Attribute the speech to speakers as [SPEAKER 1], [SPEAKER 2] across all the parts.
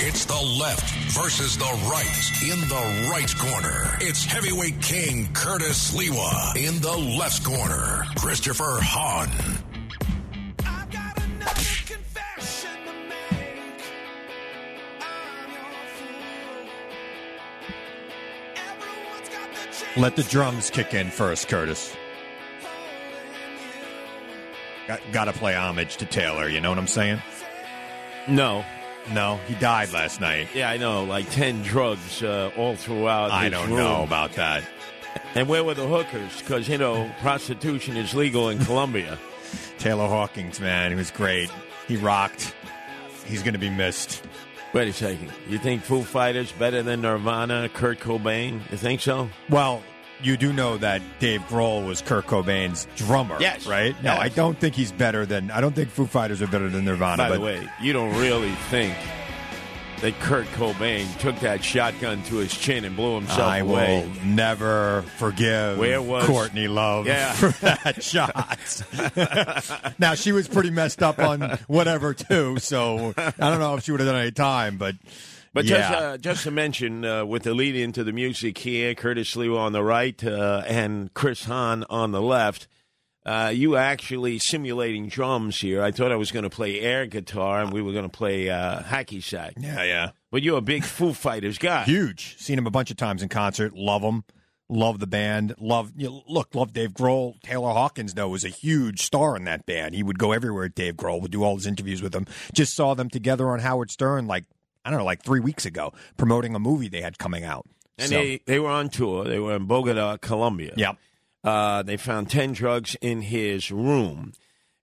[SPEAKER 1] It's the left versus the right. In the right corner, it's heavyweight king Curtis Lewa. In the left corner, Christopher Hahn.
[SPEAKER 2] I've got another confession to make. I'm your fool. Everyone's got the chance.
[SPEAKER 3] Let the drums kick in first, Curtis. Got, gotta play homage to Taylor, you know what I'm saying?
[SPEAKER 4] No.
[SPEAKER 3] No, he died last night.
[SPEAKER 4] Yeah, I know. Like 10 drugs uh, all throughout
[SPEAKER 3] I
[SPEAKER 4] his
[SPEAKER 3] don't
[SPEAKER 4] room.
[SPEAKER 3] know about that.
[SPEAKER 4] And where were the hookers? Because, you know, prostitution is legal in Colombia.
[SPEAKER 3] Taylor Hawkins, man, he was great. He rocked. He's gonna be missed.
[SPEAKER 4] Wait a second. You think Foo Fighters better than Nirvana, Kurt Cobain? You think so?
[SPEAKER 3] Well, you do know that Dave Grohl was Kurt Cobain's drummer,
[SPEAKER 4] Yes.
[SPEAKER 3] right? No,
[SPEAKER 4] Yes.
[SPEAKER 3] I don't think he's better than. I don't think Foo Fighters are better than Nirvana.
[SPEAKER 4] By
[SPEAKER 3] but
[SPEAKER 4] the way, you don't really think that Kurt Cobain took that shotgun to his chin and blew himself
[SPEAKER 3] I
[SPEAKER 4] away.
[SPEAKER 3] will never forgive
[SPEAKER 4] Where was-
[SPEAKER 3] Courtney Love
[SPEAKER 4] Yeah.
[SPEAKER 3] for that shot. now she was pretty messed up on whatever too, so I don't know if she would have done any time, but
[SPEAKER 4] But
[SPEAKER 3] yeah,
[SPEAKER 4] just, uh, just to mention, uh, with the lead into the music here, Curtis Lewa on the right uh, and Chris Hahn on the left, uh, you actually simulating drums here. I thought I was going to play air guitar and we were going to play uh, hacky sack.
[SPEAKER 3] yeah, yeah,
[SPEAKER 4] But you're a big Foo Fighters guy.
[SPEAKER 3] huge. Seen him a bunch of times in concert. Love him. Love the band. Love you know, look. Love Dave Grohl. Taylor Hawkins though was a huge star in that band. He would go everywhere. with Dave Grohl would do all his interviews with him. Just saw them together on Howard Stern like I don't know, like three weeks ago, promoting a movie they had coming out.
[SPEAKER 4] and
[SPEAKER 3] So,
[SPEAKER 4] they, they were on tour. They were in Bogota, Colombia.
[SPEAKER 3] Yep.
[SPEAKER 4] Uh, they found 10 drugs in his room.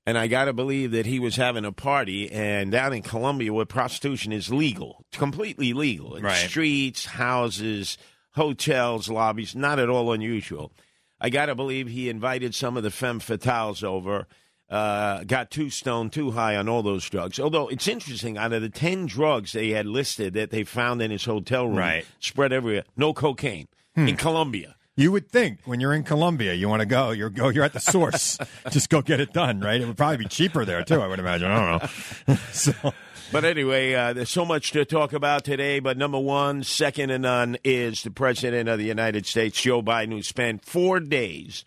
[SPEAKER 4] And I got to believe that he was having a party. And down in Colombia, where prostitution is legal, it's completely legal in
[SPEAKER 3] Right.
[SPEAKER 4] streets, houses, hotels, lobbies, not at all unusual. I got to believe he invited some of the femme fatales over, uh, got too stoned, too high on all those drugs. Although it's interesting, out of the 10 drugs they had listed that they found in his hotel room,
[SPEAKER 3] Right. Hmm.
[SPEAKER 4] spread everywhere, no cocaine in Colombia.
[SPEAKER 3] You would think when you're in Colombia, you want to go. You're go. You're at the source. Just go get it done, right? It would probably be cheaper there too. I would imagine. I don't know. so
[SPEAKER 4] But anyway, uh, there's so much to talk about today. But number one, second to none, is the President of the United States, Joe Biden, who spent four days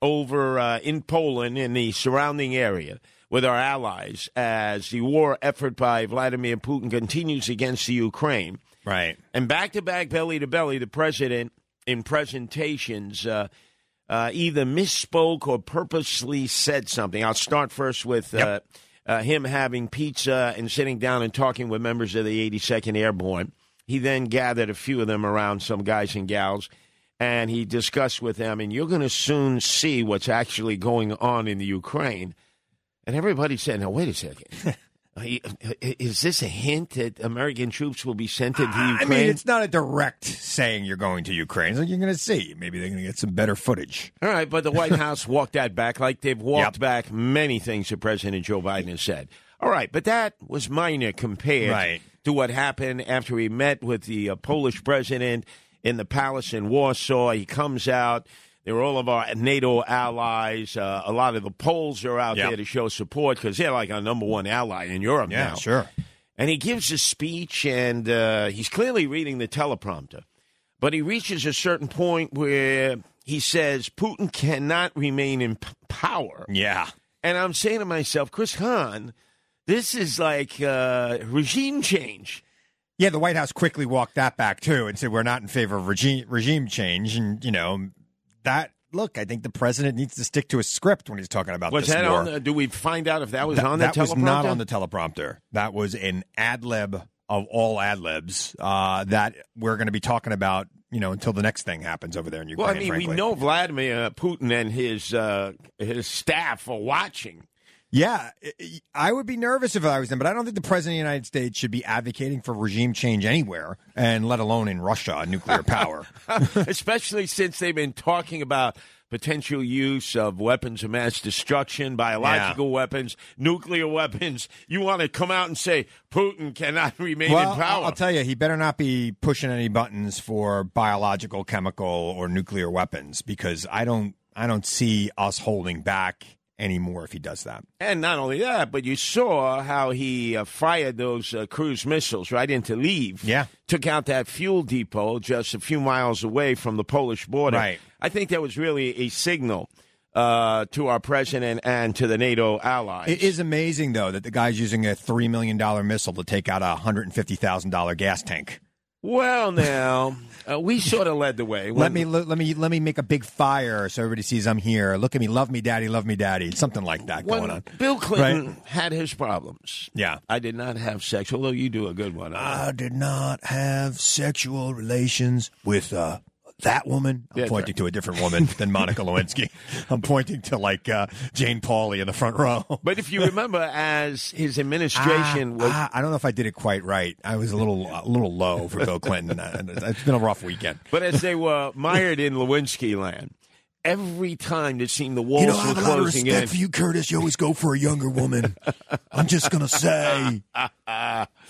[SPEAKER 4] over uh, in Poland and the surrounding area with our allies as the war effort by Vladimir Putin continues against the Ukraine.
[SPEAKER 3] right,
[SPEAKER 4] And back to back, belly to belly, the president in presentations uh, uh, either misspoke or purposely said something. I'll start first with uh, uh, him having pizza and sitting down and talking with members of the 82nd Airborne. He then gathered a few of them around, some guys and gals, and he discussed with them. And you're going to soon see what's actually going on in the Ukraine. And everybody said, now, wait a second. I- I- Is this a hint that American troops will be sent to the Ukraine?
[SPEAKER 3] I mean, it's not a direct saying you're going to Ukraine. It's like you're going to see. Maybe they're going to get some better footage.
[SPEAKER 4] All right, but the White House walked that back like they've walked
[SPEAKER 3] Yep.
[SPEAKER 4] back many things that President Joe Biden has said. All right, but that was minor compared
[SPEAKER 3] Right.
[SPEAKER 4] to what happened after he met with the uh, Polish president in the palace in Warsaw. He comes out. There are all of our NATO allies. Uh, a lot of the Poles are out
[SPEAKER 3] Yep.
[SPEAKER 4] there to show support because they're like our number one ally in Europe now
[SPEAKER 3] sure.
[SPEAKER 4] and he gives a speech, and uh, he's clearly reading the teleprompter. But he reaches a certain point where he says Putin cannot remain in p- power.
[SPEAKER 3] Yeah.
[SPEAKER 4] And I'm saying to myself, Chris Hahn, this is like uh, regime change.
[SPEAKER 3] Yeah, the White House quickly walked that back too and said we're not in favor of regime regime change, and you know that. Look, I think the president needs to stick to a script when he's talking about
[SPEAKER 4] Was
[SPEAKER 3] this
[SPEAKER 4] that
[SPEAKER 3] war.
[SPEAKER 4] on? The, do we find out if that was
[SPEAKER 3] Th-
[SPEAKER 4] on the
[SPEAKER 3] that
[SPEAKER 4] teleprompter?
[SPEAKER 3] was not on the teleprompter. That was an ad lib of all ad libs uh, that we're going to be talking about, you know, until the next thing happens over there in Ukraine.
[SPEAKER 4] Well, I mean,
[SPEAKER 3] frankly.
[SPEAKER 4] we know Vladimir Putin and his uh, his staff are watching.
[SPEAKER 3] Yeah, I- I- I would be nervous if I was them, but I don't think the president of the United States should be advocating for regime change anywhere, and let alone in Russia, nuclear power.
[SPEAKER 4] especially since they've been talking about potential use of weapons of mass destruction, biological weapons, nuclear weapons. You want to come out and say Putin cannot remain
[SPEAKER 3] well,
[SPEAKER 4] in
[SPEAKER 3] I'll
[SPEAKER 4] power.
[SPEAKER 3] I'll tell you, he better not be pushing any buttons for biological, chemical, or nuclear weapons because I don't, I don't see us holding back anymore if he does that.
[SPEAKER 4] And not only that, but you saw how he uh, fired those uh, cruise missiles right into Lviv.
[SPEAKER 3] Yeah.
[SPEAKER 4] Took out that fuel depot just a few miles away from the Polish border.
[SPEAKER 3] Right.
[SPEAKER 4] I think that was really a signal uh, to our president and to the NATO allies.
[SPEAKER 3] It is amazing though that the guy's using a three million dollar missile to take out a hundred and fifty thousand dollar gas tank.
[SPEAKER 4] well, now, uh, we sort of led the way.
[SPEAKER 3] Let me let me let me make a big fire so everybody sees I'm here. Look at me, love me, daddy, love me, daddy. It's something like that
[SPEAKER 4] When
[SPEAKER 3] going on.
[SPEAKER 4] Bill Clinton had his problems.
[SPEAKER 3] Yeah. Ah.
[SPEAKER 4] I did not have sex, although you do a good one.
[SPEAKER 3] I did not have sexual relations with uh, that woman. I'm
[SPEAKER 4] That's
[SPEAKER 3] pointing to a different woman than Monica Lewinsky. I'm pointing to like uh, Jane Pauley in the front row.
[SPEAKER 4] but if you remember, as his administration was.
[SPEAKER 3] Ah, I don't know if I did it quite right. I was a little a little low for Bill Clinton. Uh, It's been a rough weekend.
[SPEAKER 4] But as they were mired in Lewinsky land, every time it seemed the walls
[SPEAKER 3] You know, I
[SPEAKER 4] were
[SPEAKER 3] have a lot of
[SPEAKER 4] closing
[SPEAKER 3] respect
[SPEAKER 4] in.
[SPEAKER 3] for you, Curtis. You always go for a younger woman. I'm just gonna say, I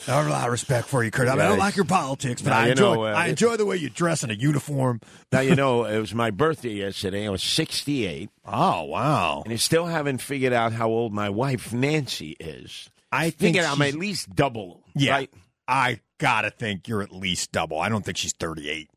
[SPEAKER 3] have a lot of respect for you, Curtis. I, mean, I don't
[SPEAKER 4] Nice.
[SPEAKER 3] like your politics, but
[SPEAKER 4] Now,
[SPEAKER 3] I
[SPEAKER 4] you
[SPEAKER 3] enjoy
[SPEAKER 4] know, uh,
[SPEAKER 3] I enjoy the way you dress in a uniform.
[SPEAKER 4] now you know it was my birthday yesterday. I was sixty-eight,
[SPEAKER 3] Oh wow!
[SPEAKER 4] and I still haven't figured out how old my wife Nancy is.
[SPEAKER 3] I think
[SPEAKER 4] Thinking I'm
[SPEAKER 3] she's-
[SPEAKER 4] at least double.
[SPEAKER 3] yeah.
[SPEAKER 4] right?
[SPEAKER 3] I gotta think you're at least double. I don't think she's 38.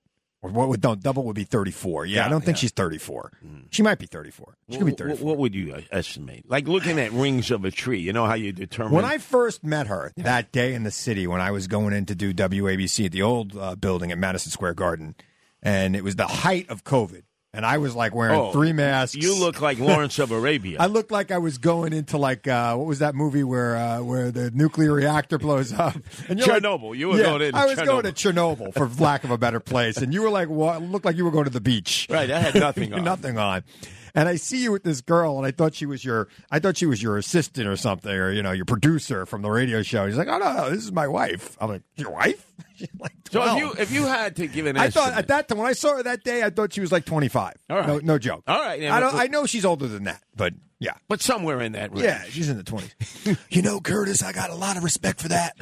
[SPEAKER 3] Or what would don't double would be 34. Yeah, I
[SPEAKER 4] Yeah, Mm.
[SPEAKER 3] don't think she's 34. She might be 34. She could be
[SPEAKER 4] Wh- wh-
[SPEAKER 3] 34.
[SPEAKER 4] What, would you uh, estimate? Like looking at rings of a tree. You know how you determine.
[SPEAKER 3] When I first met her that day in the city, when I was going in to do WABC at the old uh, building at Madison Square Garden, and it was the height of COVID, and I was like wearing
[SPEAKER 4] Oh,
[SPEAKER 3] three masks.
[SPEAKER 4] you look like Lawrence of Arabia.
[SPEAKER 3] I looked like I was going into like uh, what was that movie where uh, where the nuclear reactor blows up? And like-
[SPEAKER 4] Chernobyl. You were
[SPEAKER 3] Yeah,
[SPEAKER 4] going into
[SPEAKER 3] I was
[SPEAKER 4] Chernobyl.
[SPEAKER 3] going to Chernobyl for lack of a better place, and you were like, what? Looked like you were going to the beach.
[SPEAKER 4] Right, I had nothing on.
[SPEAKER 3] nothing on. And I see you with this girl, and I thought she was your, I thought she was your assistant or something, or you know, your producer from the radio show. He's like, oh no, no, this is my wife. I'm like, your wife? She's like,
[SPEAKER 4] so if
[SPEAKER 3] 12.
[SPEAKER 4] you if you had to give an
[SPEAKER 3] I
[SPEAKER 4] estimate,
[SPEAKER 3] thought at that time when I saw her that day, I thought she was like 25.
[SPEAKER 4] All right.
[SPEAKER 3] no, no joke.
[SPEAKER 4] All right, yeah,
[SPEAKER 3] I don't.
[SPEAKER 4] but-
[SPEAKER 3] I know she's older than that, but yeah.
[SPEAKER 4] but somewhere in that range.
[SPEAKER 3] Yeah, she's in the twenties. you know, Curtis, I got a lot of respect for that.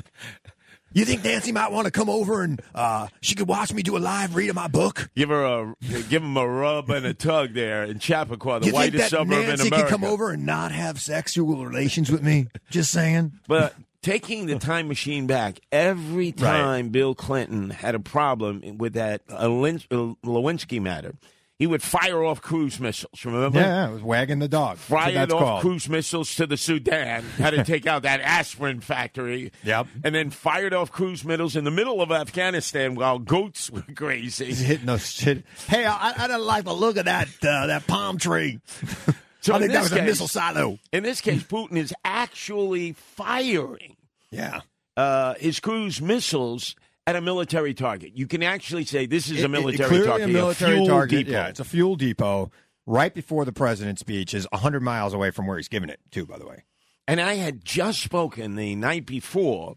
[SPEAKER 3] You think Nancy might want to come over and uh, she could watch me do a live read of my book?
[SPEAKER 4] Give her a give him a rub and a tug there in Chappaqua, the
[SPEAKER 3] you think
[SPEAKER 4] whitest
[SPEAKER 3] that
[SPEAKER 4] suburb in
[SPEAKER 3] Nancy
[SPEAKER 4] America.
[SPEAKER 3] could come over and not have sexual relations with me? Just saying.
[SPEAKER 4] But taking the time machine back, every time Bill Clinton had a problem with that uh, Lin- uh, Lewinsky matter, he would fire off cruise missiles. Remember?
[SPEAKER 3] Yeah, it was wagging the dog. That's what
[SPEAKER 4] Fired
[SPEAKER 3] that's
[SPEAKER 4] off
[SPEAKER 3] called.
[SPEAKER 4] cruise missiles to the Sudan, had to take out that aspirin factory.
[SPEAKER 3] Yep.
[SPEAKER 4] And then fired off cruise missiles in the middle of Afghanistan while goats were grazing.
[SPEAKER 3] He's hitting those shit. Hey, I, I didn't like the look of that uh, that palm tree.
[SPEAKER 4] So
[SPEAKER 3] I
[SPEAKER 4] in
[SPEAKER 3] think that
[SPEAKER 4] this
[SPEAKER 3] was a
[SPEAKER 4] case-
[SPEAKER 3] missile silo.
[SPEAKER 4] In this case, Putin is actually firing
[SPEAKER 3] Yeah.
[SPEAKER 4] uh, his cruise missiles at a military target. You can actually say this is
[SPEAKER 3] It-
[SPEAKER 4] a
[SPEAKER 3] it-
[SPEAKER 4] military
[SPEAKER 3] clearly
[SPEAKER 4] target.
[SPEAKER 3] A military
[SPEAKER 4] fuel
[SPEAKER 3] target.
[SPEAKER 4] depot.
[SPEAKER 3] Yeah, it's a fuel depot right before the president's speech is 100 miles away from where he's giving it, too, by the way.
[SPEAKER 4] and I had just spoken the night before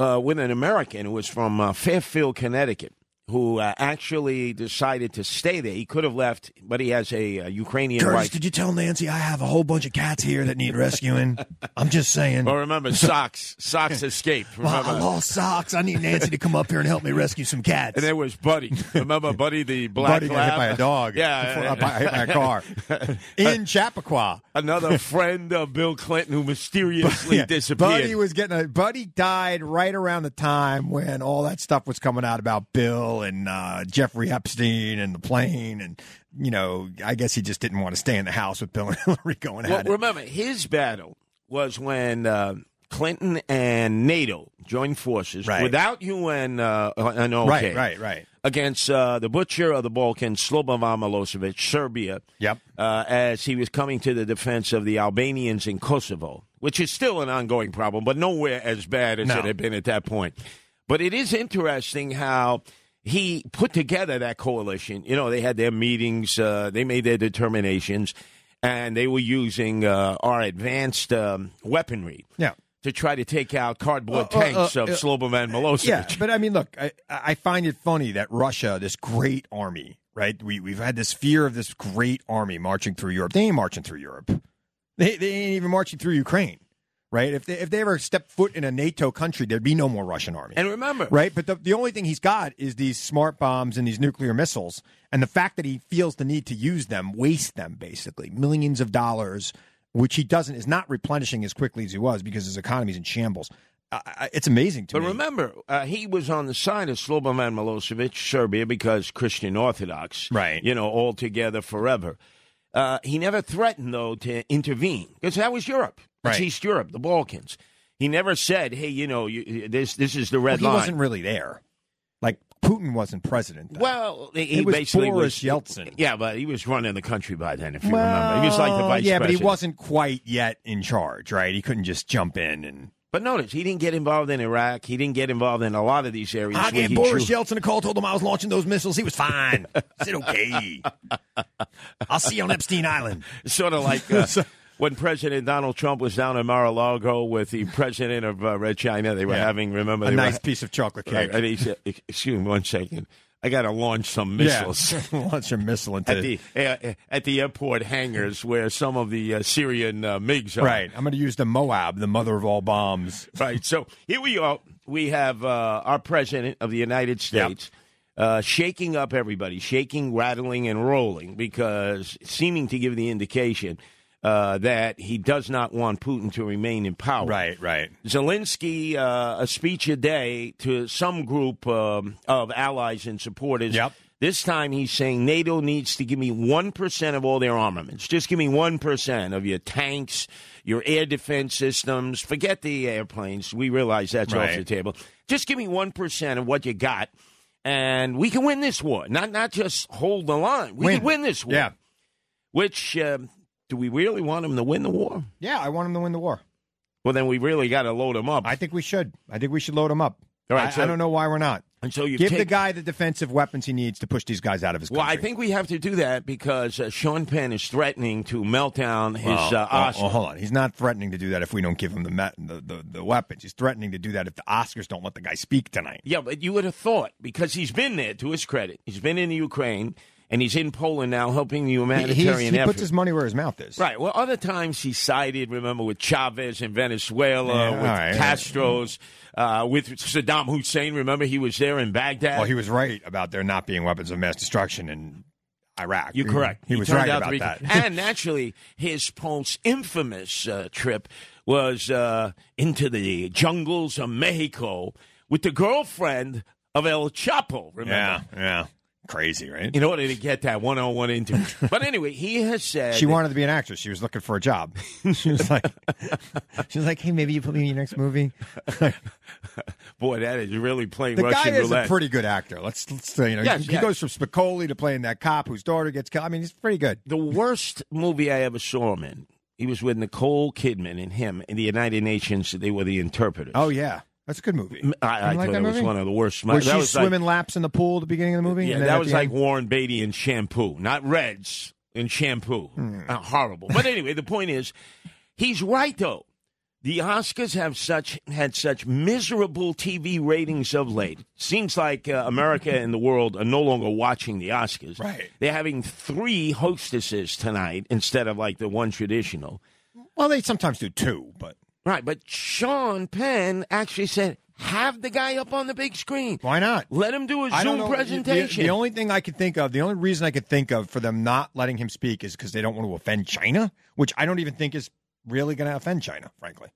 [SPEAKER 4] uh, with an American who was from uh, Fairfield, Connecticut, who uh, actually decided to stay there. He could have left, but he has a uh, Ukrainian wife.
[SPEAKER 3] you tell Nancy I have a whole bunch of cats here that need rescuing? I'm just saying.
[SPEAKER 4] Well, remember, socks. Socks escaped. Remember?
[SPEAKER 3] lost socks. I need Nancy to come up here and help me rescue some cats.
[SPEAKER 4] and there was Buddy. Remember Buddy the black
[SPEAKER 3] Buddy got hit
[SPEAKER 4] lab?
[SPEAKER 3] by a dog.
[SPEAKER 4] Yeah.
[SPEAKER 3] Before I hit by a car in Chappaqua.
[SPEAKER 4] Another friend of Bill Clinton who mysteriously
[SPEAKER 3] Yeah,
[SPEAKER 4] disappeared.
[SPEAKER 3] Buddy was getting a Buddy died right around the time when all that stuff was coming out about Bill and uh, Jeffrey Epstein and the plane, and you know, I guess he just didn't want to stay in the house with Bill and Hillary going
[SPEAKER 4] Well,
[SPEAKER 3] at it.
[SPEAKER 4] remember, his battle was when uh, Clinton and NATO joined forces
[SPEAKER 3] Right.
[SPEAKER 4] without UN uh, an okay,
[SPEAKER 3] Right, right, right.
[SPEAKER 4] against uh, the butcher of the Balkans, Slobodan Milosevic, Serbia.
[SPEAKER 3] Yep.
[SPEAKER 4] Uh, as he was coming to the defense of the Albanians in Kosovo, which is still an ongoing problem, but nowhere as bad as
[SPEAKER 3] No.
[SPEAKER 4] it had been at that point. But it is interesting how he put together that coalition. You know, they had their meetings, uh, they made their determinations, and they were using uh, our advanced um, weaponry.
[SPEAKER 3] Yeah.
[SPEAKER 4] To try to take out cardboard
[SPEAKER 3] Uh, uh,
[SPEAKER 4] tanks
[SPEAKER 3] uh,
[SPEAKER 4] of
[SPEAKER 3] uh,
[SPEAKER 4] Slobodan Milosevic.
[SPEAKER 3] Yeah, but I mean, look, I, I find it funny that Russia, this great army, right? We we've had this fear of this great army marching through Europe. They ain't marching through Europe. They they ain't even marching through Ukraine, right? If they if they ever stepped foot in a NATO country, there'd be no more Russian army.
[SPEAKER 4] And remember,
[SPEAKER 3] Right, but the, the only thing he's got is these smart bombs and these nuclear missiles, and the fact that he feels the need to use them, waste them basically, millions of dollars which he doesn't is not replenishing as quickly as he was because his economy's in shambles. I, I, it's amazing to
[SPEAKER 4] But
[SPEAKER 3] me.
[SPEAKER 4] remember, uh, he was on the side of Slobodan Milosevic, Serbia, because Christian Orthodox,
[SPEAKER 3] Right.
[SPEAKER 4] You know, all together forever. Uh, he never threatened though to intervene because that was Europe, It's
[SPEAKER 3] Right.
[SPEAKER 4] East Europe, the Balkans. He never said, "Hey, you know, you, uh, this this is the red
[SPEAKER 3] he
[SPEAKER 4] line."
[SPEAKER 3] wasn't really there. Like Putin wasn't president. Then.
[SPEAKER 4] well, he, he
[SPEAKER 3] It was
[SPEAKER 4] basically
[SPEAKER 3] Boris
[SPEAKER 4] was
[SPEAKER 3] Yeltsin.
[SPEAKER 4] Yeah, but he was running the country by then. If you remember, he was like the
[SPEAKER 3] Well,
[SPEAKER 4] vice
[SPEAKER 3] yeah, but
[SPEAKER 4] president.
[SPEAKER 3] he wasn't quite yet in charge, right? He couldn't just jump in and.
[SPEAKER 4] But notice he didn't get involved in Iraq. He didn't get involved in a lot of these areas.
[SPEAKER 3] I
[SPEAKER 4] where
[SPEAKER 3] gave
[SPEAKER 4] he
[SPEAKER 3] Boris
[SPEAKER 4] drew-
[SPEAKER 3] Yeltsin a call, told him I was launching those missiles. He was fine. I said, okay. I'll see you on Epstein Island.
[SPEAKER 4] sort of like uh, when President Donald Trump was down in Mar-a-Lago with the president of uh, Red China. They were
[SPEAKER 3] Yeah.
[SPEAKER 4] having, remember,
[SPEAKER 3] A
[SPEAKER 4] they
[SPEAKER 3] nice
[SPEAKER 4] were,
[SPEAKER 3] piece of chocolate
[SPEAKER 4] Right,
[SPEAKER 3] cake.
[SPEAKER 4] and he said, "Excuse me, one second. I got to launch some missiles."
[SPEAKER 3] Yeah. Launch your missile into
[SPEAKER 4] At the uh, at the airport hangars where some of the uh, Syrian uh, MiGs are.
[SPEAKER 3] Right. I'm going to use the Moab, the mother of all bombs.
[SPEAKER 4] right. So here we are. We have uh, our president of the United States uh, shaking up everybody, shaking, rattling, and rolling, because seeming to give the indication uh, that he does not want Putin to remain in power.
[SPEAKER 3] Right, right.
[SPEAKER 4] Zelensky, uh, a speech a day to some group um, of allies and supporters.
[SPEAKER 3] Yep.
[SPEAKER 4] This time he's saying NATO needs to give me 1% of all their armaments. Just give me 1% of your tanks, your air defense systems. Forget the airplanes. We realize that's off
[SPEAKER 3] Right.
[SPEAKER 4] the table. Just give me 1% of what you got, and we can win this war. Not, not just hold the line. We can win this war.
[SPEAKER 3] Yeah.
[SPEAKER 4] Which, um, do we really want him to win the war?
[SPEAKER 3] Yeah, I want him to win the war.
[SPEAKER 4] Well, then we really got to load him up.
[SPEAKER 3] I think we should. I think we should load him up.
[SPEAKER 4] All right,
[SPEAKER 3] I,
[SPEAKER 4] so-
[SPEAKER 3] I don't know why we're not.
[SPEAKER 4] and so you
[SPEAKER 3] Give
[SPEAKER 4] take,
[SPEAKER 3] the guy the defensive weapons he needs to push these guys out of his country.
[SPEAKER 4] Well, I think we have to do that because uh, Sean Penn is threatening to melt down his
[SPEAKER 3] Well,
[SPEAKER 4] uh,
[SPEAKER 3] well,
[SPEAKER 4] Oscar.
[SPEAKER 3] well, Oh, hold on. He's not threatening to do that if we don't give him the, met, the, the the weapons. He's threatening to do that if the Oscars don't let the guy speak tonight.
[SPEAKER 4] Yeah, but you would have thought because he's been there. To his credit, he's been in the Ukraine and he's in Poland now, helping the
[SPEAKER 3] He,
[SPEAKER 4] humanitarian
[SPEAKER 3] he's- he
[SPEAKER 4] effort.
[SPEAKER 3] puts his money where his mouth is.
[SPEAKER 4] Right. Well, other times he sided, remember, with Chavez in Venezuela,
[SPEAKER 3] Yeah,
[SPEAKER 4] with
[SPEAKER 3] all right.
[SPEAKER 4] Castro's, uh, with Saddam Hussein. Remember, he was there in Baghdad.
[SPEAKER 3] Well, he was right about there not being weapons of mass destruction in Iraq.
[SPEAKER 4] You're
[SPEAKER 3] He-
[SPEAKER 4] correct.
[SPEAKER 3] He, was
[SPEAKER 4] turned
[SPEAKER 3] right
[SPEAKER 4] out
[SPEAKER 3] about
[SPEAKER 4] to be,
[SPEAKER 3] that.
[SPEAKER 4] And naturally, his Pulse infamous uh, trip was uh, into the jungles of Mexico with the girlfriend of El Chapo, remember?
[SPEAKER 3] yeah, yeah. Crazy, right?
[SPEAKER 4] In order to get that one on one interview. but anyway, he has said.
[SPEAKER 3] She wanted to be an actress. She was looking for a job. She was like, she was like, hey, maybe you put me in your next movie.
[SPEAKER 4] boy, that is really playing
[SPEAKER 3] The
[SPEAKER 4] Russian
[SPEAKER 3] guy is
[SPEAKER 4] roulette.
[SPEAKER 3] a pretty good actor. Let's, let's say, you know,
[SPEAKER 4] Yes,
[SPEAKER 3] he,
[SPEAKER 4] yes.
[SPEAKER 3] he goes from Spicoli to playing that cop whose daughter gets killed. I mean, he's pretty good.
[SPEAKER 4] the worst movie I ever saw him in. He was with Nicole Kidman and him in the United Nations. They were the interpreters.
[SPEAKER 3] Oh yeah, that's a good movie.
[SPEAKER 4] I, I
[SPEAKER 3] You like
[SPEAKER 4] thought
[SPEAKER 3] that
[SPEAKER 4] it was
[SPEAKER 3] movie?
[SPEAKER 4] one of the worst.
[SPEAKER 3] Where
[SPEAKER 4] that
[SPEAKER 3] she's
[SPEAKER 4] was like-
[SPEAKER 3] swimming laps in the pool at the beginning of the movie.
[SPEAKER 4] Yeah,
[SPEAKER 3] and then
[SPEAKER 4] that
[SPEAKER 3] at
[SPEAKER 4] was
[SPEAKER 3] the
[SPEAKER 4] like
[SPEAKER 3] end-
[SPEAKER 4] Warren Beatty and shampoo, not Reds and shampoo.
[SPEAKER 3] Hmm.
[SPEAKER 4] Uh, horrible. But anyway, the point is, he's right though. The Oscars have such had such miserable TV ratings of late. Seems like uh, America and the world are no longer watching the Oscars.
[SPEAKER 3] Right.
[SPEAKER 4] They're having three hostesses tonight instead of like the one traditional.
[SPEAKER 3] well, they sometimes do two, but
[SPEAKER 4] Right. But Sean Penn actually said, "Have the guy up on the big screen.
[SPEAKER 3] why not?
[SPEAKER 4] Let him do a
[SPEAKER 3] I don't
[SPEAKER 4] Zoom
[SPEAKER 3] know.
[SPEAKER 4] presentation."
[SPEAKER 3] The, the only thing I could think of, the only reason I could think of for them not letting him speak is because they don't want to offend China, which I don't even think is really going to offend China, frankly.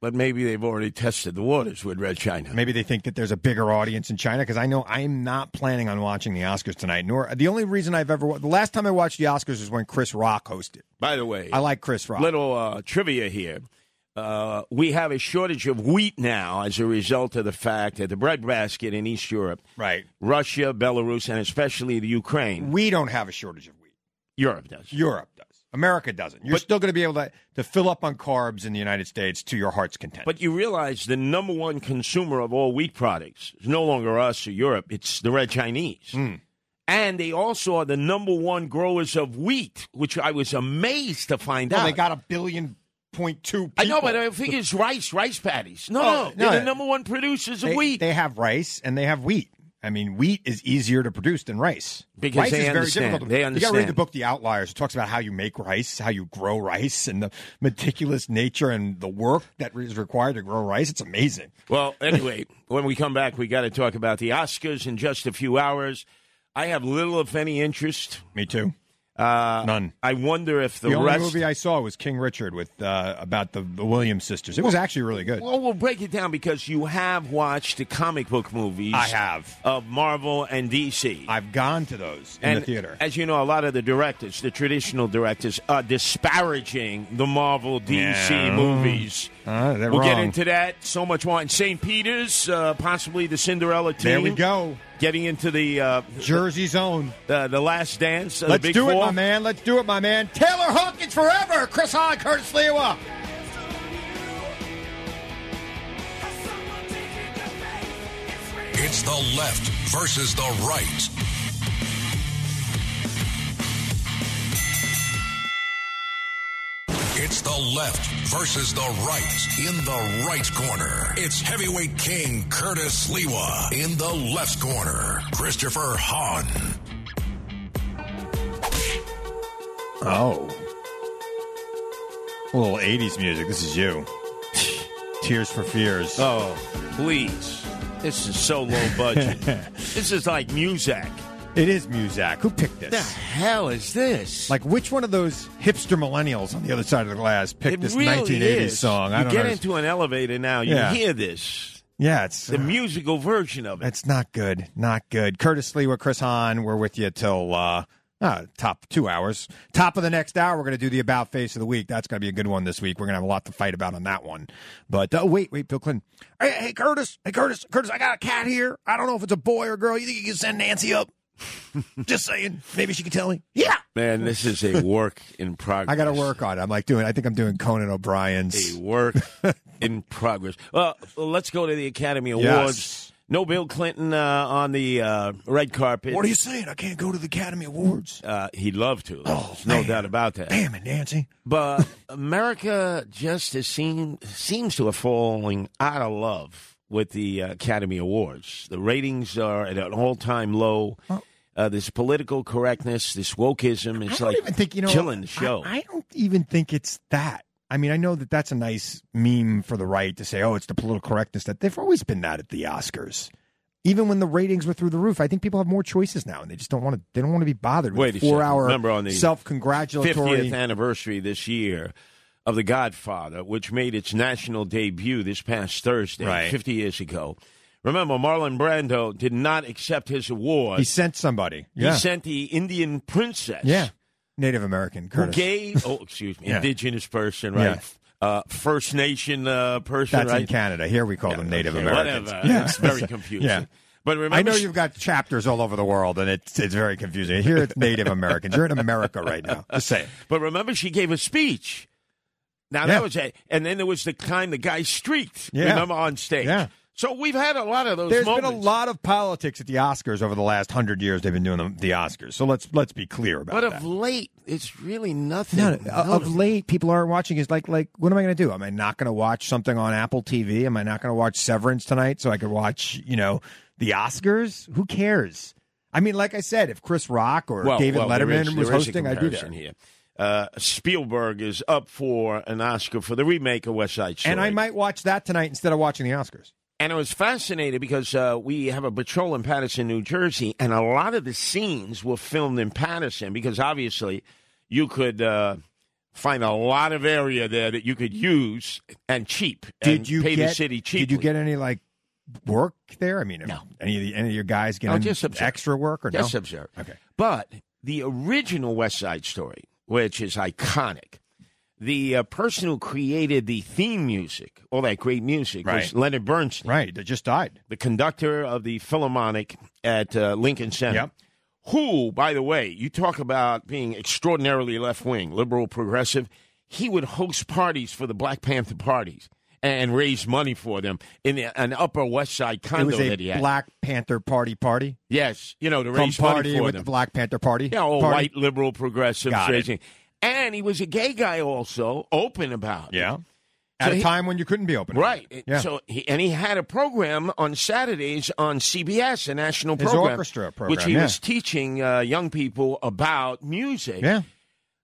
[SPEAKER 4] But maybe they've already tested the waters with Red China.
[SPEAKER 3] Maybe they think that there's a bigger audience in China because I know I'm not planning on watching the Oscars tonight. Nor the only reason I've ever wa- the last time I watched the Oscars was when Chris Rock hosted.
[SPEAKER 4] By the way,
[SPEAKER 3] I like Chris Rock.
[SPEAKER 4] little uh, trivia here. Uh, we have a shortage of wheat now as a result of the fact that the breadbasket in East Europe,
[SPEAKER 3] Right.
[SPEAKER 4] Russia, Belarus, and especially the Ukraine,
[SPEAKER 3] We don't have a shortage of wheat.
[SPEAKER 4] Europe does.
[SPEAKER 3] Europe does. America doesn't. You're
[SPEAKER 4] But-
[SPEAKER 3] still going to be able to, to fill up on carbs in the United States to your heart's content.
[SPEAKER 4] But you realize the number one consumer of all wheat products is no longer us or Europe, it's the Red Chinese.
[SPEAKER 3] Hmm.
[SPEAKER 4] And they also are the number one growers of wheat, which I was amazed to find
[SPEAKER 3] Well,
[SPEAKER 4] out.
[SPEAKER 3] they got a billion point two. People.
[SPEAKER 4] I know, but I think it's rice, rice patties. No,
[SPEAKER 3] Oh,
[SPEAKER 4] no, they're
[SPEAKER 3] no.
[SPEAKER 4] the number one producers of
[SPEAKER 3] they,
[SPEAKER 4] wheat.
[SPEAKER 3] They have rice and they have wheat. I mean, wheat is easier to produce than rice.
[SPEAKER 4] Because
[SPEAKER 3] rice
[SPEAKER 4] they
[SPEAKER 3] is very
[SPEAKER 4] understand.
[SPEAKER 3] difficult. to-
[SPEAKER 4] They
[SPEAKER 3] You got to
[SPEAKER 4] understand.
[SPEAKER 3] read the book The Outliers. It talks about how you make rice, how you grow rice, and the meticulous nature and the work that is required to grow rice. It's amazing.
[SPEAKER 4] well, anyway, when we come back, we got to talk about the Oscars in just a few hours. I have little, if any, interest.
[SPEAKER 3] Me too.
[SPEAKER 4] Uh,
[SPEAKER 3] None.
[SPEAKER 4] I wonder if the,
[SPEAKER 3] The only
[SPEAKER 4] rest.
[SPEAKER 3] movie I saw was King Richard with uh, about the, the Williams sisters. It was actually really good.
[SPEAKER 4] well, we'll break it down because you have watched the comic book movies.
[SPEAKER 3] I have.
[SPEAKER 4] of Marvel and DC.
[SPEAKER 3] I've gone to those in
[SPEAKER 4] and
[SPEAKER 3] the theater.
[SPEAKER 4] as you know, a lot of the directors, the traditional directors, are disparaging the Marvel DC
[SPEAKER 3] Yeah.
[SPEAKER 4] movies.
[SPEAKER 3] Uh, they're
[SPEAKER 4] we'll get
[SPEAKER 3] wrong.
[SPEAKER 4] into that so much more. And St. Peter's, uh, possibly the Cinderella team.
[SPEAKER 3] There we go.
[SPEAKER 4] Getting into the uh,
[SPEAKER 3] Jersey Zone.
[SPEAKER 4] the, the last dance. uh,
[SPEAKER 3] Let's
[SPEAKER 4] the big
[SPEAKER 3] do it,
[SPEAKER 4] four.
[SPEAKER 3] my man. Let's do it, my man. Taylor Hawkins forever. Chris Hahn, Curtis Lewa.
[SPEAKER 1] It's the left versus the right. It's the left versus the right. In the right corner, it's heavyweight king Curtis Lewa. In the left corner, Christopher Hahn.
[SPEAKER 3] Oh. A little 80s music. This is you. Tears for Fears.
[SPEAKER 4] Oh, please. This is so low budget. this is like Muzak.
[SPEAKER 3] It is Muzak. Who picked this?
[SPEAKER 4] The hell is this?
[SPEAKER 3] Like, which one of those hipster millennials on the other side of the glass picked
[SPEAKER 4] it
[SPEAKER 3] this
[SPEAKER 4] really
[SPEAKER 3] 1980s
[SPEAKER 4] is.
[SPEAKER 3] song?
[SPEAKER 4] You
[SPEAKER 3] I don't
[SPEAKER 4] get
[SPEAKER 3] know.
[SPEAKER 4] into an elevator now, you
[SPEAKER 3] Yeah.
[SPEAKER 4] hear this.
[SPEAKER 3] yeah, it's
[SPEAKER 4] The musical version of it.
[SPEAKER 3] it's not good. Not good. Curtis Lee with Chris Hahn. We're with you till uh, uh, top two hours. Top of the next hour, we're going to do the about face of the week. That's going to be a good one this week. We're going to have a lot to fight about on that one. But uh, wait, wait, Bill Clinton. Hey, hey, Curtis. Hey, Curtis. Curtis, I got a cat here. I don't know if it's a boy or a girl. You think you can send Nancy up? Just saying. Maybe she can tell me. Yeah.
[SPEAKER 4] Man, this is a work in progress.
[SPEAKER 3] I got to work on it. I'm like doing. I think I'm doing Conan O'Brien's.
[SPEAKER 4] A work in progress. Uh, let's go to the Academy Awards.
[SPEAKER 3] Yes.
[SPEAKER 4] No Bill Clinton uh, on the uh, red carpet.
[SPEAKER 3] What are you saying? I can't go to the Academy Awards.
[SPEAKER 4] uh, he'd love to.
[SPEAKER 3] Oh,
[SPEAKER 4] There's no
[SPEAKER 3] man.
[SPEAKER 4] doubt about that.
[SPEAKER 3] Damn it, Nancy.
[SPEAKER 4] But America just has seen, seems to have fallen out of love with the uh, Academy Awards. The ratings are at an all time low. Uh, this political correctness, this wokeism, it's
[SPEAKER 3] I
[SPEAKER 4] like
[SPEAKER 3] don't even think you know
[SPEAKER 4] killing the show.
[SPEAKER 3] I, I don't even think it's that. I mean, I know that that's a nice meme for the right to say, "Oh, it's the political correctness." That they've always been that at the Oscars, even when the ratings were through the roof. I think people have more choices now, and they just don't want to. They don't want to be bothered
[SPEAKER 4] Wait
[SPEAKER 3] with
[SPEAKER 4] a second. Remember
[SPEAKER 3] four-hour
[SPEAKER 4] on the
[SPEAKER 3] self-congratulatory.
[SPEAKER 4] 50th anniversary this year of The Godfather, which made its national debut this past Thursday,
[SPEAKER 3] Right.
[SPEAKER 4] 50 years ago. Remember, Marlon Brando did not accept his award.
[SPEAKER 3] He sent somebody.
[SPEAKER 4] He
[SPEAKER 3] Yeah,
[SPEAKER 4] sent the Indian princess.
[SPEAKER 3] yeah. Native American.
[SPEAKER 4] Who
[SPEAKER 3] Curtis.
[SPEAKER 4] gave, oh, excuse me,
[SPEAKER 3] Yeah.
[SPEAKER 4] indigenous person, right? Uh, First Nation uh, person,
[SPEAKER 3] That's
[SPEAKER 4] right?
[SPEAKER 3] in Canada. Here we call them Native
[SPEAKER 4] Okay,
[SPEAKER 3] Americans.
[SPEAKER 4] Whatever. It's very confusing.
[SPEAKER 3] Yeah.
[SPEAKER 4] But remember,
[SPEAKER 3] I know you've got chapters all over the world, and it's it's very confusing. Here it's Native Americans. You're in America right now. Just saying.
[SPEAKER 4] But remember, she gave a speech. Now
[SPEAKER 3] Yeah.
[SPEAKER 4] that was a, and then there was the time the guy streaked.
[SPEAKER 3] Yeah.
[SPEAKER 4] Remember on stage.
[SPEAKER 3] Yeah.
[SPEAKER 4] So we've had a lot of those.
[SPEAKER 3] There's
[SPEAKER 4] moments.
[SPEAKER 3] been a lot of politics at the Oscars over the last hundred years. They've been doing the, the Oscars, so let's let's be clear about
[SPEAKER 4] But
[SPEAKER 3] that.
[SPEAKER 4] of late, it's really nothing.
[SPEAKER 3] No, no, uh, of late, people aren't watching. Is like, like, what am I going to do? Am I not going to watch something on Apple TV? Am I not going to watch Severance tonight so I could watch, you know, the Oscars? Who cares? I mean, like I said, if Chris Rock or
[SPEAKER 4] Well,
[SPEAKER 3] David
[SPEAKER 4] well, there
[SPEAKER 3] Letterman
[SPEAKER 4] is- there
[SPEAKER 3] was
[SPEAKER 4] is a
[SPEAKER 3] hosting, I'd be there.
[SPEAKER 4] comparison Here. Uh, Spielberg is up for an Oscar for the remake of West Side Story,
[SPEAKER 3] And I might watch that tonight instead of watching the Oscars.
[SPEAKER 4] And I was fascinated because uh, we have a patrol in Patterson, New Jersey, and a lot of the scenes were filmed in Patterson because obviously you could uh, find a lot of area there that you could use and cheap. and
[SPEAKER 3] Did you
[SPEAKER 4] pay
[SPEAKER 3] get
[SPEAKER 4] the city cheaply?
[SPEAKER 3] Did you get any like work there? I mean, any of the, any of your guys
[SPEAKER 4] No,
[SPEAKER 3] getting
[SPEAKER 4] Oh, just observe.
[SPEAKER 3] extra work or no?
[SPEAKER 4] Yes, observe.
[SPEAKER 3] Okay.
[SPEAKER 4] But the original West Side Story, which is iconic, the uh, person who created the theme music, all that great music, was
[SPEAKER 3] Right.
[SPEAKER 4] Leonard Bernstein,
[SPEAKER 3] Right, they just died.
[SPEAKER 4] the conductor of the Philharmonic at uh, Lincoln Center.
[SPEAKER 3] Yep.
[SPEAKER 4] Who, by the way, you talk about being extraordinarily left wing, liberal, progressive. He would host parties for the Black Panther parties and raise money for them in the, an Upper West Side
[SPEAKER 3] It
[SPEAKER 4] condo
[SPEAKER 3] was a
[SPEAKER 4] that he had.
[SPEAKER 3] Black Panther party party.
[SPEAKER 4] yes, you know to
[SPEAKER 3] From
[SPEAKER 4] raise money
[SPEAKER 3] party
[SPEAKER 4] for
[SPEAKER 3] with
[SPEAKER 4] them.
[SPEAKER 3] the Black Panther party.
[SPEAKER 4] Yeah, all
[SPEAKER 3] Party?
[SPEAKER 4] white liberal progressive
[SPEAKER 3] Got it.
[SPEAKER 4] raising. And he was a gay guy also, open about. it.
[SPEAKER 3] Yeah. At
[SPEAKER 4] So
[SPEAKER 3] a
[SPEAKER 4] he-
[SPEAKER 3] time when you couldn't be open.
[SPEAKER 4] Right.
[SPEAKER 3] Yeah.
[SPEAKER 4] So he, and he had a program on Saturdays on CBS, a national
[SPEAKER 3] His
[SPEAKER 4] program,
[SPEAKER 3] orchestra program,
[SPEAKER 4] which he
[SPEAKER 3] yeah.
[SPEAKER 4] was teaching uh, young people about music.
[SPEAKER 3] yeah.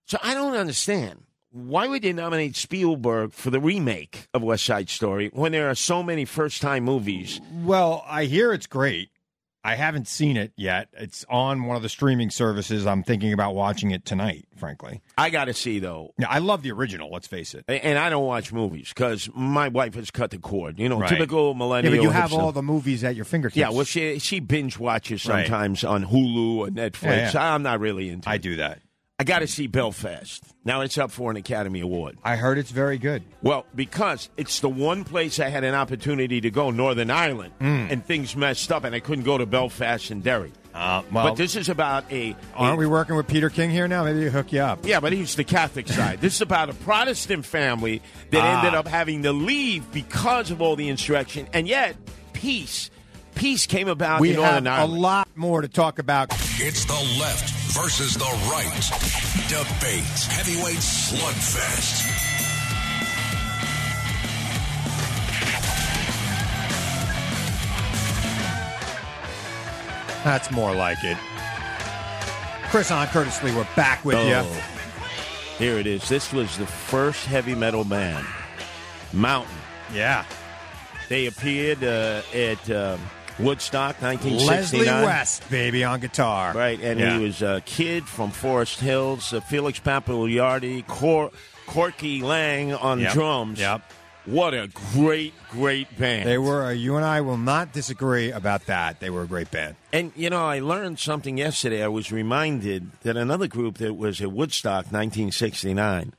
[SPEAKER 4] So I don't understand why would they nominate Spielberg for the remake of West Side Story when there are so many first-time movies?
[SPEAKER 3] Well, I hear it's great. I haven't seen it yet. It's on one of the streaming services. I'm thinking about watching it tonight, frankly.
[SPEAKER 4] I got to see though.
[SPEAKER 3] Now, I love the original, let's face it.
[SPEAKER 4] A- And I don't watch movies because my wife has cut the cord. You know,
[SPEAKER 3] Right.
[SPEAKER 4] typical
[SPEAKER 3] Yeah,
[SPEAKER 4] millennial.
[SPEAKER 3] but you have
[SPEAKER 4] hipster.
[SPEAKER 3] all the movies at your fingertips.
[SPEAKER 4] Yeah, well, she she binge watches
[SPEAKER 3] Right.
[SPEAKER 4] sometimes on Hulu or Netflix.
[SPEAKER 3] Yeah, yeah.
[SPEAKER 4] I'm not really into.
[SPEAKER 3] I
[SPEAKER 4] it.
[SPEAKER 3] do that.
[SPEAKER 4] I got to see Belfast. Now it's up for an Academy Award.
[SPEAKER 3] I heard it's very good.
[SPEAKER 4] Well, because it's the one place I had an opportunity to go, Northern Ireland,
[SPEAKER 3] Hmm.
[SPEAKER 4] and things messed up, and I couldn't go to Belfast and Derry.
[SPEAKER 3] Uh, well,
[SPEAKER 4] but this is about a.
[SPEAKER 3] aren't
[SPEAKER 4] a-
[SPEAKER 3] we working with Peter King here now? Maybe he'll hook you up.
[SPEAKER 4] Yeah, but he's the Catholic side. This is about a Protestant family that
[SPEAKER 3] Ah.
[SPEAKER 4] ended up having to leave because of all the insurrection, and yet peace, peace came about
[SPEAKER 3] we
[SPEAKER 4] in
[SPEAKER 3] have
[SPEAKER 4] Northern
[SPEAKER 3] a
[SPEAKER 4] Ireland.
[SPEAKER 3] lot more to talk about.
[SPEAKER 1] It's the left versus the right. Debate. Heavyweight slugfest.
[SPEAKER 3] That's more like it. Chris on Curtis Lee, we're back with you.
[SPEAKER 4] Oh. Here it is. This was the first heavy metal band, Mountain.
[SPEAKER 3] Yeah.
[SPEAKER 4] They appeared uh, at um, Woodstock, 1969.
[SPEAKER 3] Leslie West, baby, on guitar.
[SPEAKER 4] Right, and
[SPEAKER 3] Yeah.
[SPEAKER 4] he was a kid from Forest Hills. Uh, Felix Papagliardi, Cor- Corky Lang on
[SPEAKER 3] Yep,
[SPEAKER 4] drums.
[SPEAKER 3] yep.
[SPEAKER 4] What a great, great band.
[SPEAKER 3] They were. uh, You and I will not disagree about that. They were a great band.
[SPEAKER 4] And you know, I learned something yesterday. I was reminded that another group that was at Woodstock 1969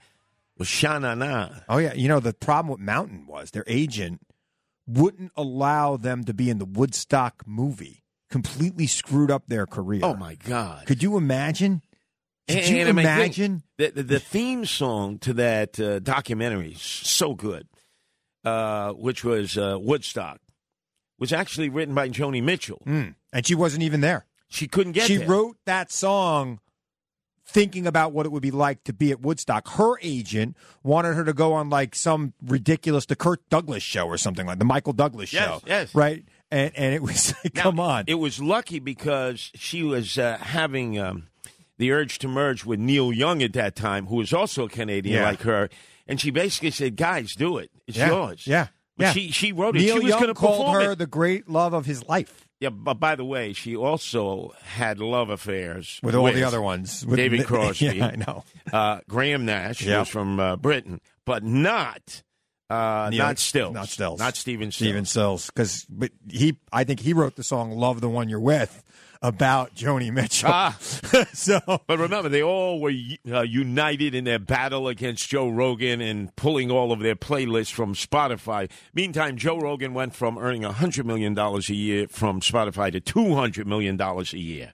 [SPEAKER 4] was Sha-Na-Na.
[SPEAKER 3] Oh yeah. You know the problem with Mountain was their agent wouldn't allow them to be in the Woodstock movie. Completely screwed up their career.
[SPEAKER 4] Oh my God!
[SPEAKER 3] Could you imagine? Could
[SPEAKER 4] And-
[SPEAKER 3] you
[SPEAKER 4] and I mean, think-
[SPEAKER 3] imagine?
[SPEAKER 4] the, the, the theme song to that uh, documentary? is So good, uh, which was uh, Woodstock, was actually written by Joni Mitchell.
[SPEAKER 3] Mm. And she wasn't even there.
[SPEAKER 4] She couldn't get
[SPEAKER 3] she
[SPEAKER 4] there.
[SPEAKER 3] wrote that song thinking about what it would be like to be at Woodstock. Her agent wanted her to go on like some ridiculous the Kirk Douglas show or something like the Michael Douglas
[SPEAKER 4] Yes,
[SPEAKER 3] show.
[SPEAKER 4] yes.
[SPEAKER 3] Right? And and it was like,
[SPEAKER 4] Now,
[SPEAKER 3] come on.
[SPEAKER 4] It was lucky because she was uh, having um, the urge to merge with Neil Young at that time, who was also a Canadian
[SPEAKER 3] Yeah.
[SPEAKER 4] like her, and she basically said, "Guys, do it. It's
[SPEAKER 3] yeah.
[SPEAKER 4] yours."
[SPEAKER 3] Yeah.
[SPEAKER 4] But
[SPEAKER 3] yeah.
[SPEAKER 4] She she wrote it.
[SPEAKER 3] Neil
[SPEAKER 4] she was
[SPEAKER 3] Young
[SPEAKER 4] going to
[SPEAKER 3] called
[SPEAKER 4] perform
[SPEAKER 3] her
[SPEAKER 4] it.
[SPEAKER 3] the great love of his life
[SPEAKER 4] Yeah, but by the way, she also had love affairs
[SPEAKER 3] with all the other ones. With
[SPEAKER 4] David Crosby.
[SPEAKER 3] Yeah, I know.
[SPEAKER 4] Uh, Graham Nash, who
[SPEAKER 3] Yeah.
[SPEAKER 4] was from uh, Britain, but not uh,
[SPEAKER 3] Neil-
[SPEAKER 4] not Stills,
[SPEAKER 3] Not Stills.
[SPEAKER 4] not Steven Stills.
[SPEAKER 3] Steven Sills. Because but he I think he wrote the song Love the One You're With about Joni Mitchell.
[SPEAKER 4] Ah.
[SPEAKER 3] so
[SPEAKER 4] But remember, they all were uh, united in their battle against Joe Rogan and pulling all of their playlists from Spotify. Meantime, Joe Rogan went from earning $100 million a year from Spotify to $200 million a year.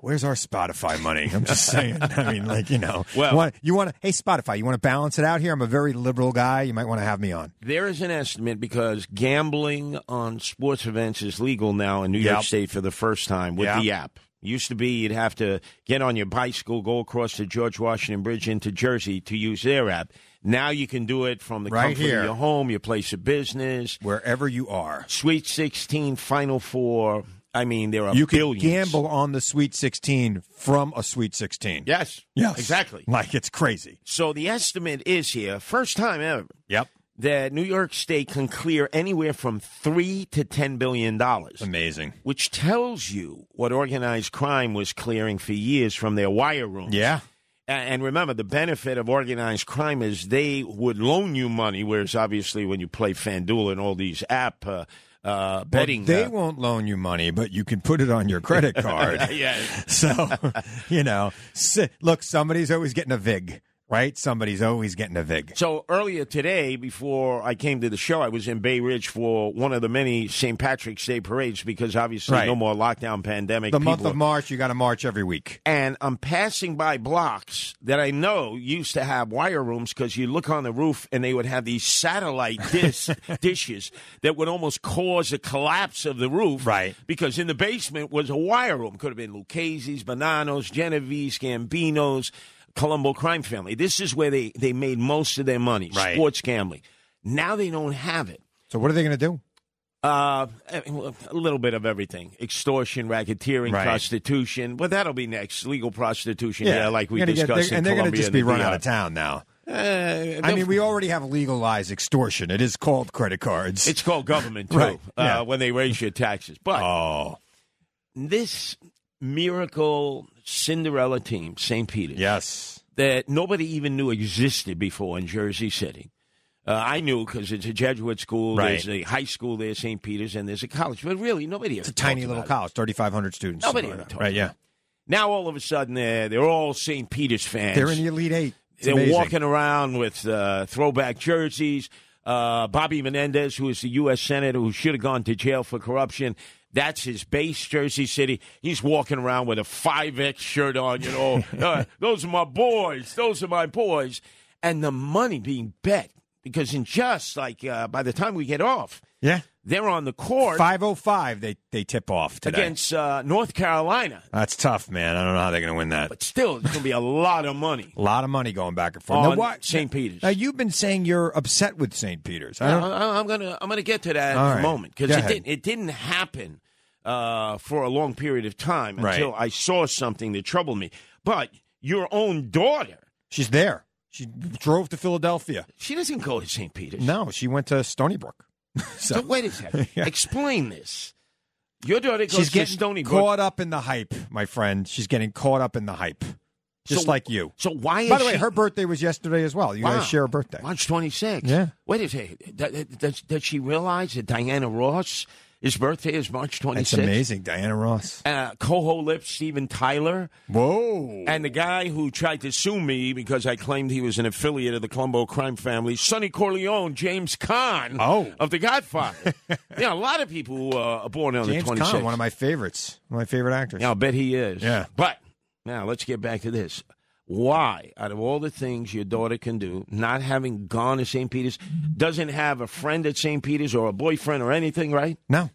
[SPEAKER 3] Where's our Spotify money? I'm just saying. I mean, like you know,
[SPEAKER 4] Well-
[SPEAKER 3] you want, you want to? Hey, Spotify, you want to balance it out here? I'm a very liberal guy. You might want to have me on.
[SPEAKER 4] There is an estimate because gambling on sports events is legal now in New
[SPEAKER 3] Yep.
[SPEAKER 4] York State for the first time with
[SPEAKER 3] Yep.
[SPEAKER 4] the app. Used to be you'd have to get on your bicycle, go across the George Washington Bridge into Jersey to use their app. Now you can do it from the
[SPEAKER 3] Right
[SPEAKER 4] comfort
[SPEAKER 3] here.
[SPEAKER 4] of your home, your place of business.
[SPEAKER 3] Wherever you are,
[SPEAKER 4] Sweet 16, Final Four. I mean, there are
[SPEAKER 3] you can
[SPEAKER 4] billions.
[SPEAKER 3] gamble on the Sweet 16 from a Sweet 16.
[SPEAKER 4] Yes.
[SPEAKER 3] Yes.
[SPEAKER 4] Exactly.
[SPEAKER 3] Like it's crazy.
[SPEAKER 4] So the estimate is here, first time ever,
[SPEAKER 3] Yep.
[SPEAKER 4] that New York State can clear anywhere from three to ten billion dollars,
[SPEAKER 3] Amazing.
[SPEAKER 4] which tells you what organized crime was clearing for years from their wire rooms.
[SPEAKER 3] Yeah.
[SPEAKER 4] A- And remember, the benefit of organized crime is they would loan you money, whereas obviously when you play FanDuel and all these app uh, uh, betting,
[SPEAKER 3] Well, they
[SPEAKER 4] uh,
[SPEAKER 3] won't loan you money, but you can put it on your credit card.
[SPEAKER 4] yeah,
[SPEAKER 3] So, you know, s- look, somebody's always getting a vig, right? Somebody's always getting a vig.
[SPEAKER 4] So earlier today, before I came to the show, I was in Bay Ridge for one of the many St. Patrick's Day parades because obviously
[SPEAKER 3] Right.
[SPEAKER 4] no more lockdown pandemic.
[SPEAKER 3] The month
[SPEAKER 4] people
[SPEAKER 3] of
[SPEAKER 4] are-
[SPEAKER 3] March, you got to march every week.
[SPEAKER 4] and I'm passing by blocks that I know used to have wire rooms because you look on the roof and they would have these satellite dis- dishes that would almost cause a collapse of the roof.
[SPEAKER 3] Right.
[SPEAKER 4] Because in the basement was a wire room. Could have been Lucchese's, Bonanos, Genovese, Gambino's, Colombo crime family. This is where they, they made most of their money,
[SPEAKER 3] Right.
[SPEAKER 4] sports gambling. Now they don't have it.
[SPEAKER 3] So, what are they going to do?
[SPEAKER 4] Uh, a little bit of everything: extortion, racketeering,
[SPEAKER 3] Right.
[SPEAKER 4] prostitution. But that'll be next. Legal prostitution, yeah, like we
[SPEAKER 3] You're gonna get-
[SPEAKER 4] discussed
[SPEAKER 3] they're-
[SPEAKER 4] in
[SPEAKER 3] and they're gonna
[SPEAKER 4] Colombia
[SPEAKER 3] just be
[SPEAKER 4] and
[SPEAKER 3] run
[SPEAKER 4] the
[SPEAKER 3] out of
[SPEAKER 4] DR.
[SPEAKER 3] town now.
[SPEAKER 4] Uh,
[SPEAKER 3] I mean, we already have legalized extortion. It is called credit cards.
[SPEAKER 4] It's called government too.
[SPEAKER 3] Right, yeah.
[SPEAKER 4] uh, when they raise your taxes, but
[SPEAKER 3] oh,
[SPEAKER 4] this miracle Cinderella team, St. Peter's,
[SPEAKER 3] yes.
[SPEAKER 4] that nobody even knew existed before in Jersey City. Uh, I knew because it's a Jesuit school.
[SPEAKER 3] Right.
[SPEAKER 4] There's a high school there, St. Peter's, and there's a college. But really, nobody.
[SPEAKER 3] It's a tiny little college, 3,500 students.
[SPEAKER 4] Nobody
[SPEAKER 3] something like
[SPEAKER 4] ever
[SPEAKER 3] that.
[SPEAKER 4] talked
[SPEAKER 3] Right, yeah.
[SPEAKER 4] Now all of a sudden, they're, they're all St. Peter's fans.
[SPEAKER 3] They're in the Elite Eight. It's
[SPEAKER 4] They're
[SPEAKER 3] amazing.
[SPEAKER 4] walking around with uh, throwback jerseys. Uh, Bobby Menendez, who is the U.S. Senator who should have gone to jail for corruption, that's his base, Jersey City. He's walking around with a 5X shirt on, you know. Uh, those are my boys. Those are my boys. And the money being bet, because in just like uh, by the time we get off,
[SPEAKER 3] Yeah.
[SPEAKER 4] they're on the court
[SPEAKER 3] 505, they, they tip off today.
[SPEAKER 4] against uh, North Carolina.
[SPEAKER 3] That's tough, man. I don't know how they're going to win that.
[SPEAKER 4] But still, it's going to be a lot of money
[SPEAKER 3] A lot of money going back and forth.
[SPEAKER 4] on
[SPEAKER 3] now, why-
[SPEAKER 4] St. Peter's.
[SPEAKER 3] now, you've been saying you're upset with St. Peter's. I
[SPEAKER 4] Yeah,
[SPEAKER 3] don't,
[SPEAKER 4] I, am gonna I'm gonna get to that in
[SPEAKER 3] All
[SPEAKER 4] a
[SPEAKER 3] right.
[SPEAKER 4] moment because
[SPEAKER 3] Go
[SPEAKER 4] it
[SPEAKER 3] ahead.
[SPEAKER 4] didn't it didn't happen uh, for a long period of time
[SPEAKER 3] Right.
[SPEAKER 4] until I saw something that troubled me. But your own daughter,
[SPEAKER 3] she's there. She drove to Philadelphia.
[SPEAKER 4] she doesn't go to St. Peter's.
[SPEAKER 3] No, she went to Stony Brook. so
[SPEAKER 4] So wait a second.
[SPEAKER 3] Yeah.
[SPEAKER 4] Explain this. Your daughter goes
[SPEAKER 3] she's
[SPEAKER 4] to
[SPEAKER 3] getting
[SPEAKER 4] Stony Brook.
[SPEAKER 3] caught up in the hype, my friend. She's getting caught up in the hype, just
[SPEAKER 4] So-
[SPEAKER 3] like you.
[SPEAKER 4] So why is
[SPEAKER 3] By the way,
[SPEAKER 4] she-
[SPEAKER 3] her birthday was yesterday as well. You
[SPEAKER 4] Wow.
[SPEAKER 3] guys share a birthday.
[SPEAKER 4] March 26.
[SPEAKER 3] Yeah.
[SPEAKER 4] Wait a second. Does, does, does she realize that Diana Ross, his birthday is March 26?
[SPEAKER 3] That's amazing, Diana Ross.
[SPEAKER 4] Uh, Coho Lips, Steven Tyler.
[SPEAKER 3] Whoa.
[SPEAKER 4] And the guy who tried to sue me because I claimed he was an affiliate of the Colombo crime family, Sonny Corleone, James Kahn
[SPEAKER 3] Oh.
[SPEAKER 4] of The Godfather. yeah, a lot of people who uh, are born on
[SPEAKER 3] James
[SPEAKER 4] the 26th.
[SPEAKER 3] Caan, one of my favorites, one of my favorite actors.
[SPEAKER 4] yeah, I'll bet he is.
[SPEAKER 3] Yeah.
[SPEAKER 4] But now let's get back to this. Why, out of all the things your daughter can do, not having gone to St. Peter's, doesn't have a friend at St. Peter's or a boyfriend or anything, right?
[SPEAKER 3] No,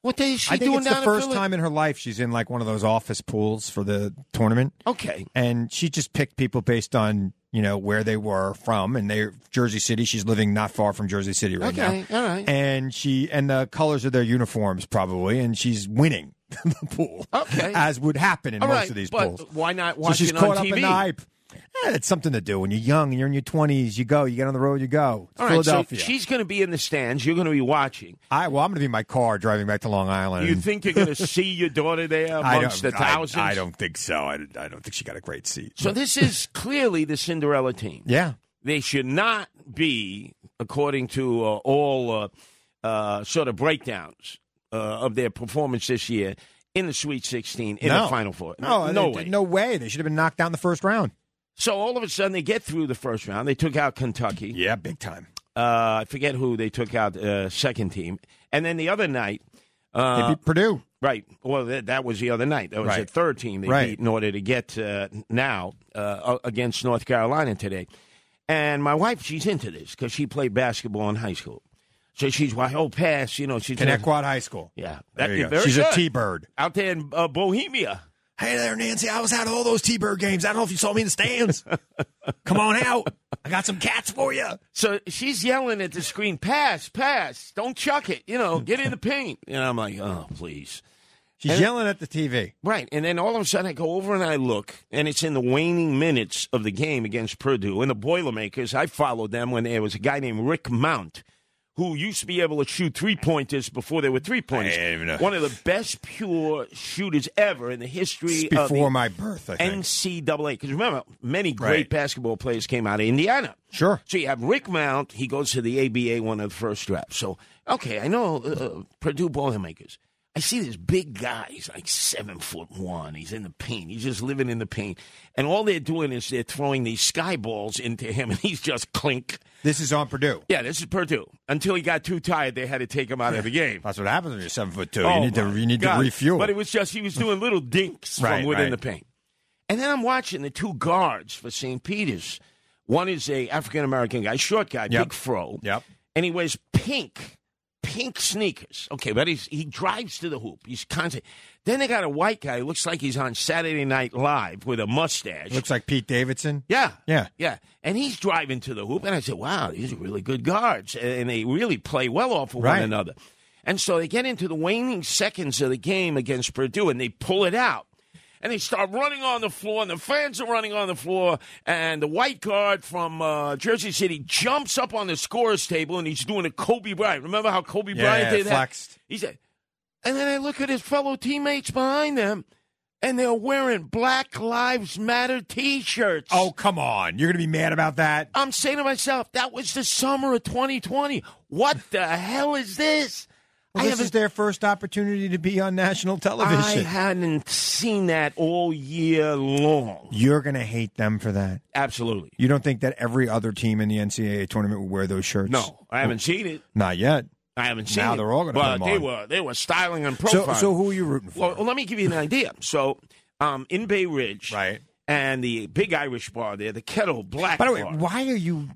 [SPEAKER 4] What the hell is she
[SPEAKER 3] I think
[SPEAKER 4] doing
[SPEAKER 3] it's the
[SPEAKER 4] down in
[SPEAKER 3] first
[SPEAKER 4] Philly-
[SPEAKER 3] time in her life she's in like one of those office pools for the tournament,
[SPEAKER 4] Okay.
[SPEAKER 3] and she just picked people based on you know where they were from, and they Jersey City. She's living not far from Jersey City right now.
[SPEAKER 4] Okay. All right.
[SPEAKER 3] and she and the colors of their uniforms probably, and she's winning the pool.
[SPEAKER 4] Okay.
[SPEAKER 3] as would happen in
[SPEAKER 4] All
[SPEAKER 3] most
[SPEAKER 4] right,
[SPEAKER 3] of these
[SPEAKER 4] but
[SPEAKER 3] pools.
[SPEAKER 4] why not
[SPEAKER 3] so
[SPEAKER 4] watch
[SPEAKER 3] she's
[SPEAKER 4] it on
[SPEAKER 3] caught up
[SPEAKER 4] TV?
[SPEAKER 3] in the hype. Eh, it's something to do when you're young and you're in your twenties. You go, you get on the road, you go. It's
[SPEAKER 4] All right, so
[SPEAKER 3] Philadelphia.
[SPEAKER 4] she's going to be in the stands. You're going to be watching.
[SPEAKER 3] I well, I'm going to be in my car driving back to Long Island.
[SPEAKER 4] You
[SPEAKER 3] and
[SPEAKER 4] think you're going to see your daughter there
[SPEAKER 3] I
[SPEAKER 4] amongst
[SPEAKER 3] don't,
[SPEAKER 4] the thousands?
[SPEAKER 3] I, I don't think so. I, I don't think she got a great seat.
[SPEAKER 4] So this is clearly the Cinderella team.
[SPEAKER 3] yeah,
[SPEAKER 4] They should not be, according to uh, all uh, uh, sort of breakdowns uh, of their performance this year, in the Sweet 16, in
[SPEAKER 3] no.
[SPEAKER 4] the Final Four.
[SPEAKER 3] No,
[SPEAKER 4] no
[SPEAKER 3] Oh, they-
[SPEAKER 4] way.
[SPEAKER 3] no way. They should have been knocked down in the first round.
[SPEAKER 4] So all of a sudden they get through the first round. They took out Kentucky.
[SPEAKER 3] Yeah, big time.
[SPEAKER 4] Uh, I forget who they took out uh, second team. And then the other night.
[SPEAKER 3] They
[SPEAKER 4] Uh,
[SPEAKER 3] beat Purdue.
[SPEAKER 4] Right. Well, that, that was the other night. That was
[SPEAKER 3] Right.
[SPEAKER 4] the third team they
[SPEAKER 3] Right.
[SPEAKER 4] beat in order to get uh, now uh, against North Carolina today. And my wife, she's into this because she played basketball in high school. So she's why oh pass, you know she's
[SPEAKER 3] Connecticut High School.
[SPEAKER 4] yeah.
[SPEAKER 3] There you
[SPEAKER 4] is
[SPEAKER 3] go.
[SPEAKER 4] very
[SPEAKER 3] She's a
[SPEAKER 4] good.
[SPEAKER 3] T-bird.
[SPEAKER 4] out there in uh, Bohemia.
[SPEAKER 3] Hey there, Nancy. I was out of all those T-bird games. I don't know if you saw me in the stands. Come on out. I got some cats for you.
[SPEAKER 4] So she's yelling at the screen, pass, pass, don't chuck it, you know, get in the paint. And I'm like, oh please.
[SPEAKER 3] She's yelling at the TV.
[SPEAKER 4] Right. And then all of a sudden I go over and I look, and it's in the waning minutes of the game against Purdue. And the Boilermakers, I followed them when there was a guy named Rick Mount who used to be able to shoot three pointers before there were three pointers.
[SPEAKER 3] I didn't even know.
[SPEAKER 4] One of the best pure shooters ever in the history
[SPEAKER 3] It's
[SPEAKER 4] of
[SPEAKER 3] before
[SPEAKER 4] uh, the
[SPEAKER 3] my birth, I think.
[SPEAKER 4] NCAA. Because remember, many great
[SPEAKER 3] Right.
[SPEAKER 4] basketball players came out of Indiana.
[SPEAKER 3] Sure.
[SPEAKER 4] So you have Rick Mount. He goes to the ABA one of the first drafts. So okay, I know uh, Purdue Boilermakers. I see this big guy. He's like seven foot one. He's in the paint. He's just living in the paint. And all they're doing is they're throwing these sky balls into him, and he's just clink.
[SPEAKER 3] This is on Purdue.
[SPEAKER 4] Yeah, this is Purdue. Until he got too tired, they had to take him out of the game.
[SPEAKER 3] That's what happens when you're seven foot two.
[SPEAKER 4] Oh,
[SPEAKER 3] you need to
[SPEAKER 4] my
[SPEAKER 3] you need
[SPEAKER 4] God.
[SPEAKER 3] to refuel.
[SPEAKER 4] But it was just he was doing little dinks from
[SPEAKER 3] Right,
[SPEAKER 4] within
[SPEAKER 3] right.
[SPEAKER 4] the paint. And then I'm watching the two guards for St. Peter's. One is a African American guy, short guy,
[SPEAKER 3] Yep.
[SPEAKER 4] big fro.
[SPEAKER 3] Yep.
[SPEAKER 4] And he wears pink, pink sneakers. Okay, but he's, he drives to the hoop. He's constant. Then they got a white guy who looks like he's on Saturday Night Live with a mustache.
[SPEAKER 3] Looks like Pete Davidson.
[SPEAKER 4] Yeah.
[SPEAKER 3] Yeah.
[SPEAKER 4] Yeah. And he's driving to the hoop. And I said, wow, these are really good guards. And they really play well off of one
[SPEAKER 3] Right.
[SPEAKER 4] another. And so they get into the waning seconds of the game against Purdue and they pull it out. and they start running on the floor, and the fans are running on the floor, and the white guard from uh, Jersey City jumps up on the scorer's table, and he's doing a Kobe Bryant. Remember how Kobe
[SPEAKER 3] Yeah,
[SPEAKER 4] Bryant
[SPEAKER 3] yeah,
[SPEAKER 4] did
[SPEAKER 3] flexed.
[SPEAKER 4] that? He said, and then I look at his fellow teammates behind them, and they're wearing Black Lives Matter T-shirts.
[SPEAKER 3] Oh, come on. You're going to be mad about that?
[SPEAKER 4] I'm saying to myself, that was the summer of 2020. What the hell is this?
[SPEAKER 3] Well,
[SPEAKER 4] I
[SPEAKER 3] this is
[SPEAKER 4] haven't-
[SPEAKER 3] their first opportunity to be on national television.
[SPEAKER 4] I hadn't seen that all year long.
[SPEAKER 3] You're going to hate them for that.
[SPEAKER 4] Absolutely.
[SPEAKER 3] You don't think that every other team in the NCAA tournament would wear those shirts?
[SPEAKER 4] No, I haven't seen it.
[SPEAKER 3] Not yet.
[SPEAKER 4] I haven't seen
[SPEAKER 3] Now
[SPEAKER 4] it.
[SPEAKER 3] they're all gonna
[SPEAKER 4] But
[SPEAKER 3] put 'em
[SPEAKER 4] they
[SPEAKER 3] on.
[SPEAKER 4] were they were styling and
[SPEAKER 3] So,
[SPEAKER 4] profiling.
[SPEAKER 3] so who are you rooting for?
[SPEAKER 4] well, well, let me give you an idea. So, um, in Bay Ridge,
[SPEAKER 3] Right.
[SPEAKER 4] and the big Irish bar there, the Kettle Black.
[SPEAKER 3] By the way,
[SPEAKER 4] bar,
[SPEAKER 3] why are you?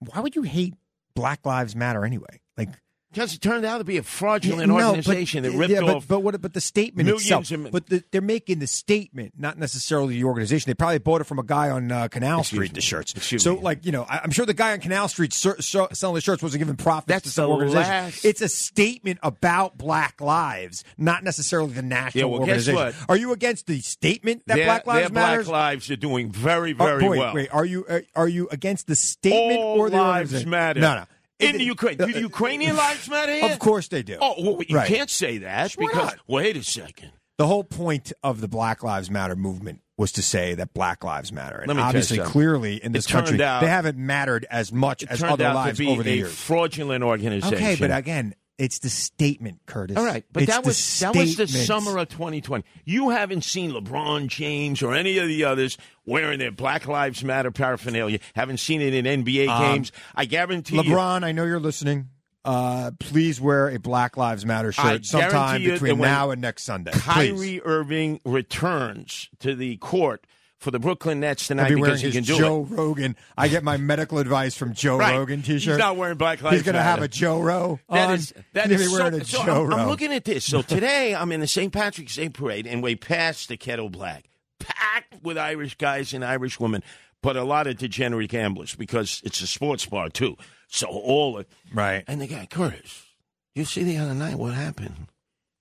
[SPEAKER 3] Why would you hate Black Lives Matter anyway? Like
[SPEAKER 4] because it turned out to be a fraudulent
[SPEAKER 3] no,
[SPEAKER 4] organization
[SPEAKER 3] but,
[SPEAKER 4] that ripped
[SPEAKER 3] yeah, but,
[SPEAKER 4] off.
[SPEAKER 3] But what? But the statement
[SPEAKER 4] millions
[SPEAKER 3] itself.
[SPEAKER 4] and-
[SPEAKER 3] but the, they're making the statement, not necessarily the organization. They probably bought it from a guy on uh, Canal Street. The shirts.
[SPEAKER 4] Excuse
[SPEAKER 3] so,
[SPEAKER 4] me.
[SPEAKER 3] like you know, I, I'm sure the guy on Canal Street ser- ser- selling the shirts wasn't giving profits
[SPEAKER 4] That's
[SPEAKER 3] to some
[SPEAKER 4] the
[SPEAKER 3] organization.
[SPEAKER 4] last-
[SPEAKER 3] It's a statement about Black lives, not necessarily the national
[SPEAKER 4] Yeah, well, guess
[SPEAKER 3] organization.
[SPEAKER 4] what?
[SPEAKER 3] Are you against the statement that
[SPEAKER 4] their,
[SPEAKER 3] Black
[SPEAKER 4] their
[SPEAKER 3] Lives Matter?
[SPEAKER 4] Black lives are doing very,
[SPEAKER 3] Oh,
[SPEAKER 4] very
[SPEAKER 3] wait,
[SPEAKER 4] well.
[SPEAKER 3] Wait, are you uh, are, are you against the statement
[SPEAKER 4] All
[SPEAKER 3] or the
[SPEAKER 4] lives
[SPEAKER 3] organization?
[SPEAKER 4] matter.
[SPEAKER 3] No, no.
[SPEAKER 4] In
[SPEAKER 3] It-
[SPEAKER 4] the Ukraine, do
[SPEAKER 3] uh,
[SPEAKER 4] the Ukrainian lives matter? Here?
[SPEAKER 3] Of course they do.
[SPEAKER 4] Oh, well, you
[SPEAKER 3] Right.
[SPEAKER 4] can't say that
[SPEAKER 3] Why
[SPEAKER 4] because
[SPEAKER 3] not?
[SPEAKER 4] wait a second.
[SPEAKER 3] The whole point of the Black Lives Matter movement was to say that Black lives matter, and
[SPEAKER 4] Let me tell you
[SPEAKER 3] obviously,
[SPEAKER 4] something.
[SPEAKER 3] clearly in this
[SPEAKER 4] turned
[SPEAKER 3] country,
[SPEAKER 4] out-
[SPEAKER 3] they haven't mattered as much as
[SPEAKER 4] Turned
[SPEAKER 3] other
[SPEAKER 4] out
[SPEAKER 3] lives
[SPEAKER 4] to be
[SPEAKER 3] over the
[SPEAKER 4] a
[SPEAKER 3] years.
[SPEAKER 4] fraudulent organization.
[SPEAKER 3] Okay, but again, it's the statement, Curtis.
[SPEAKER 4] all right, but
[SPEAKER 3] It's
[SPEAKER 4] that
[SPEAKER 3] the
[SPEAKER 4] was that was the
[SPEAKER 3] statement.
[SPEAKER 4] summer of 2020. You haven't seen LeBron James or any of the others wearing their Black Lives Matter paraphernalia. Haven't seen it in NBA
[SPEAKER 3] Um,
[SPEAKER 4] games. I guarantee you.
[SPEAKER 3] LeBron, I know you're listening. Uh, please wear a Black Lives Matter
[SPEAKER 4] I
[SPEAKER 3] shirt sometime
[SPEAKER 4] guarantee you
[SPEAKER 3] between
[SPEAKER 4] that when
[SPEAKER 3] now and next Sunday.
[SPEAKER 4] Kyrie
[SPEAKER 3] please.
[SPEAKER 4] Irving returns to the court for the Brooklyn Nets
[SPEAKER 3] I'll
[SPEAKER 4] tonight
[SPEAKER 3] be wearing
[SPEAKER 4] because he
[SPEAKER 3] his
[SPEAKER 4] can do it.
[SPEAKER 3] Joe Rogan. I get my medical advice from Joe
[SPEAKER 4] Right.
[SPEAKER 3] Rogan
[SPEAKER 4] He's
[SPEAKER 3] T-shirt.
[SPEAKER 4] not wearing Black
[SPEAKER 3] He's
[SPEAKER 4] Lives
[SPEAKER 3] going to have
[SPEAKER 4] Matter.
[SPEAKER 3] a Joe Ro.
[SPEAKER 4] That
[SPEAKER 3] on.
[SPEAKER 4] is that
[SPEAKER 3] He's gonna
[SPEAKER 4] is
[SPEAKER 3] be
[SPEAKER 4] so,
[SPEAKER 3] wearing
[SPEAKER 4] so
[SPEAKER 3] a Joe
[SPEAKER 4] I'm,
[SPEAKER 3] Ro.
[SPEAKER 4] I'm looking at this. So today I'm in the St. Patrick's Day parade, and we passed the Kettle Black, packed with Irish guys and Irish women, but a lot of degenerate gamblers because it's a sports bar too. So all the,
[SPEAKER 3] right.
[SPEAKER 4] and the guy Curtis, you see the other night what happened?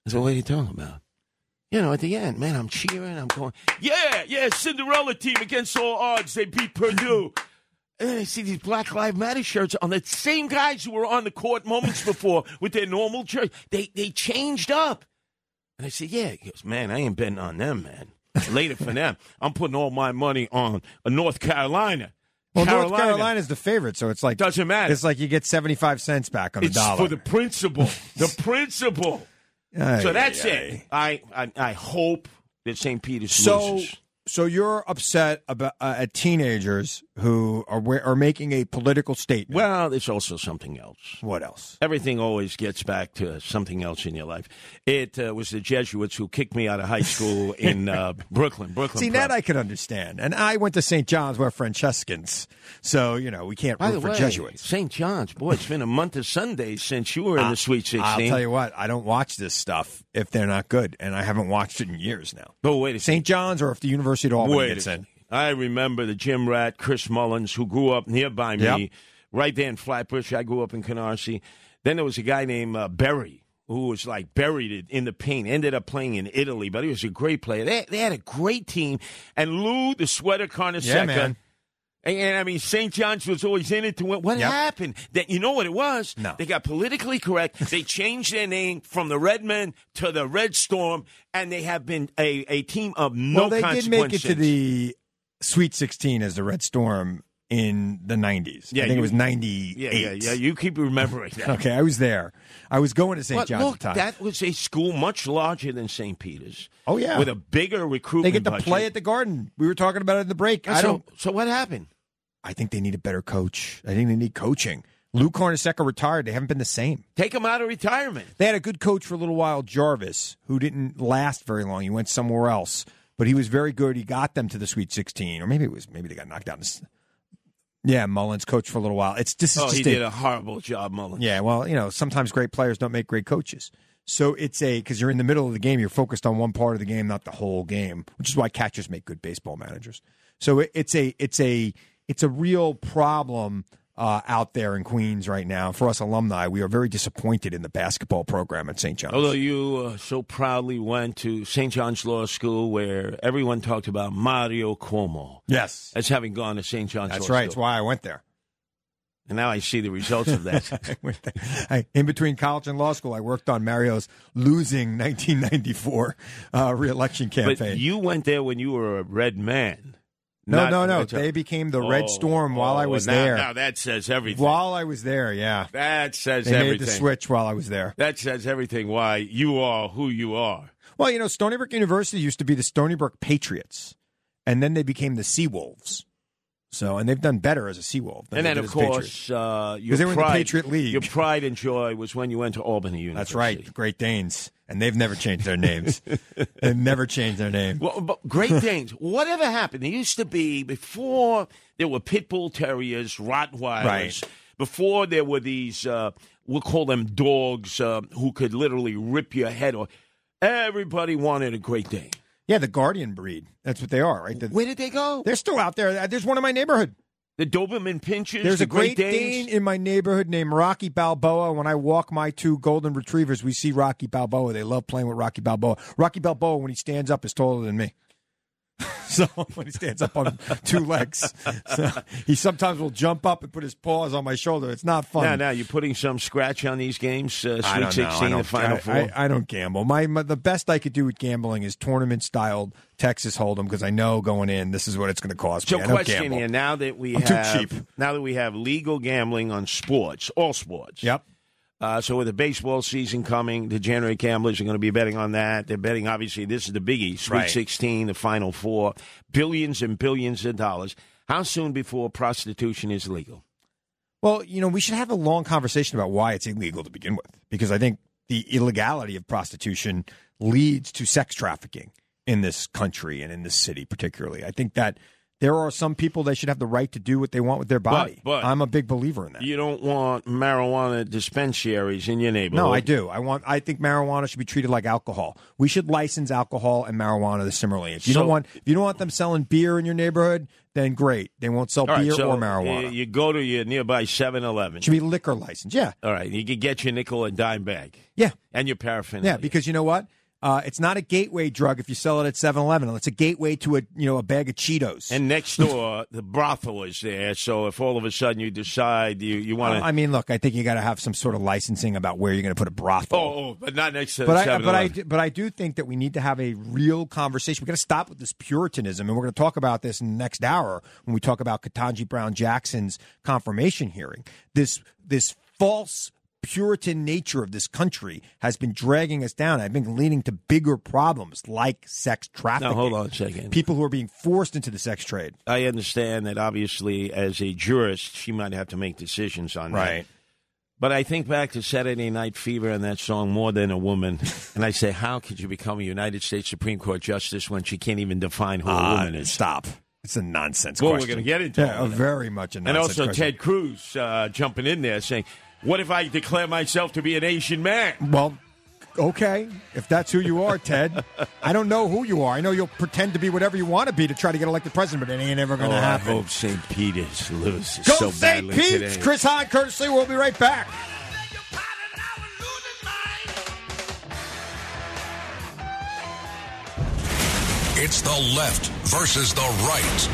[SPEAKER 4] I said, "What are you talking about?" You know, at the end, man, I'm cheering. I'm going, "Yeah, yeah, Cinderella team against all odds, they beat Purdue." And then I see these Black Lives Matter shirts on the same guys who were on the court moments before with their normal shirts. They they changed up. And I said, Yeah. He goes, Man, I ain't betting on them, man. Later for them. I'm putting all my money on uh, North Carolina.
[SPEAKER 3] Well, North Carolina's the favorite, so it's like
[SPEAKER 4] Doesn't matter.
[SPEAKER 3] It's like you get seventy-five cents back on
[SPEAKER 4] It's
[SPEAKER 3] the dollar.
[SPEAKER 4] for the principal. The principal.
[SPEAKER 3] Ay,
[SPEAKER 4] So that's
[SPEAKER 3] ay,
[SPEAKER 4] it. I, I I hope that St. Peter's
[SPEAKER 3] So,
[SPEAKER 4] loses.
[SPEAKER 3] so you're upset about uh, at teenagers who are we- are making a political statement.
[SPEAKER 4] Well, there's also something else.
[SPEAKER 3] what else?
[SPEAKER 4] Everything always gets back to something else in your life. It uh, was the Jesuits who kicked me out of high school in uh, Brooklyn. Brooklyn.
[SPEAKER 3] See,
[SPEAKER 4] Prep.
[SPEAKER 3] that I could understand. And I went to St. John's, where Francescans. So, you know, we can't
[SPEAKER 4] By the
[SPEAKER 3] root for
[SPEAKER 4] way,
[SPEAKER 3] Jesuits.
[SPEAKER 4] St. John's. Boy, it's been a month of Sundays since you were in the Sweet 16.
[SPEAKER 3] I'll tell you what, I don't watch this stuff if they're not good, and I haven't watched it in years now.
[SPEAKER 4] but wait a
[SPEAKER 3] St. John's or if the University of Albany
[SPEAKER 4] Wait a
[SPEAKER 3] gets in.
[SPEAKER 4] second. I remember the gym rat Chris Mullins, who grew up nearby me,
[SPEAKER 3] Yep.
[SPEAKER 4] right there in Flatbush. I grew up in Canarsie. Then there was a guy named uh, Berry, who was like buried it- in the paint. Ended up playing in Italy, but he was a great player. They, they had a great team, and Lou, the sweater Carnesecca.
[SPEAKER 3] Yeah, man.
[SPEAKER 4] And, and, I mean, St. John's was always in it to win. What
[SPEAKER 3] Yep.
[SPEAKER 4] happened? That you know what it was?
[SPEAKER 3] No.
[SPEAKER 4] They got politically correct. they changed their name from the Red Men to the Red Storm, and they have been a, a team of no
[SPEAKER 3] well, they did make it
[SPEAKER 4] consequence
[SPEAKER 3] to
[SPEAKER 4] since.
[SPEAKER 3] the Sweet 16 as the Red Storm in the 90s.
[SPEAKER 4] Yeah,
[SPEAKER 3] I think
[SPEAKER 4] you-
[SPEAKER 3] it was 98.
[SPEAKER 4] Yeah, yeah, yeah. You keep remembering that.
[SPEAKER 3] Okay, I was there. I was going to St.
[SPEAKER 4] But
[SPEAKER 3] John's
[SPEAKER 4] look,
[SPEAKER 3] at the time.
[SPEAKER 4] that was a school much larger than St. Peter's.
[SPEAKER 3] Oh, yeah.
[SPEAKER 4] with a bigger
[SPEAKER 3] they
[SPEAKER 4] recruitment.
[SPEAKER 3] get to
[SPEAKER 4] budget.
[SPEAKER 3] play at the Garden. We were talking about it in the break. I
[SPEAKER 4] so,
[SPEAKER 3] don't.
[SPEAKER 4] So what happened?
[SPEAKER 3] I think they need a better coach. I think they need coaching. Lou Carnesecca retired. They haven't been the same.
[SPEAKER 4] Take him out of retirement.
[SPEAKER 3] They had a good coach for a little while, Jarvis, who didn't last very long. He went somewhere else, but he was very good. He got them to the Sweet 16, or maybe it was maybe they got knocked out. in s- Yeah, Mullins coached for a little while. It's this is
[SPEAKER 4] Oh,
[SPEAKER 3] just
[SPEAKER 4] he
[SPEAKER 3] a-
[SPEAKER 4] did a horrible job, Mullen.
[SPEAKER 3] yeah. Well, you know, sometimes great players don't make great coaches. So it's a because you're in the middle of the game, you're focused on one part of the game, not the whole game, which is why catchers make good baseball managers. So it, it's a it's a it's a real problem uh, out there in Queens right now. For us alumni, we are very disappointed in the basketball program at St. John's.
[SPEAKER 4] Although you uh, so proudly went to St. John's Law School, where everyone talked about Mario Cuomo
[SPEAKER 3] yes,
[SPEAKER 4] as having gone to St. John's
[SPEAKER 3] that's
[SPEAKER 4] Law
[SPEAKER 3] right. It's
[SPEAKER 4] School.
[SPEAKER 3] why I went there.
[SPEAKER 4] And now I see the results of that.
[SPEAKER 3] I went there. I, in between college and law school, I worked on Mario's losing 1994 uh, reelection campaign.
[SPEAKER 4] but you went there when you were a red man.
[SPEAKER 3] no,
[SPEAKER 4] not-
[SPEAKER 3] no, no.
[SPEAKER 4] not-
[SPEAKER 3] They became the Red
[SPEAKER 4] Oh,
[SPEAKER 3] Storm while I
[SPEAKER 4] oh,
[SPEAKER 3] was
[SPEAKER 4] now-
[SPEAKER 3] there.
[SPEAKER 4] Now that says everything.
[SPEAKER 3] while I was there, yeah.
[SPEAKER 4] that says
[SPEAKER 3] They made
[SPEAKER 4] everything.
[SPEAKER 3] the switch while I was there.
[SPEAKER 4] That says everything why you are who you are.
[SPEAKER 3] Well, you know, Stony Brook University used to be the Stony Brook Patriots, and then they became the Seawolves. So, and they've done better as a Seawolf. Than
[SPEAKER 4] and
[SPEAKER 3] they
[SPEAKER 4] then,
[SPEAKER 3] did
[SPEAKER 4] of
[SPEAKER 3] as a Patriot.
[SPEAKER 4] course, uh, your
[SPEAKER 3] 'Cause they were in the
[SPEAKER 4] pride,
[SPEAKER 3] Patriot League.
[SPEAKER 4] Your pride and joy was when you went to Albany University.
[SPEAKER 3] that's right, the Great Danes, and they've never changed their names. they've never changed their name.
[SPEAKER 4] Well, but Great Danes. Whatever happened? There used to be before there were pit bull terriers, Rottweilers.
[SPEAKER 3] Right.
[SPEAKER 4] Before there were these, uh, we'll call them dogs, uh, who could literally rip your head off. Everybody wanted a Great Dane.
[SPEAKER 3] Yeah, the Guardian breed. That's what they are, right? The-
[SPEAKER 4] Where did they go?
[SPEAKER 3] They're still out there. There's one in my neighborhood.
[SPEAKER 4] The Doberman Pinchers.
[SPEAKER 3] There's
[SPEAKER 4] the
[SPEAKER 3] a Great
[SPEAKER 4] Danes.
[SPEAKER 3] Dane in my neighborhood named Rocky Balboa. When I walk my two golden retrievers, we see Rocky Balboa. They love playing with Rocky Balboa. Rocky Balboa, when he stands up, is taller than me. so when he stands up on two legs, so he sometimes will jump up and put his paws on my shoulder. It's not fun.
[SPEAKER 4] Now, now you're putting some scratch on these games. Uh, Sweet
[SPEAKER 3] I don't know. I
[SPEAKER 4] Sixteen, the
[SPEAKER 3] don't-
[SPEAKER 4] Final
[SPEAKER 3] I-
[SPEAKER 4] Four.
[SPEAKER 3] I, I don't gamble. My, my the best I could do with gambling is tournament styled Texas Hold'em because I know going in this is what it's going to cost
[SPEAKER 4] so,
[SPEAKER 3] me. I don't
[SPEAKER 4] question
[SPEAKER 3] gamble.
[SPEAKER 4] here: Now that we
[SPEAKER 3] I'm too
[SPEAKER 4] have
[SPEAKER 3] cheap.
[SPEAKER 4] now that we have legal gambling on sports, all sports.
[SPEAKER 3] Yep.
[SPEAKER 4] Uh, so with the baseball season coming, the January gamblers are going to be betting on that. They're betting, obviously, this is the biggie, Sweet
[SPEAKER 3] Right.
[SPEAKER 4] 16, the Final Four, billions and billions of dollars. How soon before prostitution is legal?
[SPEAKER 3] Well, you know, we should have a long conversation about why it's illegal to begin with, because I think the illegality of prostitution leads to sex trafficking in this country and in this city, particularly. I think that there are some people that should have the right to do what they want with their body.
[SPEAKER 4] but-
[SPEAKER 3] I'm a big believer in that.
[SPEAKER 4] You don't want marijuana dispensaries in your neighborhood.
[SPEAKER 3] no, I do. I want. I think marijuana should be treated like alcohol. We should license alcohol and marijuana similarly. If you
[SPEAKER 4] So-
[SPEAKER 3] don't want, if you don't want them selling beer in your neighborhood, then great. They won't sell
[SPEAKER 4] All right,
[SPEAKER 3] beer
[SPEAKER 4] so uh, eh,
[SPEAKER 3] or marijuana.
[SPEAKER 4] You, you go to your nearby 7 Eleven.
[SPEAKER 3] it should be liquor license. Yeah,
[SPEAKER 4] All right, you can get your nickel and dime bag
[SPEAKER 3] yeah.
[SPEAKER 4] and your paraphernalia.
[SPEAKER 3] Yeah, because you know what? Uh, it's not a gateway drug if you sell it at 7-Eleven. It's a gateway to a you know a bag of Cheetos.
[SPEAKER 4] And next door, the brothel is there. So if all of a sudden you decide you, you want to.
[SPEAKER 3] I mean, look, I think you got to have some sort of licensing about where you're going to put a brothel.
[SPEAKER 4] Oh, oh, but not next to the
[SPEAKER 3] but I,
[SPEAKER 4] 7
[SPEAKER 3] but I do- but I do think that we need to have a real conversation. We got to stop with this puritanism, and we're going to talk about this in the next hour when we talk about Katanji Brown Jackson's confirmation hearing. This this false puritan nature of this country has been dragging us down. I've been leading to bigger problems like sex trafficking.
[SPEAKER 4] Now, hold on a second.
[SPEAKER 3] people who are being forced into the sex trade.
[SPEAKER 4] I understand that obviously, as a jurist, she might have to make decisions on that. But I think back to Saturday Night Fever and that song, More Than a Woman. and I say, how could you become a United States Supreme Court justice when she can't even define who
[SPEAKER 3] Ah,
[SPEAKER 4] a woman is?
[SPEAKER 3] Uh, stop. It's a nonsense
[SPEAKER 4] Well, we're
[SPEAKER 3] question.
[SPEAKER 4] gonna get into
[SPEAKER 3] yeah,
[SPEAKER 4] it.
[SPEAKER 3] a very much a
[SPEAKER 4] And
[SPEAKER 3] nonsense
[SPEAKER 4] also
[SPEAKER 3] question.
[SPEAKER 4] Ted Cruz uh, jumping in there saying, what if I declare myself to be an Asian man?
[SPEAKER 3] Well, okay, if that's who you are, Ted. I don't know who you are. I know you'll pretend to be whatever you want to be to try to get elected president, but it ain't ever going to
[SPEAKER 4] Oh, I
[SPEAKER 3] happen.
[SPEAKER 4] hope St. Peter's loses
[SPEAKER 3] Go
[SPEAKER 4] so
[SPEAKER 3] St.
[SPEAKER 4] badly
[SPEAKER 3] Pete's,
[SPEAKER 4] today.
[SPEAKER 3] Chris Hahn, Curtis Lee. We'll be right back.
[SPEAKER 1] It's the left versus the right.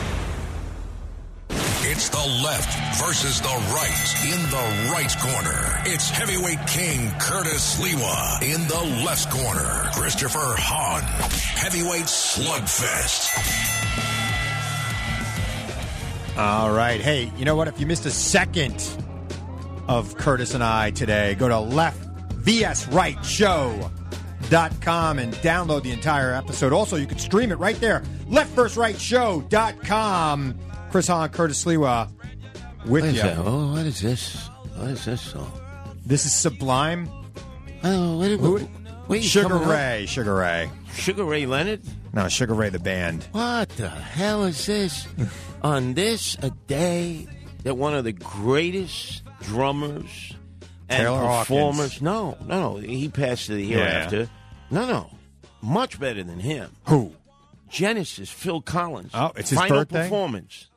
[SPEAKER 1] It's the left versus the right. In the right corner, it's heavyweight king Curtis Lewa. In the left corner, Christopher Hahn. Heavyweight slugfest.
[SPEAKER 3] All right. Hey, you know what? If you missed a second of Curtis and I today, go to left vs right show.com and download the entire episode. Also, you can stream it right there. Left versus right show.com. Chris Hahn, Curtis Lewa with
[SPEAKER 4] What is
[SPEAKER 3] you.
[SPEAKER 4] that? Oh, what is this? What is this song?
[SPEAKER 3] This is Sublime.
[SPEAKER 4] Oh, what, what, what
[SPEAKER 3] Sugar Ray. Sugar Ray.
[SPEAKER 4] Sugar Ray Leonard?
[SPEAKER 3] No, Sugar Ray the band.
[SPEAKER 4] What the hell is this? On this a day that one of the greatest drummers and
[SPEAKER 3] Taylor Hawkins.
[SPEAKER 4] performers. No, no, no. He passed the year
[SPEAKER 3] Yeah.
[SPEAKER 4] after. No, no. Much better than him.
[SPEAKER 3] Who?
[SPEAKER 4] Genesis, Phil Collins.
[SPEAKER 3] Oh, it's his
[SPEAKER 4] final
[SPEAKER 3] birthday?
[SPEAKER 4] performance.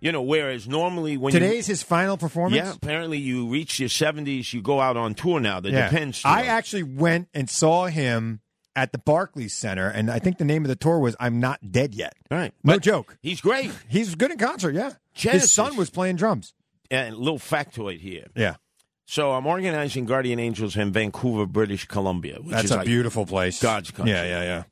[SPEAKER 4] You know, whereas normally when you-
[SPEAKER 3] Today's his final performance.
[SPEAKER 4] yeah, apparently you reach your seventies, you go out on tour now. The
[SPEAKER 3] Yeah.
[SPEAKER 4] Depends. Tour.
[SPEAKER 3] I actually went and saw him at the Barclays Center, and I think the name of the tour was "I'm Not Dead Yet."
[SPEAKER 4] right.
[SPEAKER 3] No
[SPEAKER 4] But
[SPEAKER 3] joke.
[SPEAKER 4] He's great.
[SPEAKER 3] He's good in concert. Yeah,
[SPEAKER 4] Genesis.
[SPEAKER 3] his son was playing drums.
[SPEAKER 4] And a little factoid here.
[SPEAKER 3] Yeah,
[SPEAKER 4] So I'm organizing Guardian Angels in Vancouver, British Columbia, which
[SPEAKER 3] that's
[SPEAKER 4] is
[SPEAKER 3] a
[SPEAKER 4] like
[SPEAKER 3] beautiful place.
[SPEAKER 4] God's country.
[SPEAKER 3] Yeah, yeah,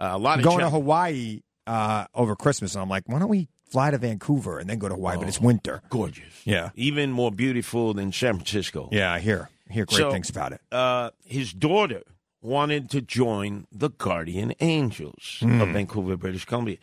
[SPEAKER 3] yeah.
[SPEAKER 4] uh, a lot
[SPEAKER 3] I'm
[SPEAKER 4] of
[SPEAKER 3] going
[SPEAKER 4] chap-
[SPEAKER 3] to Hawaii uh, over Christmas, and I'm like, why don't we fly to Vancouver and then go to Hawaii? But
[SPEAKER 4] Oh.
[SPEAKER 3] it's winter.
[SPEAKER 4] gorgeous.
[SPEAKER 3] Yeah,
[SPEAKER 4] Even more beautiful than San Francisco.
[SPEAKER 3] yeah. I hear I hear great
[SPEAKER 4] So-
[SPEAKER 3] things about it.
[SPEAKER 4] uh, his daughter wanted to join the Guardian Angels of
[SPEAKER 3] Hmm.
[SPEAKER 4] Vancouver, British Columbia.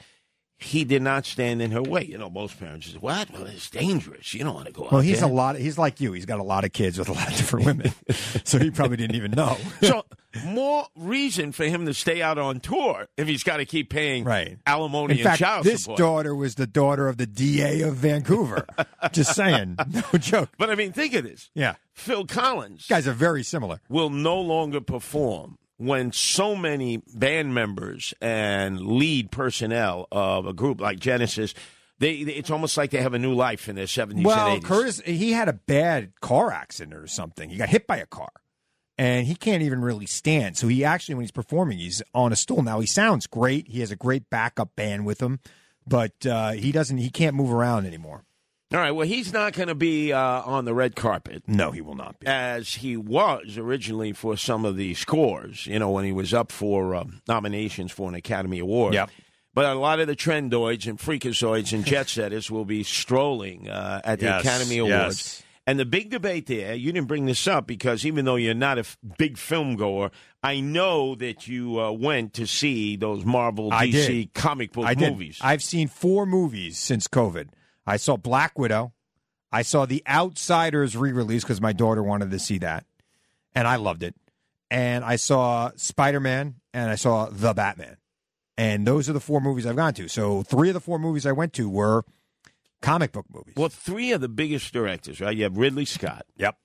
[SPEAKER 4] He did not stand in her way. You know, most parents say, "What? Well, it's dangerous. You don't want to go
[SPEAKER 3] Well,
[SPEAKER 4] out
[SPEAKER 3] he's
[SPEAKER 4] there."
[SPEAKER 3] a lot. He's like you. He's got a lot of kids with a lot of different women, so he probably didn't even know.
[SPEAKER 4] so more reason for him to stay out on tour if he's got to keep paying
[SPEAKER 3] Right.
[SPEAKER 4] alimony
[SPEAKER 3] In
[SPEAKER 4] and
[SPEAKER 3] fact,
[SPEAKER 4] child
[SPEAKER 3] this
[SPEAKER 4] support.
[SPEAKER 3] daughter was the daughter of the DA of Vancouver. Just saying, no joke.
[SPEAKER 4] but I mean, think of this:
[SPEAKER 3] Yeah,
[SPEAKER 4] Phil Collins
[SPEAKER 3] guys are very similar.
[SPEAKER 4] will no longer perform when so many band members and lead personnel of a group like Genesis, they, they- it's almost like they have a new life in their seventies
[SPEAKER 3] Well,
[SPEAKER 4] and eighties.
[SPEAKER 3] Curtis, he had a bad car accident or something. He got hit by a car, and he can't even really stand. So he actually, when he's performing, he's on a stool. Now he sounds great. He has a great backup band with him, but uh, he doesn't. He can't move around anymore.
[SPEAKER 4] All right, well, he's not going to be uh, on the red carpet
[SPEAKER 3] No, he will not be.
[SPEAKER 4] as he was originally for some of the scores. You know, when he was up for uh, nominations for an Academy Award.
[SPEAKER 3] Yep.
[SPEAKER 4] But a lot of the trendoids and freakazoids and jet setters will be strolling uh, at the
[SPEAKER 3] Yes,
[SPEAKER 4] Academy
[SPEAKER 3] yes.
[SPEAKER 4] Awards. And the big debate there, you didn't bring this up because even though you're not a f- big film goer, I know that you uh, went to see those Marvel
[SPEAKER 3] I
[SPEAKER 4] DC
[SPEAKER 3] did.
[SPEAKER 4] comic book
[SPEAKER 3] I did.
[SPEAKER 4] movies.
[SPEAKER 3] I've seen four movies since COVID. I saw Black Widow. I saw The Outsiders re-release because my daughter wanted to see that, and I loved it. And I saw Spider Man, and I saw The Batman, and those are the four movies I've gone to. So three of the four movies I went to were comic book movies.
[SPEAKER 4] well, three of the biggest directors, right? You have Ridley Scott.
[SPEAKER 3] Yep.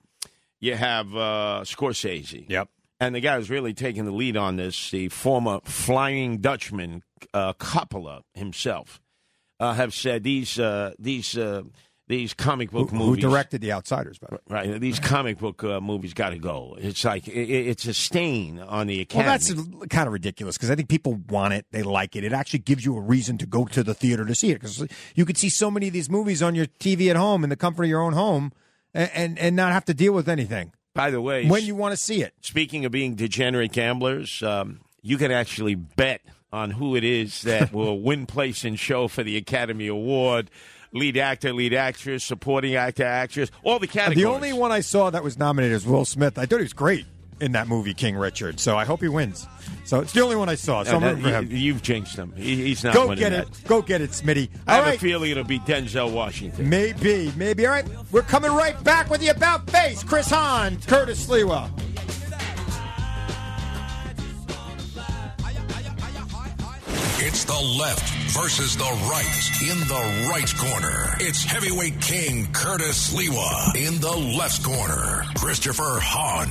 [SPEAKER 4] You have uh, Scorsese.
[SPEAKER 3] Yep.
[SPEAKER 4] And the guy who's really taking the lead on this, the former Flying Dutchman uh, Coppola himself, uh, have said these uh, these uh, these comic
[SPEAKER 3] Who,
[SPEAKER 4] book
[SPEAKER 3] who
[SPEAKER 4] movies.
[SPEAKER 3] directed The Outsiders? By the way.
[SPEAKER 4] Right, these comic book uh, movies got to go. It's like i i- it's a stain on the
[SPEAKER 3] Well,
[SPEAKER 4] academy.
[SPEAKER 3] that's kind of ridiculous because I think people want it. They like it. It actually gives you a reason to go to the theater to see it because you could see so many of these movies on your TV at home in the comfort of your own home and, and, and not have to deal with anything
[SPEAKER 4] By the way,
[SPEAKER 3] when you want to see it.
[SPEAKER 4] speaking of being degenerate gamblers, um, you can actually bet on who it is that will win place in show for the Academy Award. Lead actor, lead actress, supporting actor, actress, all the categories.
[SPEAKER 3] The only one I saw that was nominated is Will Smith. I thought he was great in that movie, King Richard. So I hope he wins. So it's the only one I saw. So
[SPEAKER 4] And
[SPEAKER 3] I'm
[SPEAKER 4] that-
[SPEAKER 3] rooting for
[SPEAKER 4] you,
[SPEAKER 3] him.
[SPEAKER 4] you've jinxed him. He, he's not
[SPEAKER 3] Go
[SPEAKER 4] winning
[SPEAKER 3] get
[SPEAKER 4] that.
[SPEAKER 3] it. Go get it, Smitty.
[SPEAKER 4] I
[SPEAKER 3] All
[SPEAKER 4] have a
[SPEAKER 3] right.
[SPEAKER 4] feeling it'll be Denzel Washington.
[SPEAKER 3] Maybe, maybe. All right. We're coming right back with the About Face. Chris Hahn, Curtis Lewa.
[SPEAKER 1] It's the left versus the right. In the right corner, it's heavyweight king Curtis Lewa. In the left corner, Christopher Hahn.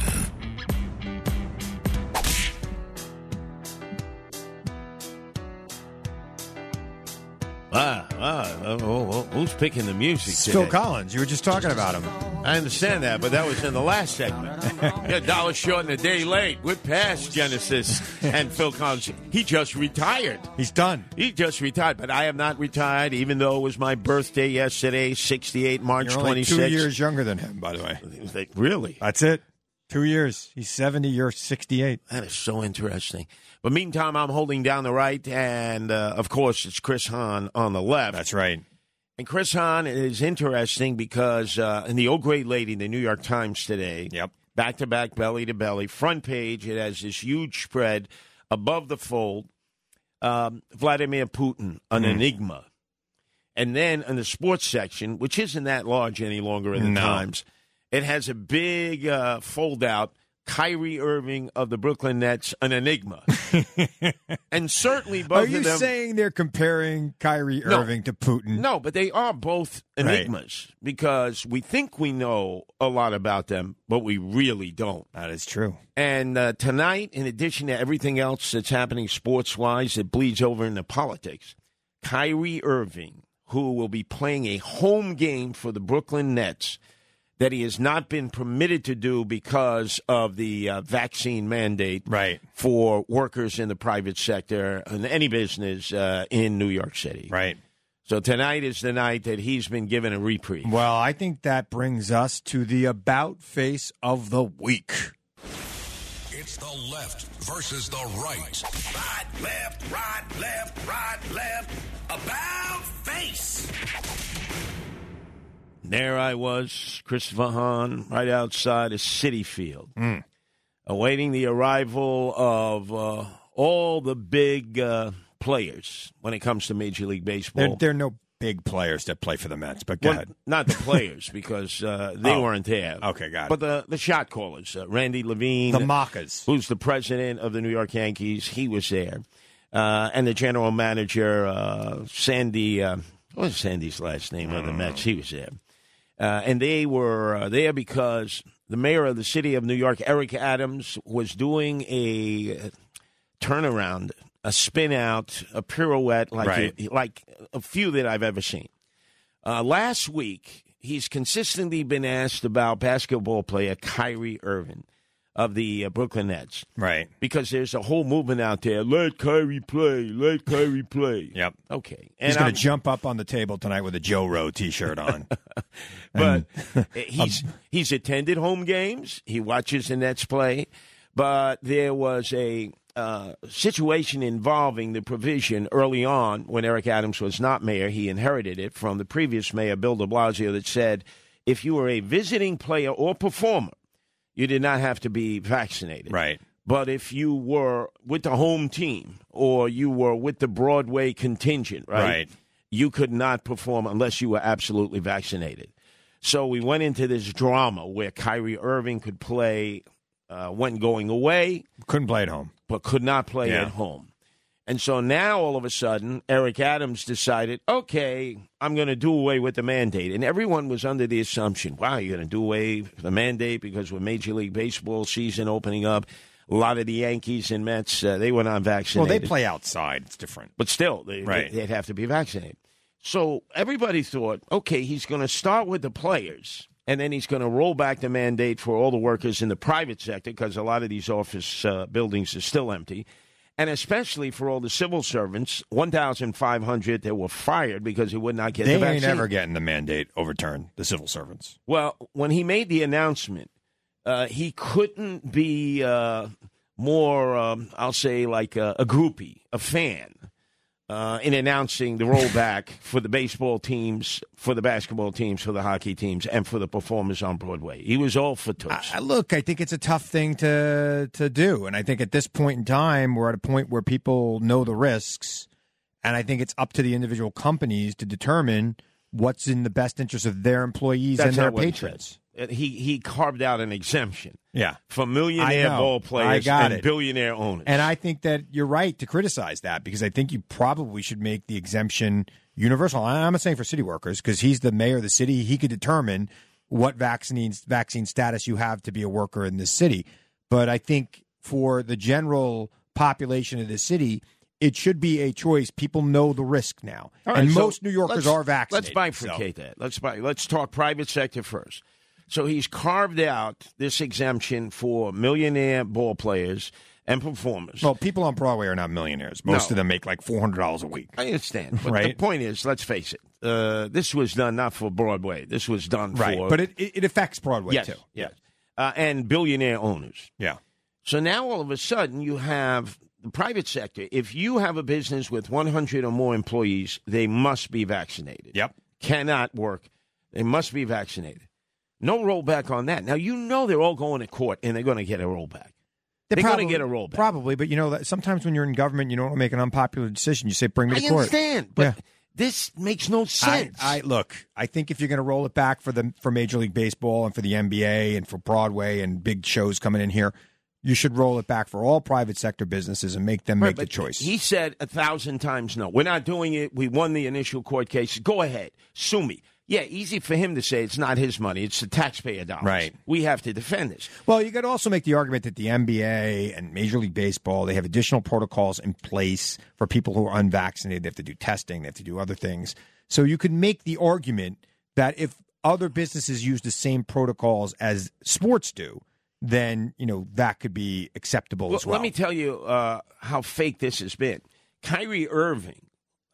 [SPEAKER 4] Ah, ah, oh, oh, oh, who's picking the music?
[SPEAKER 3] It's Phil
[SPEAKER 4] today?
[SPEAKER 3] Collins. You were just talking about him.
[SPEAKER 4] I understand that, but that was in the last segment. You're a dollar short and a day late. We're past Genesis and Phil Collins. He just retired.
[SPEAKER 3] He's done.
[SPEAKER 4] He just retired, but I am not retired, even though it was my birthday yesterday, 68, March
[SPEAKER 3] You're only
[SPEAKER 4] 26.
[SPEAKER 3] two years younger than him, by the way.
[SPEAKER 4] Like, Really?
[SPEAKER 3] That's it. Two years. He's 70, you're 68.
[SPEAKER 4] That is so interesting. But meantime, I'm holding down the right, and uh, of course, it's Chris Hahn on the left.
[SPEAKER 3] right.
[SPEAKER 4] And Chris Hahn is interesting because uh, in the old great lady, the New York Times today,
[SPEAKER 3] Yep.
[SPEAKER 4] back to back, belly to belly, front page, it has this huge spread above the fold. Um, Vladimir Putin,
[SPEAKER 3] Mm-hmm.
[SPEAKER 4] an enigma. And then in the sports section, which isn't that large any longer in the
[SPEAKER 3] No.
[SPEAKER 4] Times, it has a big uh, fold out. Kyrie Irving of the Brooklyn Nets, an enigma. and certainly both
[SPEAKER 3] Are you
[SPEAKER 4] of them.
[SPEAKER 3] saying they're comparing Kyrie
[SPEAKER 4] No.
[SPEAKER 3] Irving to Putin?
[SPEAKER 4] No, but they are both
[SPEAKER 3] Right.
[SPEAKER 4] enigmas because we think we know a lot about them, but we really don't.
[SPEAKER 3] That is true.
[SPEAKER 4] And uh, tonight, in addition to everything else that's happening sports wise, it bleeds over into politics. Kyrie Irving, who will be playing a home game for the Brooklyn Nets that he has not been permitted to do because of the uh, vaccine mandate
[SPEAKER 3] Right.
[SPEAKER 4] for workers in the private sector and any business uh, in New York City.
[SPEAKER 3] Right.
[SPEAKER 4] So tonight is the night that he's been given a reprieve.
[SPEAKER 3] Well, I think that brings us to the about face of the week.
[SPEAKER 1] It's the left versus the right. Right, left, right, left, right, left. About face.
[SPEAKER 4] There I was, Christopher Hahn, right outside a city field, awaiting the arrival of uh, all the big uh, players when it comes to Major League Baseball.
[SPEAKER 3] There, there are no big players that play for the Mets, but go
[SPEAKER 4] Well,
[SPEAKER 3] ahead.
[SPEAKER 4] not the players, because uh, they
[SPEAKER 3] Oh.
[SPEAKER 4] weren't there.
[SPEAKER 3] Okay, got it.
[SPEAKER 4] But the, the shot callers, uh, Randy Levine,
[SPEAKER 3] The Mockers.
[SPEAKER 4] who's the president of the New York Yankees, he was there. Uh, and the general manager, uh, Sandy, uh, what was Sandy's last name of the Mets? He was there. Uh, and they were uh, there because the mayor of the city of New York, Eric Adams, was doing a turnaround, a spin out, a pirouette, like,
[SPEAKER 3] Right.
[SPEAKER 4] you- like a few that I've ever seen. Uh, last week, he's consistently been asked about basketball player Kyrie Irving of the uh, Brooklyn Nets
[SPEAKER 3] Right.
[SPEAKER 4] because there's a whole movement out there. Let Kyrie play. Let Kyrie play.
[SPEAKER 3] Yep.
[SPEAKER 4] Okay. And
[SPEAKER 3] He's going
[SPEAKER 4] I'm-
[SPEAKER 3] to jump up on the table tonight with a Joe Rowe T-shirt on.
[SPEAKER 4] but eh, he's he's attended home games. He watches the Nets play, but there was a uh, situation involving the provision early on when Eric Adams was not mayor. He inherited it from the previous mayor, Bill De Blasio, that said if you were a visiting player or performer, you did not have to be vaccinated.
[SPEAKER 3] Right.
[SPEAKER 4] But if you were with the home team or you were with the Broadway contingent, right?
[SPEAKER 3] Right.
[SPEAKER 4] You could not perform unless you were absolutely vaccinated. So we went into this drama where Kyrie Irving could play, uh, went going away,
[SPEAKER 3] Couldn't play at home.
[SPEAKER 4] but could not play
[SPEAKER 3] Yeah.
[SPEAKER 4] at home. And so now all of a sudden, Eric Adams decided, okay, I'm going to do away with the mandate. And everyone was under the assumption, wow, you're going to do away with the mandate because with Major League Baseball season opening up, a lot of the Yankees and Mets, uh, they were not
[SPEAKER 3] Well,
[SPEAKER 4] vaccinated.
[SPEAKER 3] they play outside. It's different.
[SPEAKER 4] But still, they,
[SPEAKER 3] Right.
[SPEAKER 4] they, would have to be vaccinated. So everybody thought, okay, he's going to start with the players, and then he's going to roll back the mandate for all the workers in the private sector because a lot of these office uh, buildings are still empty, and especially for all the civil servants, 1,500 that were fired because they would not get
[SPEAKER 3] They
[SPEAKER 4] the
[SPEAKER 3] ain't
[SPEAKER 4] vaccine.
[SPEAKER 3] ever getting the mandate overturned. The civil servants.
[SPEAKER 4] Well, when he made the announcement, uh, he couldn't be uh, more, um, I'll say, like a, a groupie, a fan, uh, in announcing the rollback for the baseball teams, for the basketball teams, for the hockey teams, and for the performers on Broadway. He was all for toast.
[SPEAKER 3] I, I- look, I think it's a tough thing to to do, and I think at this point in time, we're at a point where people know the risks, and I think it's up to the individual companies to determine what's in the best interest of their employees
[SPEAKER 4] That's
[SPEAKER 3] and their
[SPEAKER 4] not what he
[SPEAKER 3] patrons.
[SPEAKER 4] said. Uh, he he carved out an exemption
[SPEAKER 3] Yeah.
[SPEAKER 4] for millionaire
[SPEAKER 3] I know.
[SPEAKER 4] ball players
[SPEAKER 3] I got
[SPEAKER 4] and
[SPEAKER 3] it.
[SPEAKER 4] billionaire owners.
[SPEAKER 3] And I think that you're right to criticize that because I think you probably should make the exemption universal. And I'm not saying for city workers because he's the mayor of the city. He could determine what vaccine vaccine status you have to be a worker in this city. But I think for the general population of the city, it should be a choice. People know the risk now,
[SPEAKER 4] All right,
[SPEAKER 3] and
[SPEAKER 4] so
[SPEAKER 3] most New Yorkers
[SPEAKER 4] let's-
[SPEAKER 3] are vaccinated.
[SPEAKER 4] Let's
[SPEAKER 3] so-
[SPEAKER 4] bifurcate that. Let's bi- let's talk private sector first. So he's carved out this exemption for millionaire ball players and performers.
[SPEAKER 3] Well, people on Broadway are not millionaires. Most
[SPEAKER 4] No.
[SPEAKER 3] of them make like four hundred dollars a week.
[SPEAKER 4] I understand, but the
[SPEAKER 3] Right.
[SPEAKER 4] point is, let's face it. Uh, this was done not for Broadway. This was done
[SPEAKER 3] Right,
[SPEAKER 4] for
[SPEAKER 3] but it, it, it affects Broadway
[SPEAKER 4] yes,
[SPEAKER 3] too.
[SPEAKER 4] yes, uh, and billionaire owners.
[SPEAKER 3] Yeah,
[SPEAKER 4] So now all of a sudden you have the private sector. If you have a business with 100 or more employees, they must be vaccinated.
[SPEAKER 3] Yep.
[SPEAKER 4] Cannot work. They must be vaccinated. No rollback on that. Now you know they're all going to court and they're going to get a rollback. They're gonna
[SPEAKER 3] probably-
[SPEAKER 4] get a rollback.
[SPEAKER 3] Probably, but you know that sometimes when you're in government, you don't make an unpopular decision. You say, "Bring me
[SPEAKER 4] I
[SPEAKER 3] to court."
[SPEAKER 4] understand, but
[SPEAKER 3] Yeah.
[SPEAKER 4] this makes no sense.
[SPEAKER 3] I, I look. I think if you're going to roll it back for the for Major League Baseball and for the NBA and for Broadway and big shows coming in here, you should roll it back for all private sector businesses and make them
[SPEAKER 4] Right,
[SPEAKER 3] make the
[SPEAKER 4] but
[SPEAKER 3] choice.
[SPEAKER 4] He said a thousand times no. We're not doing it. We won the initial court case. Go ahead, sue me. Yeah, easy for him to say it's not his money. It's the taxpayer dollars.
[SPEAKER 3] Right.
[SPEAKER 4] We have to defend this.
[SPEAKER 3] Well, you could also make the argument that the NBA and Major League Baseball they have additional protocols in place for people who are unvaccinated. They have to do testing, they have to do other things. So you could make the argument that if other businesses use the same protocols as sports do, then you know that could be acceptable
[SPEAKER 4] Well,
[SPEAKER 3] as well.
[SPEAKER 4] Let me tell you uh, how fake this has been. Kyrie Irving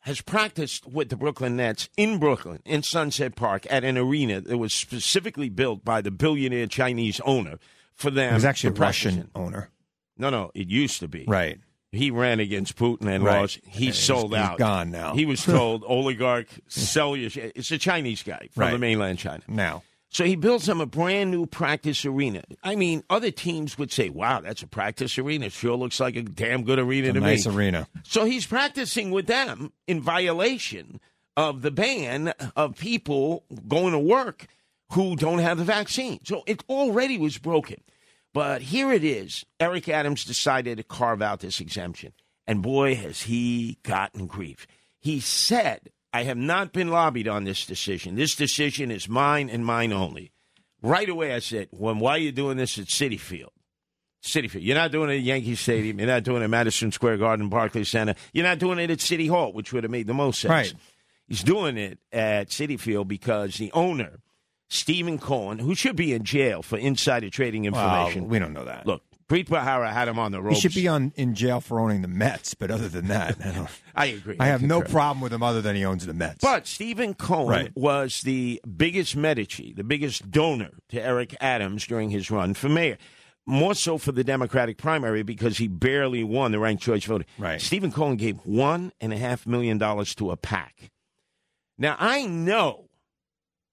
[SPEAKER 4] has practiced with the Brooklyn Nets in Brooklyn, in Sunset Park, at an arena that was specifically built by the billionaire Chinese owner for them.
[SPEAKER 3] it was actually a
[SPEAKER 4] to practice
[SPEAKER 3] Russian
[SPEAKER 4] in.
[SPEAKER 3] owner,
[SPEAKER 4] No, no, it used to be.
[SPEAKER 3] right?
[SPEAKER 4] He ran against Putin and
[SPEAKER 3] Right.
[SPEAKER 4] lost. He
[SPEAKER 3] Yeah, he's-
[SPEAKER 4] sold
[SPEAKER 3] he's
[SPEAKER 4] out.
[SPEAKER 3] gone now.
[SPEAKER 4] He was told oligarch, sell your. sh-" It's a Chinese guy from the
[SPEAKER 3] Right.
[SPEAKER 4] mainland China.
[SPEAKER 3] Now,
[SPEAKER 4] So he builds them a brand new practice arena. I mean, other teams would say, wow, that's a practice arena. It sure looks like a damn good arena
[SPEAKER 3] a
[SPEAKER 4] to
[SPEAKER 3] nice
[SPEAKER 4] me.
[SPEAKER 3] arena.
[SPEAKER 4] so he's practicing with them in violation of the ban of people going to work who don't have the vaccine. So it already was broken. But here it is. Eric Adams decided to carve out this exemption. And boy, has he gotten grief. He said, I have not been lobbied on this decision. This decision is mine and mine only. Right away, I said, Well, why are you doing this at City Field? City Field. You're not doing it at Yankee Stadium. You're not doing it at Madison Square Garden, Barclays Center. You're not doing it at City Hall, which would have made the most sense.
[SPEAKER 3] Right.
[SPEAKER 4] He's doing it at City Field because the owner, Stephen Cohen, who should be in jail for insider trading
[SPEAKER 3] Well,
[SPEAKER 4] information.
[SPEAKER 3] Uh, we don't know that.
[SPEAKER 4] Look, Preet Bahara had him on the
[SPEAKER 3] he
[SPEAKER 4] ropes.
[SPEAKER 3] should be on in jail for owning the Mets, but other than that, I, don't,
[SPEAKER 4] I agree.
[SPEAKER 3] I have no
[SPEAKER 4] concur.
[SPEAKER 3] problem with him other than he owns the Mets.
[SPEAKER 4] But Stephen Cohen
[SPEAKER 3] Right.
[SPEAKER 4] was the biggest Medici, the biggest donor to Eric Adams during his run for mayor. More so for the Democratic primary because he barely won the ranked choice voting.
[SPEAKER 3] Right.
[SPEAKER 4] Stephen Cohen gave one and a half million dollars to a PAC. Now I know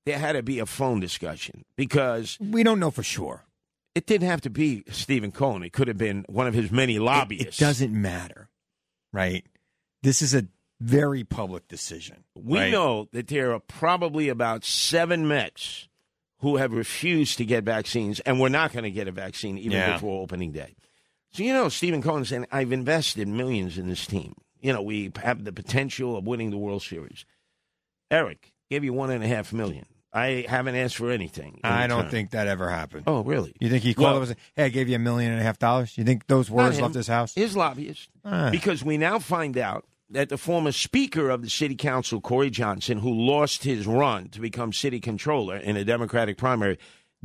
[SPEAKER 4] there had to be a phone discussion because
[SPEAKER 3] we don't know for sure.
[SPEAKER 4] it didn't have to be Stephen Cohen. It could have been one of his many
[SPEAKER 3] It
[SPEAKER 4] lobbyists.
[SPEAKER 3] doesn't matter, right? This is a very public decision.
[SPEAKER 4] We
[SPEAKER 3] right?
[SPEAKER 4] know that there are probably about seven Mets who have refused to get vaccines, and we're not going to get a vaccine even
[SPEAKER 3] Yeah.
[SPEAKER 4] before opening day. So, you know, Stephen Cohen saying, I've invested millions in this team. You know, we have the potential of winning the World Series. Eric, give you one and a half million. I haven't asked for anything. in
[SPEAKER 3] I don't
[SPEAKER 4] return.
[SPEAKER 3] think that ever happened.
[SPEAKER 4] Oh, really?
[SPEAKER 3] You think he called
[SPEAKER 4] Well-
[SPEAKER 3] up and said, "Hey, I gave you a million and a half dollars." You think those words
[SPEAKER 4] Not
[SPEAKER 3] left
[SPEAKER 4] him.
[SPEAKER 3] his house?
[SPEAKER 4] His lobbyist.
[SPEAKER 3] Ah.
[SPEAKER 4] Because we now find out that the former speaker of the city council, Corey Johnson, who lost his run to become city controller in a Democratic primary,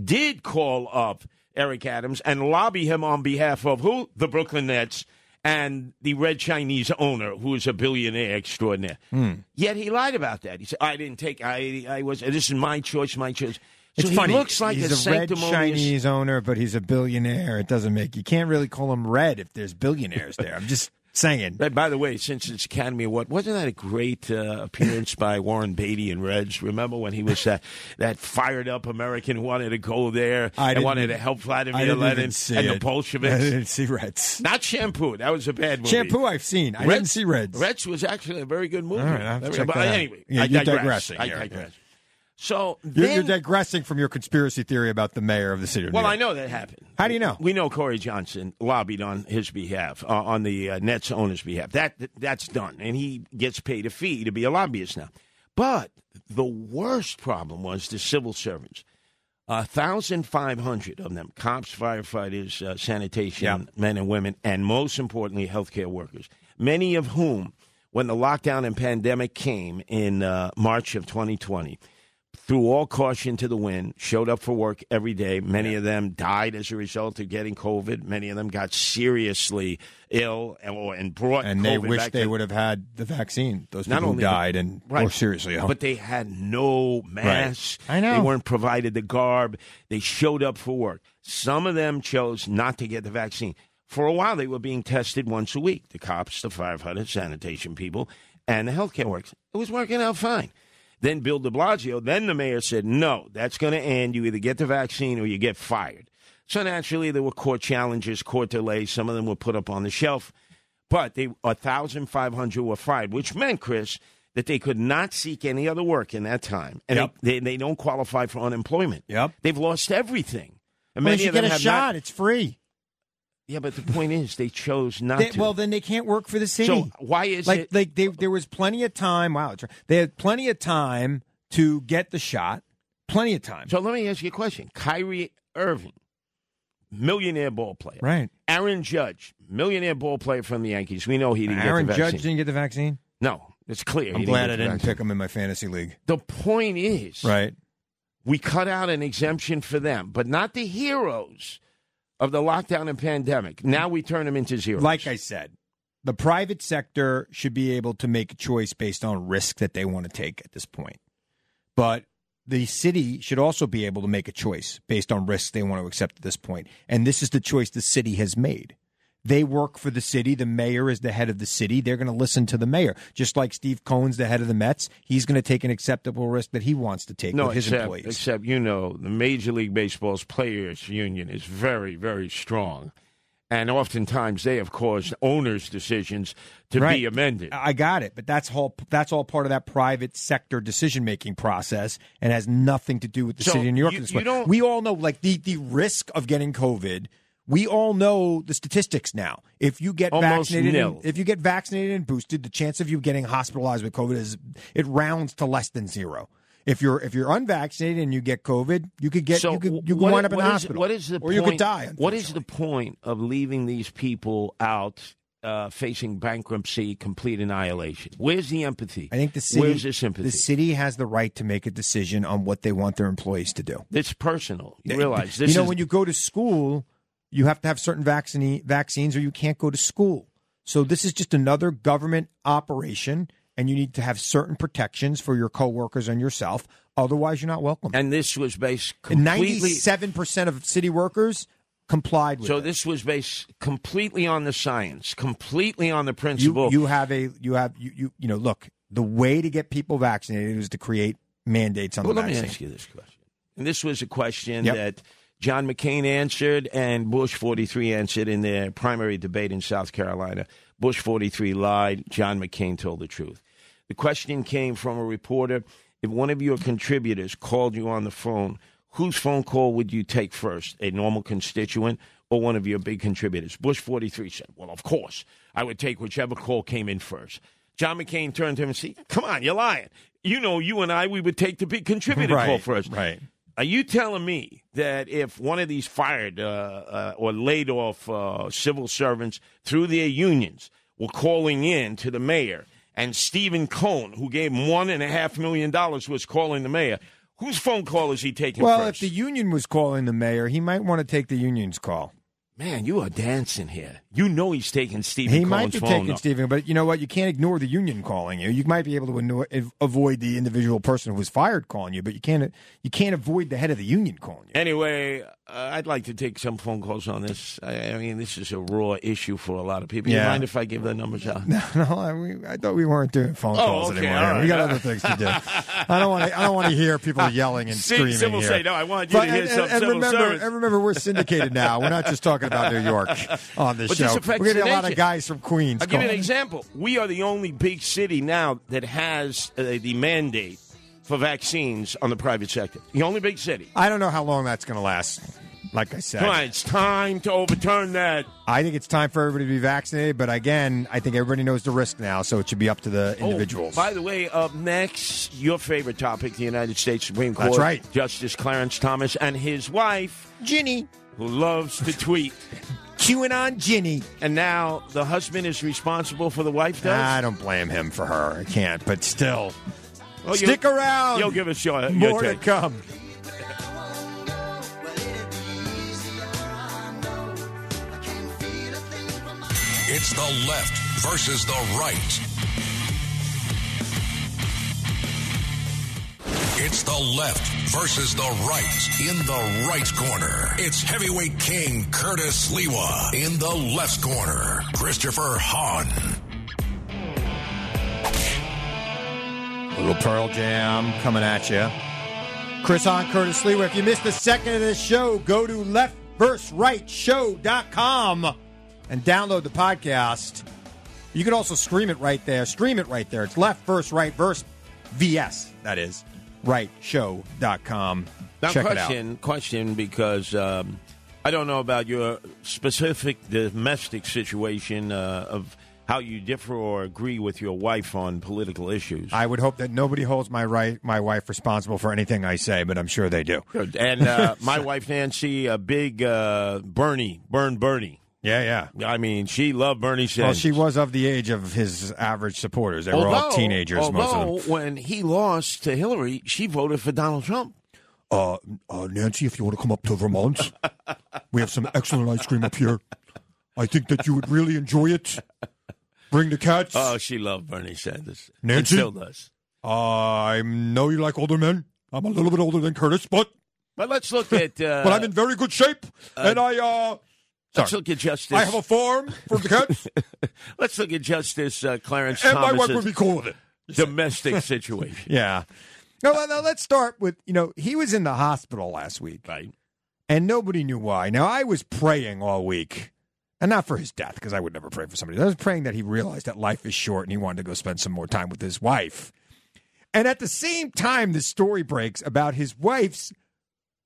[SPEAKER 4] did call up Eric Adams and lobby him on behalf of who? The Brooklyn Nets and the red Chinese owner, who is a billionaire extraordinaire.
[SPEAKER 3] Hmm.
[SPEAKER 4] Yet he lied about that. He said, I didn't take, I, I was, this is my choice, my choice. So
[SPEAKER 3] It's
[SPEAKER 4] he
[SPEAKER 3] funny.
[SPEAKER 4] looks like
[SPEAKER 3] he's
[SPEAKER 4] a,
[SPEAKER 3] a, red
[SPEAKER 4] sanctimonious-
[SPEAKER 3] Chinese owner, but he's a billionaire. It doesn't make you can't really call him red if there's billionaires there. I'm just saying.
[SPEAKER 4] Hey, by the way, since it's Academy Award, wasn't that a great uh, appearance by Warren Beatty and Reds? Remember when he was that, that fired up American who wanted to go there
[SPEAKER 3] I
[SPEAKER 4] and
[SPEAKER 3] didn't-
[SPEAKER 4] wanted to help
[SPEAKER 3] I
[SPEAKER 4] Vladimir
[SPEAKER 3] didn't
[SPEAKER 4] Lenin
[SPEAKER 3] even
[SPEAKER 4] and
[SPEAKER 3] see
[SPEAKER 4] the
[SPEAKER 3] it. I
[SPEAKER 4] Bolsheviks?
[SPEAKER 3] didn't see Reds.
[SPEAKER 4] Not Shampoo. That was a bad movie.
[SPEAKER 3] Shampoo I've seen. I didn't see Reds.
[SPEAKER 4] Reds was actually a very good movie.
[SPEAKER 3] All right, I'll have to
[SPEAKER 4] Very-
[SPEAKER 3] check
[SPEAKER 4] but
[SPEAKER 3] that out.
[SPEAKER 4] anyway,
[SPEAKER 3] Yeah,
[SPEAKER 4] I
[SPEAKER 3] you're
[SPEAKER 4] digress.
[SPEAKER 3] digressing
[SPEAKER 4] I
[SPEAKER 3] here, yeah.
[SPEAKER 4] digress. So
[SPEAKER 3] You're,
[SPEAKER 4] then,
[SPEAKER 3] you're digressing from your conspiracy theory about the mayor of the city. Of
[SPEAKER 4] well,
[SPEAKER 3] New
[SPEAKER 4] I
[SPEAKER 3] York.
[SPEAKER 4] know that happened.
[SPEAKER 3] How do you know?
[SPEAKER 4] We know Corey Johnson lobbied on his behalf, uh, on the uh, Nets owner's behalf. That that's done, and he gets paid a fee to be a lobbyist now. But the worst problem was the civil servants. A Uh, thousand five hundred of them: cops, firefighters, uh, sanitation men and women, and most importantly, healthcare workers. Many of whom, when the lockdown and pandemic came in uh, March of 2020, threw all caution to the wind, showed up for work every day. Many of them died as a result of getting COVID. Many of them got seriously ill and, or, and brought
[SPEAKER 3] and they
[SPEAKER 4] COVID
[SPEAKER 3] wish
[SPEAKER 4] back
[SPEAKER 3] they
[SPEAKER 4] to-
[SPEAKER 3] would have had the vaccine. Those
[SPEAKER 4] Not
[SPEAKER 3] people who
[SPEAKER 4] only
[SPEAKER 3] died and
[SPEAKER 4] right,
[SPEAKER 3] were seriously oh. ill.
[SPEAKER 4] but they had no masks.
[SPEAKER 3] I know.
[SPEAKER 4] they weren't provided the garb. They showed up for work. Some of them chose not to get the vaccine. For a while, they were being tested once a week. The cops, the firefighters, sanitation people, and the healthcare workers. It was working out fine. Then Bill de Blasio, then the mayor said, no, that's going to end. You either get the vaccine or you get fired. So naturally, there were court challenges, court delays. Some of them were put up on the shelf. But they 1,500 were fired, which meant, Chris, that they could not seek any other work in that time. And
[SPEAKER 3] Yep.
[SPEAKER 4] they, they don't qualify for unemployment.
[SPEAKER 3] Yep.
[SPEAKER 4] They've lost everything. And
[SPEAKER 3] Well,
[SPEAKER 4] many
[SPEAKER 3] they should
[SPEAKER 4] of them
[SPEAKER 3] get a
[SPEAKER 4] have
[SPEAKER 3] shot.
[SPEAKER 4] Not,
[SPEAKER 3] It's free.
[SPEAKER 4] yeah, but the point is, they chose not
[SPEAKER 3] They-
[SPEAKER 4] to.
[SPEAKER 3] well, then they can't work for the city.
[SPEAKER 4] so why is
[SPEAKER 3] like,
[SPEAKER 4] it?
[SPEAKER 3] like they, there was plenty of time. Wow, it's- they had plenty of time to get the shot. Plenty of time.
[SPEAKER 4] so let me ask you a question. Kyrie Irving, millionaire ball player.
[SPEAKER 3] right.
[SPEAKER 4] Aaron Judge, millionaire ball player from the Yankees. We know he didn't
[SPEAKER 3] Aaron
[SPEAKER 4] get the
[SPEAKER 3] Judge
[SPEAKER 4] vaccine.
[SPEAKER 3] didn't get the vaccine.
[SPEAKER 4] No, It's clear.
[SPEAKER 3] I'm
[SPEAKER 4] He
[SPEAKER 3] glad
[SPEAKER 4] get
[SPEAKER 3] I
[SPEAKER 4] to
[SPEAKER 3] didn't
[SPEAKER 4] that.
[SPEAKER 3] pick him in my fantasy league.
[SPEAKER 4] The point is,
[SPEAKER 3] Right.
[SPEAKER 4] we cut out an exemption for them, but not the heroes of the lockdown and pandemic. Now we turn them into zeros.
[SPEAKER 3] Like I said, the private sector should be able to make a choice based on risk that they want to take at this point. But the city should also be able to make a choice based on risks they want to accept at this point. And this is the choice the city has made. They work for the city. The mayor is the head of the city. They're going to listen to the mayor. Just like Steve Cohen's the head of the Mets, he's going to take an acceptable risk that he wants to take
[SPEAKER 4] no,
[SPEAKER 3] with his
[SPEAKER 4] except,
[SPEAKER 3] employees.
[SPEAKER 4] except you know, the Major League Baseball's players union is very, very strong, and oftentimes they have caused owners' decisions to
[SPEAKER 3] Right. Uh,
[SPEAKER 4] be amended.
[SPEAKER 3] I got it, but that's all that's all part of that private sector decision making process, and has nothing to do with the
[SPEAKER 4] So
[SPEAKER 3] city of New York.
[SPEAKER 4] you-
[SPEAKER 3] at this
[SPEAKER 4] you
[SPEAKER 3] point.
[SPEAKER 4] don't-
[SPEAKER 3] we all know, like the the risk of getting COVID. We all know the statistics now. If you get
[SPEAKER 4] Almost
[SPEAKER 3] vaccinated, and-
[SPEAKER 4] nil.
[SPEAKER 3] if you get vaccinated and boosted, the chance of you getting hospitalized with COVID is it rounds to less than zero. If you're if you're unvaccinated and you get COVID, you could get you could, you could
[SPEAKER 4] what-
[SPEAKER 3] wind up in the
[SPEAKER 4] what is-
[SPEAKER 3] hospital.
[SPEAKER 4] What is the
[SPEAKER 3] or you could
[SPEAKER 4] point-
[SPEAKER 3] die.
[SPEAKER 4] What is the point of leaving these people out uh, facing bankruptcy, complete annihilation? Where's the empathy?
[SPEAKER 3] I think the city
[SPEAKER 4] Where's the sympathy?
[SPEAKER 3] the city has the right to make a decision on what they want their employees to do.
[SPEAKER 4] It's personal. You
[SPEAKER 3] They-
[SPEAKER 4] realize
[SPEAKER 3] you
[SPEAKER 4] this
[SPEAKER 3] know
[SPEAKER 4] is
[SPEAKER 3] when you go to school, you have to have certain vaccine vaccines, or you can't go to school. So this is just another government operation, and you need to have certain protections for your coworkers and yourself. Otherwise, you're not welcome.
[SPEAKER 4] and this was based completely.
[SPEAKER 3] Ninety-seven percent of city workers complied with.
[SPEAKER 4] So
[SPEAKER 3] it.
[SPEAKER 4] this was based completely on the science, completely on the
[SPEAKER 3] you
[SPEAKER 4] principle.
[SPEAKER 3] you have a you have you you you know look the way to get people vaccinated is to create mandates on
[SPEAKER 4] well,
[SPEAKER 3] the
[SPEAKER 4] let me
[SPEAKER 3] vaccine.
[SPEAKER 4] ask you this question. And this was a question
[SPEAKER 3] Yep.
[SPEAKER 4] that John McCain answered and Bush 43 answered in their primary debate in South Carolina. Bush 43 lied. John McCain told the truth. The question came from a reporter. If one of your contributors called you on the phone, whose phone call would you take first? A normal constituent or one of your big contributors? Bush 43 said, Well, of course, I would take whichever call came in first. John McCain turned to him and said, Come on, you're lying. You know, you and I, we would take the big contributor call
[SPEAKER 3] Right,
[SPEAKER 4] first.
[SPEAKER 3] right.
[SPEAKER 4] Are you telling me that if one of these fired uh, uh, or laid off uh, civil servants through their unions were calling in to the mayor and Stephen Cohn, who gave him one and a half million dollars, was calling the mayor, whose phone call is he taking
[SPEAKER 3] Well, if
[SPEAKER 4] first?
[SPEAKER 3] the union was calling the mayor, he might want to take the union's call.
[SPEAKER 4] Man, you are dancing here. You know he's taking Stephen
[SPEAKER 3] He
[SPEAKER 4] Cohn's
[SPEAKER 3] might be
[SPEAKER 4] phone.
[SPEAKER 3] taking
[SPEAKER 4] number.
[SPEAKER 3] Stephen, but you know what? You can't ignore the union calling you. You might be able to anno- av- avoid the individual person who was fired calling you, but you can't you can't avoid the head of the union calling you.
[SPEAKER 4] Anyway, uh, I'd like to take some phone calls on this. I, I mean, this is a raw issue for a lot of people. You
[SPEAKER 3] Yeah.
[SPEAKER 4] mind if I give the numbers out?
[SPEAKER 3] No, I, we, I thought we weren't doing phone calls
[SPEAKER 4] Oh, okay,
[SPEAKER 3] anymore.
[SPEAKER 4] all right.
[SPEAKER 3] We got other things to do. I don't want to. I don't want to hear people yelling and
[SPEAKER 4] See,
[SPEAKER 3] screaming.
[SPEAKER 4] civil
[SPEAKER 3] here.
[SPEAKER 4] say, "No, I want you to hear
[SPEAKER 3] and,
[SPEAKER 4] some
[SPEAKER 3] and,
[SPEAKER 4] civil
[SPEAKER 3] remember,
[SPEAKER 4] service."
[SPEAKER 3] And remember, we're syndicated now. We're not just talking about New York on this
[SPEAKER 4] But this
[SPEAKER 3] show. We're
[SPEAKER 4] affects
[SPEAKER 3] gonna get
[SPEAKER 4] the
[SPEAKER 3] a lot
[SPEAKER 4] nation.
[SPEAKER 3] of guys from Queens.
[SPEAKER 4] I'll give you an
[SPEAKER 3] calling.
[SPEAKER 4] example. We are the only big city now that has uh, the mandate for vaccines on the private sector. The only big city.
[SPEAKER 3] I don't know how long that's going to last. Like I said,
[SPEAKER 4] Come on, it's time to overturn that.
[SPEAKER 3] I think it's time for everybody to be vaccinated, but again, I think everybody knows the risk now, so it should be up to the
[SPEAKER 4] Oh,
[SPEAKER 3] individuals.
[SPEAKER 4] by the way, up next, your favorite topic the United States Supreme Court.
[SPEAKER 3] That's right.
[SPEAKER 4] Justice Clarence Thomas and his wife,
[SPEAKER 3] Ginny,
[SPEAKER 4] who loves to tweet.
[SPEAKER 3] chewing on Ginny.
[SPEAKER 4] and now the husband is responsible for the wife does?
[SPEAKER 3] I don't blame him for her. I can't, but still,
[SPEAKER 4] Well, you'll-
[SPEAKER 3] stick around.
[SPEAKER 4] You'll give us your, your
[SPEAKER 3] more to
[SPEAKER 4] take.
[SPEAKER 3] come.
[SPEAKER 1] It's the left versus the right. It's the left versus the right. In the right corner, it's heavyweight king Curtis Lewa. In the left corner, Christopher Hahn.
[SPEAKER 3] Little Pearl Jam coming at you. Chris on Curtis Lee. If you missed the second of this show, go to leftversrightshow.com and download the podcast. You can also scream it right there. Stream it right there. It's left verse, right verse, VS, that is, rightshow.com.
[SPEAKER 4] Now,
[SPEAKER 3] Check it out.
[SPEAKER 4] question, question, because um, I don't know about your specific domestic situation uh, of how you differ or agree with your wife on political issues.
[SPEAKER 3] I would hope that nobody holds my right, my wife responsible for anything I say, but I'm sure they do.
[SPEAKER 4] and uh, my wife Nancy, a big uh, Bernie, burn Bernie.
[SPEAKER 3] Yeah, yeah.
[SPEAKER 4] I mean, she loved Bernie
[SPEAKER 3] Well,
[SPEAKER 4] Sanders.
[SPEAKER 3] Oh, she was of the age of his average supporters. They were all
[SPEAKER 4] Although-
[SPEAKER 3] teenagers, most of
[SPEAKER 4] Although,
[SPEAKER 3] them.
[SPEAKER 4] when he lost to Hillary, she voted for Donald Trump.
[SPEAKER 3] Uh, uh, Nancy, if you want to come up to Vermont, we have some excellent ice cream up here. I think that you would really enjoy it. Bring the cats.
[SPEAKER 4] Oh, she loved Bernie Sanders. And
[SPEAKER 3] Nancy?
[SPEAKER 4] still does.
[SPEAKER 3] I know you like older men. I'm a little bit older than Curtis, but
[SPEAKER 4] But let's look at. Uh,
[SPEAKER 3] but I'm in very good shape, and I uh,
[SPEAKER 4] let's
[SPEAKER 3] sorry,
[SPEAKER 4] look at Justice.
[SPEAKER 3] I have a farm for the cats,
[SPEAKER 4] let's look at Justice uh, Clarence
[SPEAKER 3] and my wife would
[SPEAKER 4] Thomas's
[SPEAKER 3] be cool with it.
[SPEAKER 4] domestic situation.
[SPEAKER 3] Yeah. No, no, no, let's start with you know he was in the hospital last week.
[SPEAKER 4] right.
[SPEAKER 3] and nobody knew why. Now I was praying all week, and not for his death because I would never pray for somebody. I was praying that he realized that life is short and he wanted to go spend some more time with his wife. And at the same time, the story breaks about his wife's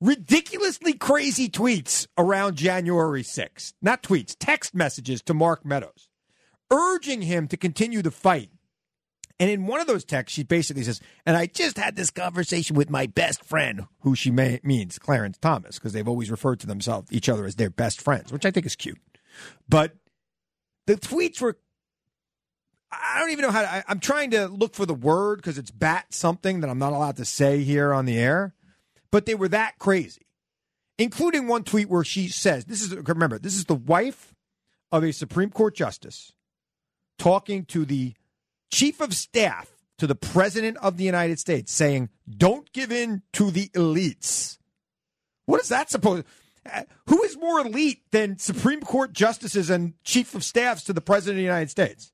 [SPEAKER 3] ridiculously crazy tweets around January 6th. Not tweets, text messages to Mark Meadows, urging him to continue the fight. And in one of those texts, she basically says, and I just had this conversation with my best friend, who she may, means Clarence Thomas, because they've always referred to themselves, each other as their best friends, which I think is cute. But the tweets were, I don't even know how to, I, I'm trying to look for the word because it's bat something that I'm not allowed to say here on the air, but they were that crazy, including one tweet where she says, this is, remember, this is the wife of a Supreme Court justice talking to the chief of staff to the president of the United States saying, "Don't give in to the elites." What is that supposed? uh, Who is more elite than Supreme Court justices and chief of staffs to the president of the United States?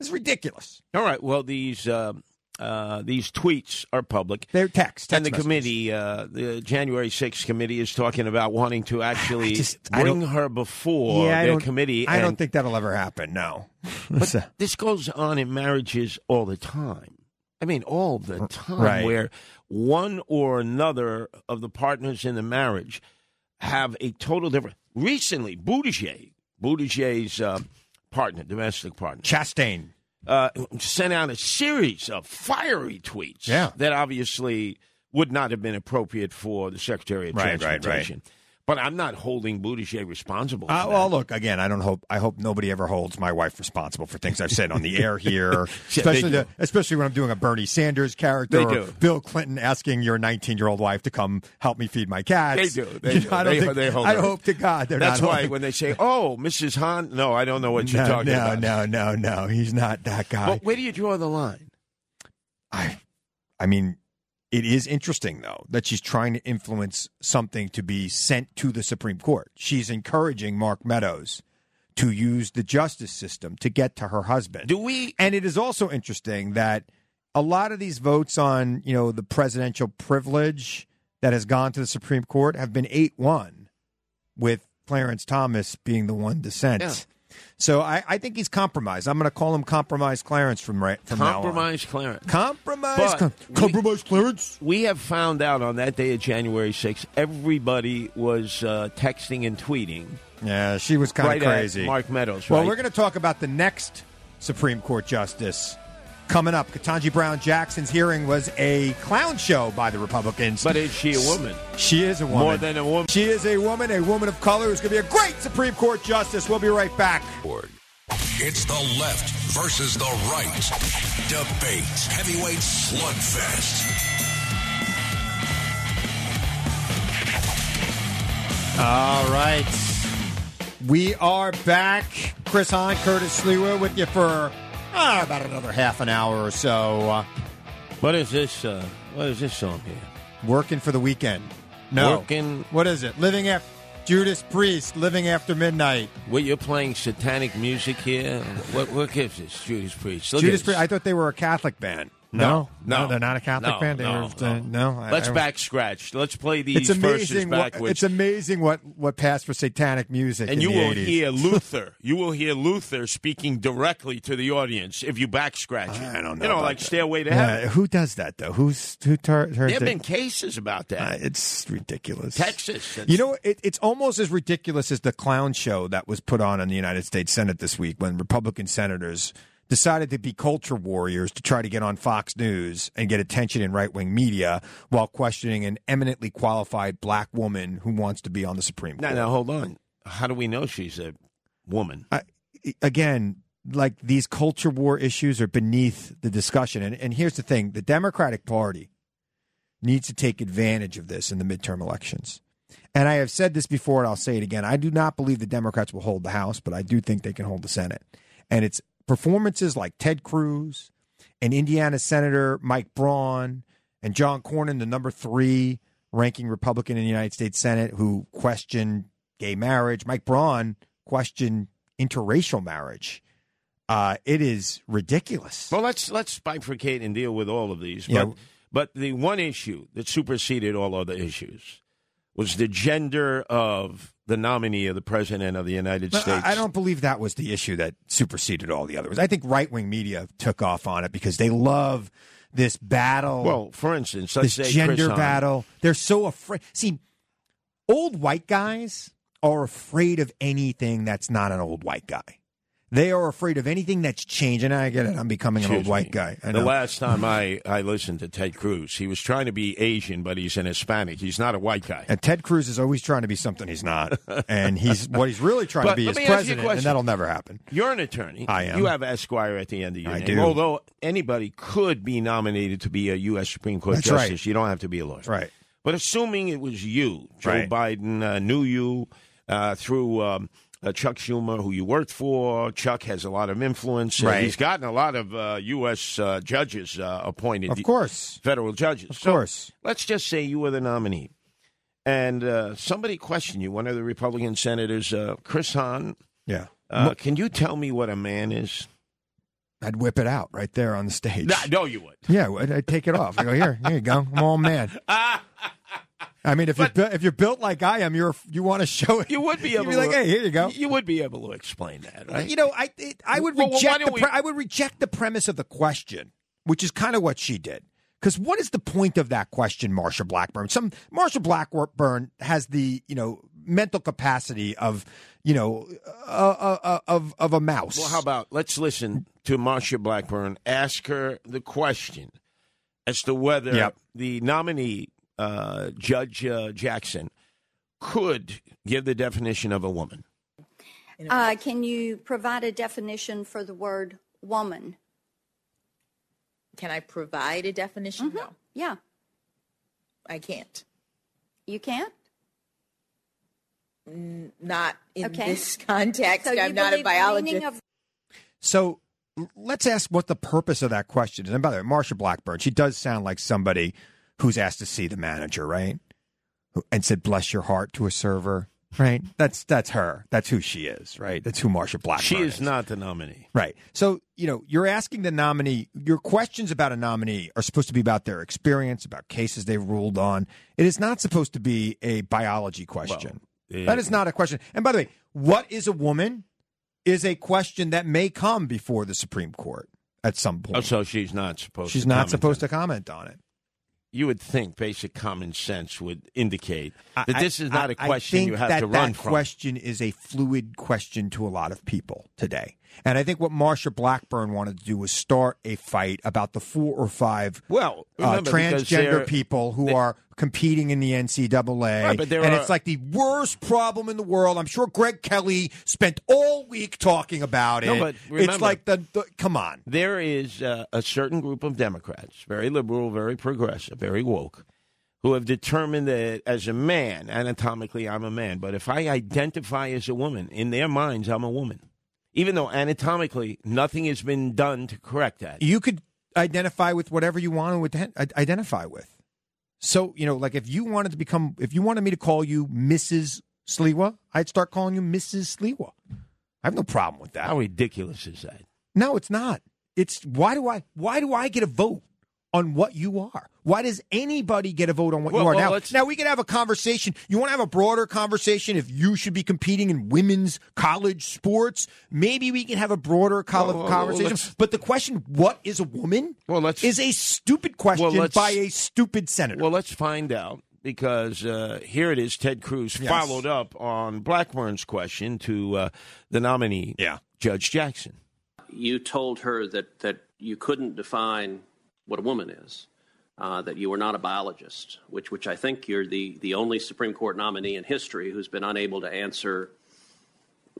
[SPEAKER 3] It's ridiculous.
[SPEAKER 4] All right. Well, these uh, uh, these tweets are public.
[SPEAKER 3] They're text, text
[SPEAKER 4] and the
[SPEAKER 3] messages.
[SPEAKER 4] committee, uh, the January 6th committee, is talking about wanting to actually
[SPEAKER 3] just- I
[SPEAKER 4] bring
[SPEAKER 3] don't-
[SPEAKER 4] her before
[SPEAKER 3] I
[SPEAKER 4] their
[SPEAKER 3] don't-
[SPEAKER 4] committee.
[SPEAKER 3] I
[SPEAKER 4] and
[SPEAKER 3] don't think that'll ever happen. No, uh, So-
[SPEAKER 4] this goes on in marriages all the time. I mean, all the time,
[SPEAKER 3] right.
[SPEAKER 4] where one or another of the partners in the marriage have a total different. Recently, Buttigieg, Buttigieg's uh, partner, domestic partner,
[SPEAKER 3] Chastain.
[SPEAKER 4] uh, sent out a series of fiery tweets
[SPEAKER 3] Yeah.
[SPEAKER 4] that obviously would not have been appropriate for the Secretary of
[SPEAKER 3] Right, right, right.
[SPEAKER 4] Transportation. But I'm not holding Buttigieg responsible. For
[SPEAKER 3] Uh,
[SPEAKER 4] that.
[SPEAKER 3] well, look again. I don't hope. I hope nobody ever holds my wife responsible for things I've said on the air here,
[SPEAKER 4] they
[SPEAKER 3] especially
[SPEAKER 4] do.
[SPEAKER 3] the, especially when I'm doing a Bernie Sanders character,
[SPEAKER 4] They
[SPEAKER 3] or
[SPEAKER 4] do.
[SPEAKER 3] Bill Clinton asking your 19 year old wife to come help me feed my cats.
[SPEAKER 4] They do. They
[SPEAKER 3] You
[SPEAKER 4] do.
[SPEAKER 3] know, I don't
[SPEAKER 4] They-
[SPEAKER 3] think,
[SPEAKER 4] they hold
[SPEAKER 3] I
[SPEAKER 4] her.
[SPEAKER 3] hope to God they're
[SPEAKER 4] That's
[SPEAKER 3] not.
[SPEAKER 4] why
[SPEAKER 3] holding-
[SPEAKER 4] when they say, "Oh, Mrs. Hahn," no, I don't know what you're
[SPEAKER 3] no,
[SPEAKER 4] talking
[SPEAKER 3] no,
[SPEAKER 4] about.
[SPEAKER 3] no, no, no. He's not that guy.
[SPEAKER 4] But where do you draw the line?
[SPEAKER 3] I, I mean, it is interesting though that she's trying to influence something to be sent to the Supreme Court. She's encouraging Mark Meadows to use the justice system to get to her husband.
[SPEAKER 4] Do we?
[SPEAKER 3] And it is also interesting that a lot of these votes on, you know, the presidential privilege that has gone to the Supreme Court have been 8 1, with Clarence Thomas being the one dissent.
[SPEAKER 4] Yeah.
[SPEAKER 3] So I, I think he's compromised. I'm going to call him Compromise Clarence from right from now on.
[SPEAKER 4] Compromise, Clarence.
[SPEAKER 3] Compromise,
[SPEAKER 4] But
[SPEAKER 3] com-
[SPEAKER 4] we-
[SPEAKER 3] compromise, Clarence.
[SPEAKER 4] We have found out on that day of January 6th, everybody was uh, texting and tweeting
[SPEAKER 3] Yeah, she was kind
[SPEAKER 4] right
[SPEAKER 3] of crazy.
[SPEAKER 4] at Mark Meadows.
[SPEAKER 3] Well,
[SPEAKER 4] right?
[SPEAKER 3] we're going to talk about the next Supreme Court justice coming up. Katanji Brown Jackson's hearing was a clown show by the Republicans.
[SPEAKER 4] But is she a woman?
[SPEAKER 3] She is a woman.
[SPEAKER 4] More than a woman.
[SPEAKER 3] She is a woman, a woman of color who's going to be a great Supreme Court justice. We'll be right back.
[SPEAKER 1] It's the left versus the right. Debate. Heavyweight slugfest.
[SPEAKER 3] All right. We are back. Chris Hahn, Curtis Slewa with you for ah, about another half an hour or so. Uh,
[SPEAKER 4] What is this? Uh, what is this song here?
[SPEAKER 3] working for the weekend. No.
[SPEAKER 4] Working-
[SPEAKER 3] What is it? Living after Judas Priest, Living After Midnight.
[SPEAKER 4] Well, you're playing satanic music here. What what gives this? Judas Priest. Look
[SPEAKER 3] Judas
[SPEAKER 4] at this.
[SPEAKER 3] Priest, I thought they were a Catholic band. No, they're not a Catholic
[SPEAKER 4] no,
[SPEAKER 3] band. They
[SPEAKER 4] no,
[SPEAKER 3] were, uh,
[SPEAKER 4] no.
[SPEAKER 3] no, I-
[SPEAKER 4] Let's
[SPEAKER 3] I-
[SPEAKER 4] back scratch. Let's play
[SPEAKER 3] It's
[SPEAKER 4] these verses
[SPEAKER 3] amazing. What,
[SPEAKER 4] backwards.
[SPEAKER 3] it's amazing what, what passed for satanic music.
[SPEAKER 4] and
[SPEAKER 3] in
[SPEAKER 4] you
[SPEAKER 3] the
[SPEAKER 4] will
[SPEAKER 3] 80s.
[SPEAKER 4] hear Luther. You will hear Luther speaking directly to the audience if you back scratch. it.
[SPEAKER 3] I don't know
[SPEAKER 4] You know,
[SPEAKER 3] about
[SPEAKER 4] like
[SPEAKER 3] that.
[SPEAKER 4] Stairway to
[SPEAKER 3] Yeah,
[SPEAKER 4] Heaven.
[SPEAKER 3] who does that though? Who's who tur- turns
[SPEAKER 4] There have
[SPEAKER 3] it-
[SPEAKER 4] been cases about that.
[SPEAKER 3] Uh, it's ridiculous.
[SPEAKER 4] Texas. that's-
[SPEAKER 3] You know, it, it's almost as ridiculous as the clown show that was put on in the United States Senate this week when Republican senators decided to be culture warriors to try to get on Fox News and get attention in right wing media while questioning an eminently qualified black woman who wants to be on the Supreme
[SPEAKER 4] Now,
[SPEAKER 3] Court.
[SPEAKER 4] now, hold on. How do we know she's a woman.
[SPEAKER 3] I, again, like these culture war issues are beneath the discussion. And, and here's the thing the Democratic Party needs to take advantage of this in the midterm elections. And I have said this before, and I'll say it again. I do not believe the Democrats will hold the House, but I do think they can hold the Senate. And it's performances like Ted Cruz and Indiana Senator Mike Braun and John Cornyn, the number three ranking Republican in the United States Senate, who questioned gay marriage. Mike Braun questioned interracial marriage. Uh, it is ridiculous.
[SPEAKER 4] Well, let's let's bifurcate and deal with all of these. But
[SPEAKER 3] Yeah.
[SPEAKER 4] but the one issue that superseded all other issues was the gender of the nominee of the president of the United
[SPEAKER 3] But
[SPEAKER 4] States.
[SPEAKER 3] I I don't believe that was the issue that superseded all the others. I think right wing media took off on it because they love this battle,
[SPEAKER 4] Well, for instance, let's
[SPEAKER 3] this
[SPEAKER 4] say Chris
[SPEAKER 3] gender
[SPEAKER 4] Hahn.
[SPEAKER 3] battle. They're so afraid. See, old white guys are afraid of anything that's not an old white guy. They are afraid of anything that's changing. I get it. I'm becoming an old
[SPEAKER 4] Excuse
[SPEAKER 3] white
[SPEAKER 4] me.
[SPEAKER 3] guy. I
[SPEAKER 4] The
[SPEAKER 3] know.
[SPEAKER 4] last time I, I listened to Ted Cruz, he was trying to be Asian, but he's an Hispanic. He's not a white guy.
[SPEAKER 3] and Ted Cruz is always trying to be something he's not, and he's what he's really trying
[SPEAKER 4] But
[SPEAKER 3] to be
[SPEAKER 4] let
[SPEAKER 3] is
[SPEAKER 4] me ask you a
[SPEAKER 3] president, and
[SPEAKER 4] question.
[SPEAKER 3] that'll never happen.
[SPEAKER 4] You're an attorney.
[SPEAKER 3] I am.
[SPEAKER 4] You have Esquire at the end of your
[SPEAKER 3] I
[SPEAKER 4] name.
[SPEAKER 3] do.
[SPEAKER 4] Although anybody could be nominated to be a U.S. Supreme Court
[SPEAKER 3] That's
[SPEAKER 4] justice,
[SPEAKER 3] right.
[SPEAKER 4] you don't have to be a lawyer.
[SPEAKER 3] Right.
[SPEAKER 4] But assuming it was you, Joe
[SPEAKER 3] Right.
[SPEAKER 4] Biden uh, knew you uh, through um, uh, Chuck Schumer, who you worked for. Chuck has a lot of influence. Uh,
[SPEAKER 3] Right.
[SPEAKER 4] he's gotten a lot of uh, U.S. Uh, judges uh, appointed.
[SPEAKER 3] Of course.
[SPEAKER 4] Federal judges. Of
[SPEAKER 3] course.
[SPEAKER 4] Let's just say you were the nominee. And uh, somebody questioned you, one of the Republican senators, uh, Chris Hahn.
[SPEAKER 3] Yeah.
[SPEAKER 4] Uh, can you tell me what a man is?
[SPEAKER 3] I'd whip it out right there on the stage.
[SPEAKER 4] no, you would.
[SPEAKER 3] Yeah, I'd, I'd take it off. I go here, here you go. I'm all man. I mean, if you're bu- if you're built like I am, you're you want to show it.
[SPEAKER 4] You would be
[SPEAKER 3] You'd
[SPEAKER 4] able.
[SPEAKER 3] be like,
[SPEAKER 4] to,
[SPEAKER 3] hey, here you go.
[SPEAKER 4] You would be able to explain that, right?
[SPEAKER 3] You know, I it, I would
[SPEAKER 4] Well, well, why
[SPEAKER 3] reject the
[SPEAKER 4] don't we-
[SPEAKER 3] pre- I would reject the premise of the question, which is kind of what she did. Because what is the point of that question, Marsha Blackburn? Some Marsha Blackburn has the you know mental capacity of you know uh, uh, uh, of of a mouse.
[SPEAKER 4] Well, how about let's listen to Marsha Blackburn ask her the question as to whether
[SPEAKER 3] Yep.
[SPEAKER 4] the nominee, uh, Judge uh, Jackson, could give the definition of a woman.
[SPEAKER 5] Uh, can you provide a definition for the word woman?
[SPEAKER 6] Can I provide a definition? No,
[SPEAKER 5] Yeah,
[SPEAKER 6] I can't.
[SPEAKER 5] you can't.
[SPEAKER 6] Not in
[SPEAKER 5] Okay.
[SPEAKER 6] this context.
[SPEAKER 5] you
[SPEAKER 6] I'm not a
[SPEAKER 5] believe the meaning
[SPEAKER 6] biologist.
[SPEAKER 5] of-
[SPEAKER 3] So l- let's ask what the purpose of that question is. And by the way, Marsha Blackburn, she does sound like somebody who's asked to see the manager, right? Who- And said, "Bless your heart" to a server, right? That's that's her. That's who she is, right? That's who Marsha Blackburn.
[SPEAKER 4] She is not the nominee.
[SPEAKER 3] Right. So, you know, you're asking the nominee, your questions about a nominee are supposed to be about their experience, about cases they ruled on. It is not supposed to be a biology question.
[SPEAKER 4] Well,
[SPEAKER 3] that is not a question. And by the way, what is a woman is a question that may come before the Supreme Court at some
[SPEAKER 4] Oh,
[SPEAKER 3] point.
[SPEAKER 4] so she's not supposed.
[SPEAKER 3] She's
[SPEAKER 4] to
[SPEAKER 3] not
[SPEAKER 4] comment
[SPEAKER 3] supposed
[SPEAKER 4] on
[SPEAKER 3] to comment on it.
[SPEAKER 4] it. You would think basic common sense would indicate
[SPEAKER 3] I-
[SPEAKER 4] that this is
[SPEAKER 3] I-
[SPEAKER 4] not a
[SPEAKER 3] I-
[SPEAKER 4] question
[SPEAKER 3] I think
[SPEAKER 4] you have
[SPEAKER 3] that
[SPEAKER 4] to run
[SPEAKER 3] that
[SPEAKER 4] from.
[SPEAKER 3] question is a fluid question to a lot of people today, and I think what Marsha Blackburn wanted to do was start a fight about the four or five
[SPEAKER 4] Well,
[SPEAKER 3] uh,
[SPEAKER 4] remember, because they're-
[SPEAKER 3] transgender people who
[SPEAKER 4] they-
[SPEAKER 3] are competing in the NCAA,
[SPEAKER 4] Right, but there
[SPEAKER 3] and
[SPEAKER 4] are-
[SPEAKER 3] it's like the worst problem in the world. I'm sure Greg Kelly spent all week talking about
[SPEAKER 4] No,
[SPEAKER 3] it.
[SPEAKER 4] but
[SPEAKER 3] it's
[SPEAKER 4] remember-
[SPEAKER 3] like the, the come on,
[SPEAKER 4] there is uh, a certain group of Democrats, very liberal, very progressive, very woke, who have determined that as a man, anatomically, I'm a man. But if I identify as a woman, in their minds, I'm a woman. Even though anatomically, nothing has been done to correct that.
[SPEAKER 3] you could identify with whatever you want to ident- identify with. So you know, like if you wanted to become, if you wanted me to call you Mrs. Sliwa, I'd start calling you Mrs. Sliwa. I have no problem with that.
[SPEAKER 4] How ridiculous is that?
[SPEAKER 3] No, it's not. It's why do I why do I get a vote on what you are? Why does anybody get a vote on what
[SPEAKER 4] Well,
[SPEAKER 3] you are
[SPEAKER 4] well,
[SPEAKER 3] now?
[SPEAKER 4] let's-
[SPEAKER 3] Now we can have a conversation. You want to have a broader conversation if you should be competing in women's college sports? Maybe we can have a broader college
[SPEAKER 4] Well, well, well,
[SPEAKER 3] conversation.
[SPEAKER 4] let's-
[SPEAKER 3] but the question "What is a woman?"
[SPEAKER 4] Well, let's-
[SPEAKER 3] is a stupid question
[SPEAKER 4] let's-
[SPEAKER 3] by a stupid senator.
[SPEAKER 4] Well, let's find out because uh, here it is. Ted Cruz
[SPEAKER 3] Yes.
[SPEAKER 4] followed up on Blackburn's question to uh, the nominee,
[SPEAKER 3] Yeah.
[SPEAKER 4] Judge Jackson.
[SPEAKER 7] you told her that, that you couldn't define what a woman is, uh, that you were not a biologist, which, which I think you're the, the only Supreme Court nominee in history who's been unable to answer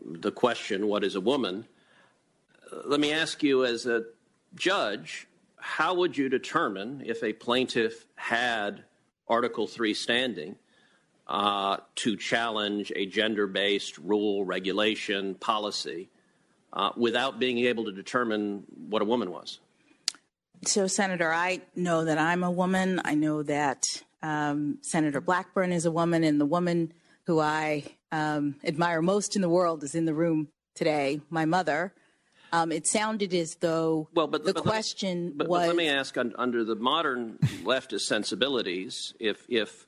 [SPEAKER 7] the question, what is a woman? Uh, Let me ask you, as a judge, how would you determine if a plaintiff had Article 3 standing uh, to challenge a gender based rule, regulation, policy uh, without being able to determine what a woman was?
[SPEAKER 8] So, Senator, I know that I'm a woman. I know that um, Senator Blackburn is a woman, and the woman who I um, admire most in the world is in the room today, my mother. Um, it sounded as though
[SPEAKER 7] Well, but
[SPEAKER 8] the
[SPEAKER 7] but let me-
[SPEAKER 8] question
[SPEAKER 7] but,
[SPEAKER 8] was
[SPEAKER 7] But let me ask: un, under the modern leftist sensibilities, if if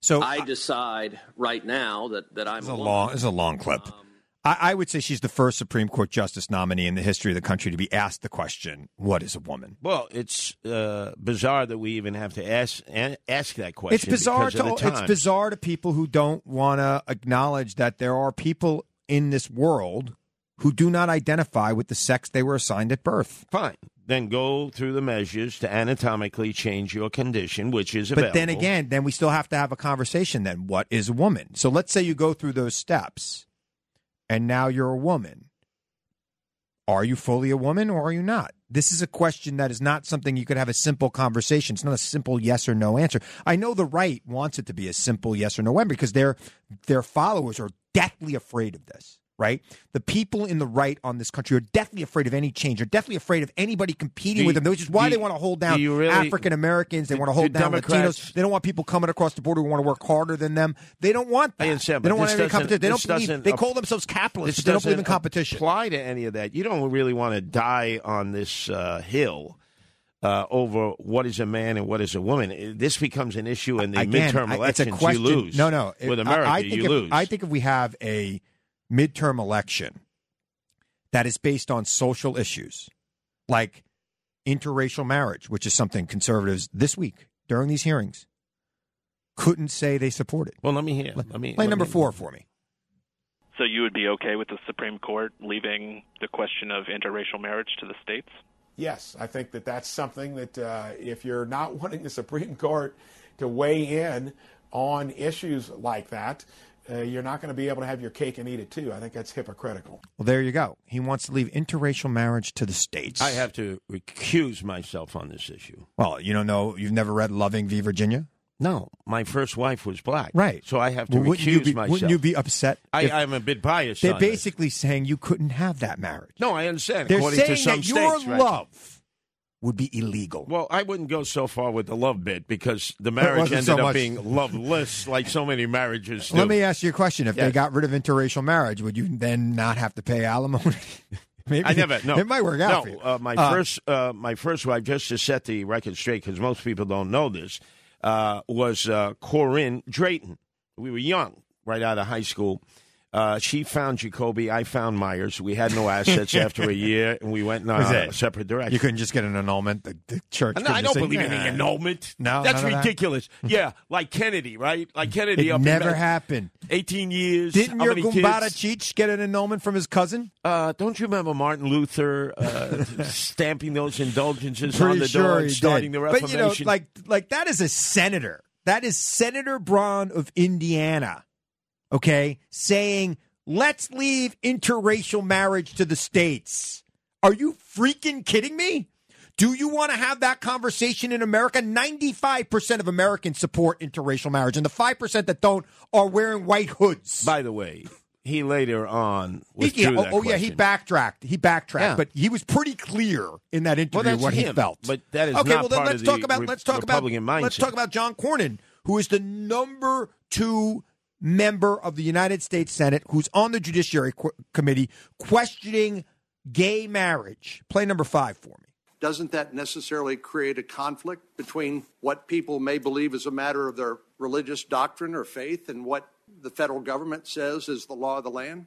[SPEAKER 3] So
[SPEAKER 7] I decide right now that that I'm
[SPEAKER 3] Oh, It's a
[SPEAKER 7] a woman,
[SPEAKER 3] long, it's a long clip.
[SPEAKER 4] Um,
[SPEAKER 3] I, I would say she's the first Supreme Court justice nominee in the history of the country to be asked the question, "What is a woman?"
[SPEAKER 4] Well, it's uh, bizarre that we even have to ask a- ask that question.
[SPEAKER 3] it's bizarre
[SPEAKER 4] because of
[SPEAKER 3] to
[SPEAKER 4] the
[SPEAKER 3] it's
[SPEAKER 4] time.
[SPEAKER 3] bizarre to people who don't want to acknowledge that there are people in this world who do not identify with the sex they were assigned at birth.
[SPEAKER 4] Fine, then go through the measures to anatomically change your condition, which is
[SPEAKER 3] But then
[SPEAKER 4] available.
[SPEAKER 3] again, then we still have to have a conversation. Then what is a woman? So let's say you go through those steps, and now you're a woman. Are you fully a woman or are you not? This is a question that is not something you could have a simple conversation. It's not a simple yes or no answer. I know the right wants it to be a simple yes or no answer because their their followers are deathly afraid of this. Right, the people in the right on this country are deathly afraid of any change. Are deathly afraid of anybody competing
[SPEAKER 4] Do
[SPEAKER 3] with
[SPEAKER 4] you-
[SPEAKER 3] them, which is why
[SPEAKER 4] do
[SPEAKER 3] they
[SPEAKER 4] you-
[SPEAKER 3] want to hold
[SPEAKER 4] do
[SPEAKER 3] down
[SPEAKER 4] you really-
[SPEAKER 3] African Americans. They
[SPEAKER 4] Do-
[SPEAKER 3] want to hold
[SPEAKER 4] do
[SPEAKER 3] down
[SPEAKER 4] Democrats-
[SPEAKER 3] Latinos. They don't want people coming across the border who want to work harder than them. They don't want that.
[SPEAKER 4] I understand,
[SPEAKER 3] they
[SPEAKER 4] but
[SPEAKER 3] don't want
[SPEAKER 4] this
[SPEAKER 3] any
[SPEAKER 4] doesn't-
[SPEAKER 3] competition. They
[SPEAKER 4] this
[SPEAKER 3] don't believe.
[SPEAKER 4] doesn't
[SPEAKER 3] They
[SPEAKER 4] ap-
[SPEAKER 3] call themselves capitalists.
[SPEAKER 4] This
[SPEAKER 3] but They don't believe in
[SPEAKER 4] doesn't
[SPEAKER 3] competition.
[SPEAKER 4] Apply to any of that. You don't really want to die on this uh, hill uh, over what is a man and what is a woman. Uh, This becomes an issue in the
[SPEAKER 3] Again,
[SPEAKER 4] midterm
[SPEAKER 3] I- it's
[SPEAKER 4] elections.
[SPEAKER 3] a question.
[SPEAKER 4] You lose.
[SPEAKER 3] No, no.
[SPEAKER 4] With
[SPEAKER 3] I-
[SPEAKER 4] America,
[SPEAKER 3] I, think
[SPEAKER 4] you
[SPEAKER 3] if,
[SPEAKER 4] lose.
[SPEAKER 3] I think if we have a midterm election that is based on social issues like interracial marriage, which is something conservatives this week during these hearings couldn't say they supported.
[SPEAKER 4] Well, let me hear. Let me
[SPEAKER 3] Play
[SPEAKER 4] let
[SPEAKER 3] number
[SPEAKER 4] me-
[SPEAKER 3] four for me.
[SPEAKER 9] So you would be okay with the Supreme Court leaving the question of interracial marriage to the states?
[SPEAKER 10] Yes, I think that that's something that uh, if you're not wanting the Supreme Court to weigh in on issues like that, uh, you're not going to be able to have your cake and eat it too. I think that's hypocritical.
[SPEAKER 3] Well, there you go. He wants to leave interracial marriage to the states.
[SPEAKER 4] I have to recuse myself on this issue.
[SPEAKER 3] Well, you don't know. You've never read Loving v. Virginia,
[SPEAKER 4] No, my first wife was black. So I have to
[SPEAKER 3] Well, wouldn't you
[SPEAKER 4] recuse
[SPEAKER 3] be,
[SPEAKER 4] myself.
[SPEAKER 3] Wouldn't you be upset?
[SPEAKER 4] I,
[SPEAKER 3] if-
[SPEAKER 4] I'm a bit biased.
[SPEAKER 3] they're
[SPEAKER 4] on this.
[SPEAKER 3] basically saying you couldn't have that marriage.
[SPEAKER 4] No, I understand.
[SPEAKER 3] they're
[SPEAKER 4] According
[SPEAKER 3] saying
[SPEAKER 4] to some
[SPEAKER 3] that your
[SPEAKER 4] states, right?
[SPEAKER 3] love would be illegal.
[SPEAKER 4] Well, I wouldn't go so far with the love bit because the
[SPEAKER 3] it
[SPEAKER 4] marriage
[SPEAKER 3] wasn't
[SPEAKER 4] ended
[SPEAKER 3] so
[SPEAKER 4] up
[SPEAKER 3] much.
[SPEAKER 4] being loveless, like so many marriages do.
[SPEAKER 3] Let me ask you a question: If they
[SPEAKER 4] Yes.
[SPEAKER 3] got rid of interracial marriage, would you then not have to pay alimony? Maybe
[SPEAKER 4] I never. No,
[SPEAKER 3] It might work out
[SPEAKER 4] No,
[SPEAKER 3] for you.
[SPEAKER 4] Uh, my first, uh, my first wife, just to set the record straight, because most people don't know this, uh, was uh, Corinne Drayton. We were young, right out of high school. Uh, she found Jacoby. I found Myers. We had no assets after a year, and we went in
[SPEAKER 3] Was
[SPEAKER 4] our
[SPEAKER 3] it?
[SPEAKER 4] separate directions.
[SPEAKER 3] you couldn't just get an annulment. The, the church.
[SPEAKER 4] No, I
[SPEAKER 3] couldn't
[SPEAKER 4] don't
[SPEAKER 3] say,
[SPEAKER 4] believe in
[SPEAKER 3] "Nah."
[SPEAKER 4] the annulment.
[SPEAKER 3] No,
[SPEAKER 4] that's
[SPEAKER 3] none of that.
[SPEAKER 4] ridiculous. yeah, like Kennedy, right? Like Kennedy.
[SPEAKER 3] It
[SPEAKER 4] up in
[SPEAKER 3] never
[SPEAKER 4] Ma-
[SPEAKER 3] happened.
[SPEAKER 4] Eighteen years.
[SPEAKER 3] Didn't
[SPEAKER 4] how
[SPEAKER 3] your
[SPEAKER 4] many
[SPEAKER 3] Gumbada
[SPEAKER 4] kids?
[SPEAKER 3] Cheech get an annulment from his cousin?
[SPEAKER 4] Uh, don't you remember Martin Luther uh, stamping those indulgences on the door and
[SPEAKER 3] he
[SPEAKER 4] starting
[SPEAKER 3] did.
[SPEAKER 4] the Reformation?
[SPEAKER 3] But you know, like like that is a senator. That is Senator Braun of Indiana. Okay, saying let's leave interracial marriage to the states. Are you freaking kidding me? Do you want to have that conversation in America? 95% of Americans support interracial marriage, and the 5% that don't are wearing white hoods.
[SPEAKER 4] by the way, he later on
[SPEAKER 3] He- yeah,
[SPEAKER 4] withdrew
[SPEAKER 3] oh,
[SPEAKER 4] that
[SPEAKER 3] oh, yeah, he
[SPEAKER 4] question.
[SPEAKER 3] backtracked. He backtracked,
[SPEAKER 4] Yeah.
[SPEAKER 3] but he was pretty clear in that
[SPEAKER 4] Well,
[SPEAKER 3] interview
[SPEAKER 4] that's
[SPEAKER 3] what he
[SPEAKER 4] him,
[SPEAKER 3] felt.
[SPEAKER 4] but that is
[SPEAKER 3] okay.
[SPEAKER 4] not
[SPEAKER 3] well, then
[SPEAKER 4] part
[SPEAKER 3] let's
[SPEAKER 4] of
[SPEAKER 3] talk
[SPEAKER 4] the
[SPEAKER 3] about
[SPEAKER 4] re-
[SPEAKER 3] let's talk about
[SPEAKER 4] Republican
[SPEAKER 3] let's
[SPEAKER 4] mindset.
[SPEAKER 3] talk about John Cornyn, who is the number two member of the United States Senate, who's on the Judiciary Qu- Committee questioning gay marriage. Play number five for me.
[SPEAKER 11] doesn't that necessarily create a conflict between what people may believe is a matter of their religious doctrine or faith and what the federal government says is the law of the land?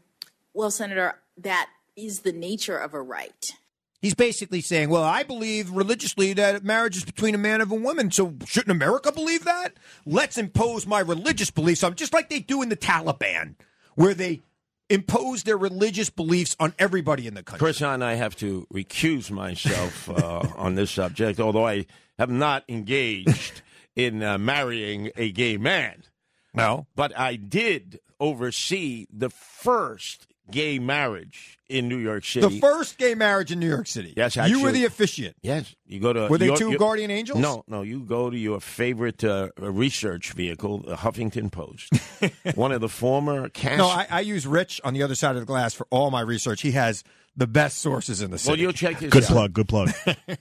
[SPEAKER 6] Well, Senator, that is the nature of a right.
[SPEAKER 3] He's basically saying, "Well, I believe religiously that marriage is between a man and a woman, so shouldn't America believe that? Let's impose my religious beliefs on just like they do in the Taliban, where they impose their religious beliefs on everybody in the country."
[SPEAKER 4] Chris and I have to recuse myself uh, on this subject, although I have not engaged in uh, marrying a gay man.
[SPEAKER 3] No.
[SPEAKER 4] But I did oversee the first gay marriage in New York City.
[SPEAKER 3] The first gay marriage in New York City.
[SPEAKER 4] Yes,
[SPEAKER 3] You were
[SPEAKER 4] actually.
[SPEAKER 3] the officiant.
[SPEAKER 4] Yes. You go to
[SPEAKER 3] Were they
[SPEAKER 4] your-
[SPEAKER 3] two
[SPEAKER 4] your-
[SPEAKER 3] guardian angels?
[SPEAKER 4] No, no. You go to your favorite uh, research vehicle, the Huffington Post. One of the former cast.
[SPEAKER 3] No, I, I use Rich on the other side of the glass for all my research. He has the best sources in the city.
[SPEAKER 4] Well, you'll check this
[SPEAKER 12] Good
[SPEAKER 4] out.
[SPEAKER 12] plug. Good plug.